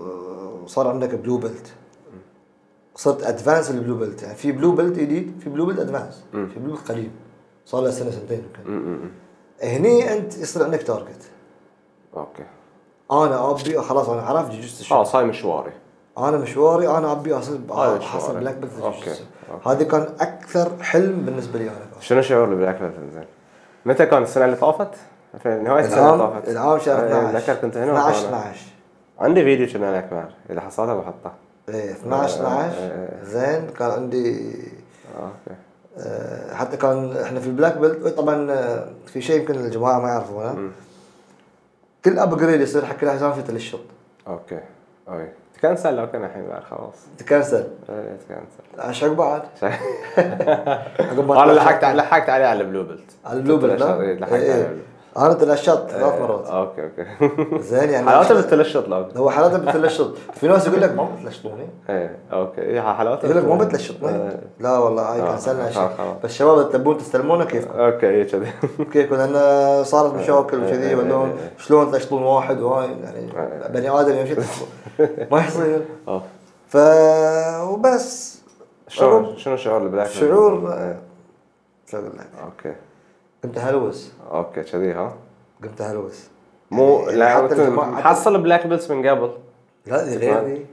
وصار عندك بلو بيلت صرت ادفانس البلو بيلت يعني في بلو بيلت جديد في بلو بيلت ادفانس في بلو بيلت قديم صار له سنه سنتين يمكن هني انت يصير عندك تارجت
اوكي
انا ابي خلاص انا عرفت جوجيتسو شنو.
خلاص هاي آه، مشواري
انا مشواري انا ابي اصير
آه. هذا
حصل
مشوارك.
بلاك بيلت في
أوكي،
الجوجيتسو.
أوكي.
هذا كان اكثر حلم بالنسبه لي انا
شنو شعور بالبلاك بيلت زين؟ متى كان السنه اللي طافت؟ في نهايه السنه اللي
العام
طافت
العام شهر
إيه،
12
ذكر كنت هنا
12
وأنا-
12
عندي فيديو كنا لك بعد اذا حصلته بحطه
ايه
إيه،
12 12 زين كان عندي
اوكي
آه، حتى كان احنا في البلاك بيلت طبعا آه، في شيء يمكن الجماعه ما يعرفونه كل ابجريد يصير حق كل حساب في ثلاث شوط
اوكي اوي تكنسل لو كان الحين بعد خلاص
تكنسل
إيه، تكنسل
ايش عقب بعد؟ عقب ما
انا
طلعت-
لحقت لحقت عليه على البلو بيلت
على البلو بيلت لا؟
إيه، لحقت إيه.
إيه،
عليه
إيه. انا ثلاث شوط
آه،
ثلاث مرات
اوكي اوكي
زين يعني
حلاوته بالتلشط لو
هو حالته بتلشط في ناس يقول لك ما بتلشطوني
ايه اوكي إيه، حلاوته
يقول لك ما
بالتلشط.
بتلشطوني
إيه.
لا والله هاي
آه،
كنسلنا
آه،
شيء
خلاص.
بس الشباب تبون تستلمونه كيف
اوكي ايه كذي
كيف لان صارت مشاكل وكذي
إيه،
ولا
إيه،
شلون تشطون واحد وهاي يعني
إيه.
بني ادم يمشي ما يصير
أوه.
ف وبس
شعور شنو شعور البلاك بيلت؟
شعور
إيه.
شو اقول لك
اوكي
قمت هلوس
اوكي كذي ها
قمت هلوس
مو
يعني
لا
حتى
كنت
الجماعة- حتى-
محصل بلاك بيلت من قبل
لا دي غير دي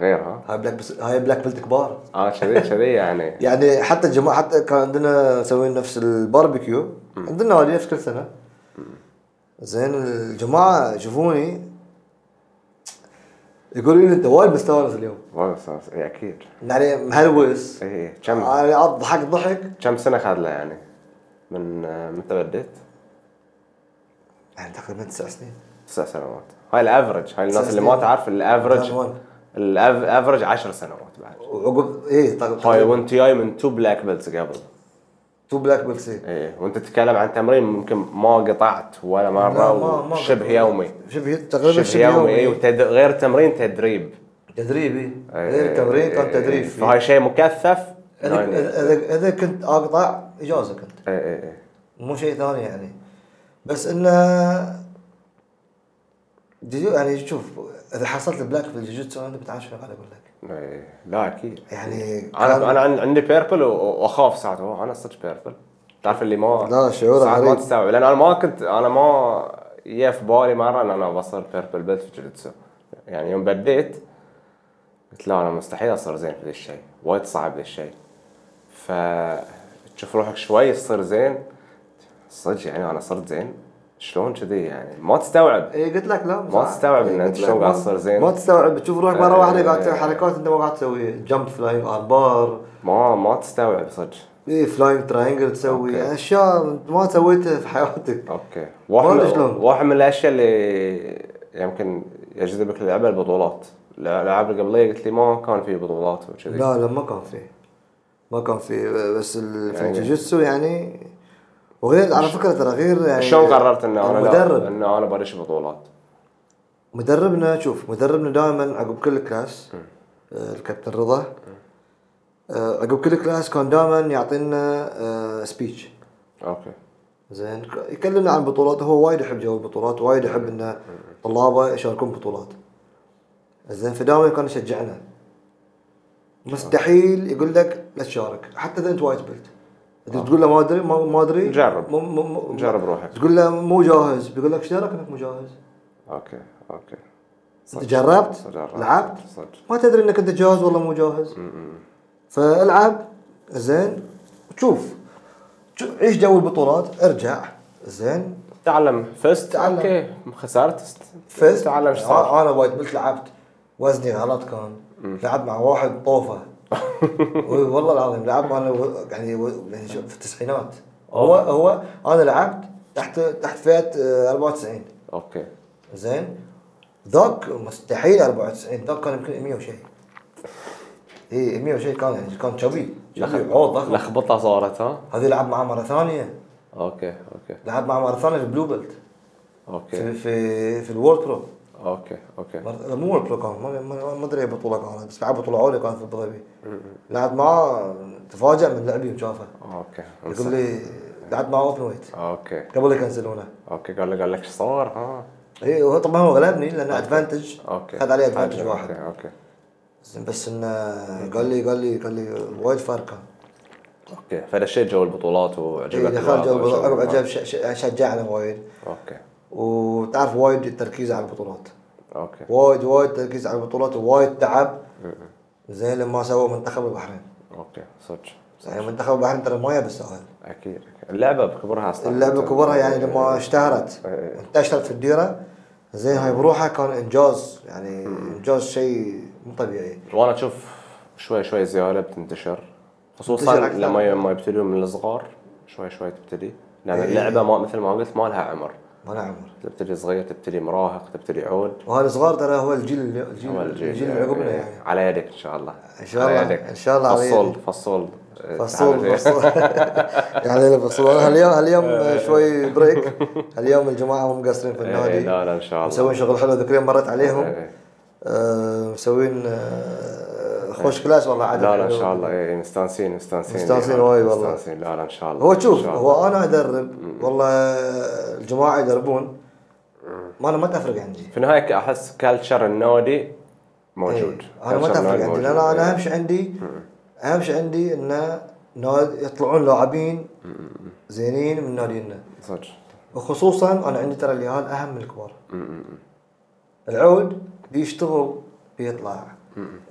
غير ها
هاي بلاك بس هاي بلاك بلت كبار
اه كذي كذي يعني
يعني حتى الجماعه حتى كان عندنا مسويين نفس الباربيكيو عندنا هذه نفس كل سنه زين الجماعه يشوفوني يقولوا لي انت وايد مستانس اليوم
والله صار- إيه، اكيد
يعني مهلوس
ايه إيه. كم
انا قاعد ضحك ضحك
كم سنه خذ له يعني من آه، متى بديت؟
يعني تقريبا تسع سنين
تسع سنوات هاي الافرج هاي الناس اللي ما
سنين.
تعرف الافرج
سنوات.
الافرج 10 سنوات بعد
وعقب ايه
هاي
طيب
وانت جاي من تو بلاك بيلتس قبل
تو بلاك بيلسي
ايه وانت تتكلم عن تمرين ممكن ما قطعت ولا مره شبه يومي
شبه تقريبا
شبه يومي إيه، وتد... غير تمرين تدريب
تدريبي
إيه،
غير تمرين كان تدريب
إيه،
فيه.
فهاي شيء مكثف
اذا
يعني-
إذا- اذا كنت اقطع اجازه كنت
إيه، إيه، إيه.
مو شيء ثاني يعني بس انه جيجو يعني شوف اذا حصلت بلاك في الجوجيتسو انت بتعرف شنو قاعد اقول لك
إيه، لا اكيد
يعني
انا
كان-
انا عن- عندي بيربل و- واخاف ساعات أوه، انا صدق بيربل تعرف اللي ما
لا، شعور
ساعات ما
غريب.
تستوعب لان انا ما كنت انا ما يا في بالي مره ان انا بصير بيربل بيلت في جوجيتسو يعني يوم بديت قلت لا انا مستحيل اصير زين في ذا الشيء وايد صعب ذا الشيء ف تشوف روحك شوي تصير زين صدق يعني انا صرت زين شلون كذي يعني ما تستوعب
اي إيه، قلت لك لا
ما تستوعب إن
إيه،
أنت
قلت لك
شلون قاعد
ما-
تصير زين.
ما تستوعب تشوف روحك مره
إيه،
واحده قاعد
إيه،
تسوي
إيه.
حركات انت ما قاعد تسوي جمب فلاينج اربار
ما ما تستوعب صدق
اي فلاينج تراينجل إيه، تسوي
أوكي.
اشياء ما سويتها في حياتك
اوكي
ما أدري
واحد
شلون.
واحد من الاشياء اللي يمكن يجذبك للعبه البطولات الالعاب القبليه قلت لي ما كان في بطولات وكذي
لا لا ما كان فيه ما كان فيه بس ال- في
يعني-
الجوجيتسو يعني وغير على فكره ترى غير يعني
شلون قررت انه انا
المدرب
لا انه انا بدش بطولات
مدربنا شوف مدربنا دائما عقب كل كلاس آه، الكابتن رضا آه، عقب كل كلاس كان دائما يعطينا آه، سبيتش
اوكي
زين ك- يكلمنا عن بطولات هو وايد يحب جو البطولات وايد يحب انه طلابه يشاركون بطولات زين فدائما كان يشجعنا
آه.
مستحيل يقول لك لا تشارك حتى اذا انت وايت بيلت اذا تقول له ما ادري ما ما ادري
جرب.
مو- مو- مو-
جرب روحك.
تقول له مو جاهز بيقول لك ايش دارك انك مو جاهز
اوكي اوكي
انت جربت
جربت.
لعبت
صدق
ما تدري انك انت جاهز والله مو جاهز فالعب زين شوف عيش جو البطولات ارجع زين
تعلم فزت
تعلم. آه،
اوكي خسرت
فزت
تعلم ايش صار
انا وايد بلت لعبت وزني غلط كان لعب مع واحد طوفه والله العظيم لعب مع يعني و- يعني شوف في التسعينات هو هو انا لعبت تحت تحت فئه آه، 94
اوكي
زين ذاك مستحيل 94 ذاك كان يمكن 100 وشيء اي 100 وشيء كان يعني كان شبي شبي، عوض ضخم.
لخبطه صارت ها
هذه لعب معاه مره ثانيه
اوكي اوكي
لعب معاه مره ثانيه في البلو بيلت في
اوكي
في في الورد برو
اوكي اوكي
مر- مو وورد برو كان ما- ما ما ادري اي بطوله كانت بس لعب بطوله عليا كانت في ابو ظبي لعب معاه تفاجئ من لعبي وشافه
اوكي
يقول لي لعب معاه اوبن ويت
اوكي
قبل يكنسلونه
اوكي قال لي قال لك ايش صار ها
اي هو طبعا هو غلبني لان ادفانتج
اوكي
خذ عليه ادفانتج
أوكي،
واحد
اوكي
بس انه قال لي قال لي قال لي وايد فرق كان
اوكي فدشيت جو البطولات وعجبك
إيه، دخلت
الوضع
جو
وشو-
عقب عجب ش- ش- شجعنا وايد
اوكي
وتعرف وايد التركيز على البطولات
اوكي
وايد وايد تركيز على البطولات ووايد تعب زين لما سووا منتخب البحرين
اوكي صدق
يعني منتخب البحرين ترى ما بالسهل
اكيد أكيد. اللعبه بكبرها اصلا
اللعبه كبرها يعني لما اشتهرت
طيب، إيه.
انتشرت في الديره زين هاي بروحها كان انجاز يعني انجاز شيء مو طبيعي
وانا اشوف شوي شوي زياده بتنتشر خصوصا
تنتشر أكثر.
لما لما يبتدون من الصغار شوي شوي تبتدي لان
إيه.
اللعبه ما مثل ما قلت ما لها عمر
ما نعم. له عمر
تبتدي صغير تبتدي مراهق تبتدي عود
وهالصغار ترى هو الجيل اللي- الجيل
هو إيه.
الجيل اللي عقبنا يعني
على يدك ان شاء الله
إن شاء الله،
على يدك.
إن شاء الله على
فصول
يدي.
فصول آه، تعال
فصول
فيه.
فصول يعني لا فصول أنا هاليوم هاليوم شوي بريك هاليوم الجماعه مو مقصرين في
إيه، لا
النادي
لا ان شاء الله
مسوين شغل حلو ذاك اليوم مرت عليهم
إيه.
آه، مسوين آه، خوش كلاس والله عدد
لا لا ان
حلو.
شاء الله اي مستانسين مستانسين
مستانسين
إيه،
وايد والله.
مستانسين لا لا ان شاء الله
هو
إن
شوف
شاء
هو انا ادرب والله الجماعه يدربون ما انا ما تفرق عندي
في النهايه احس كلتشر النادي موجود
إيه، انا ما
Culture
تفرق
النادي
عندي
موجود.
لان انا
إيه.
اهم شيء عندي اهم شيء عندي انه ناد- يطلعون لاعبين زينين من نادينا
إيه، صدق
وخصوصا انا عندي ترى اليهال اهم من الكبار
أمم.
العود بيشتغل بيطلع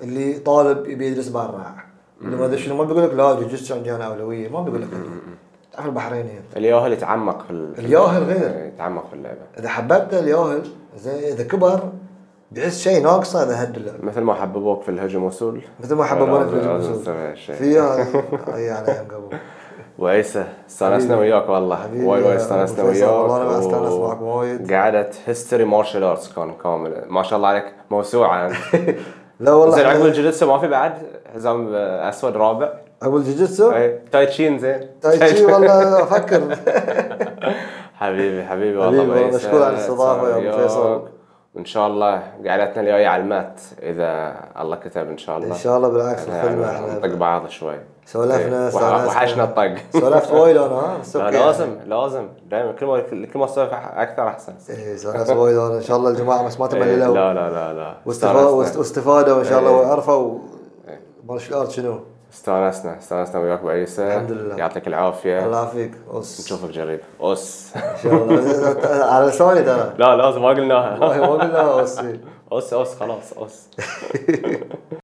اللي طالب يبي يدرس برا اللي ما ادري شنو ما بيقول لك لا جوجيتسو عندي انا اولويه ما بيقول لك كذي. تعرف البحرين هي
الياهل يتعمق في ال-
الياهل غير.
إيه، يتعمق في اللعبه
اذا حببته الياهل زي اذا كبر بيحس شيء ناقصه اذا هد اللعب
مثل ما حببوك في الهجوم وسول
مثل ما حببونا في
لازم-
الهجوم
لازم
والسول.
تسوي هالشيء.
فيها اي على ايام يعني قبل
وعيسى استانسنا
حبيبي.
وياك والله
حبيبي
وايد
يا
وايد استانسنا
أبو فيصل،
وياك
والله أنا
و-
أستانس معك وايد.
قعدت هيستوري مارشال ارتس كان كامل ما شاء الله عليك موسوعه انت
لا
زين عقب
والله
الجلسه ما في بعد حزام اسود رابع
عقب الجوجيتسو
إيه، تايتشين زين
تايتشي طيب، والله افكر
حبيبي حبيبي
حبيبي،
والله
والله
بعيسى.
مشكور على الاستضافة يا أبو
وياك.
فيصل.
وان شاء الله قعدتنا الجايه على المات اذا الله كتب ان شاء الله
ان شاء الله بالعكس الخدمه
يعني نطق
احنا
بعض شوي
سولفنا
إيه،
استانسنا.
وحشنا الطق
سولفت وايد انا ها بس
لا
أوكي.
لازم لازم دائما كل ما كل ما تسولف اكثر احسن
إيه، سولفت وايد انا ان شاء الله الجماعه بس ما
إيه،
تمللوا
لا لا لا لا
واستفا- واست-
استانسنا.
واستفادوا ان شاء الله
إيه.
وعرفوا مارشال ارت شنو
استانسنا استانسنا وياك بعيسى
الحمد لله.
يعطيك العافيه
الله يعافيك أوس.
نشوفك جريب اوس
ان شاء الله على لساني ترى
لا لازم ما قلناها
والله ما قلنا أوس.
اوس اوس خلاص اوس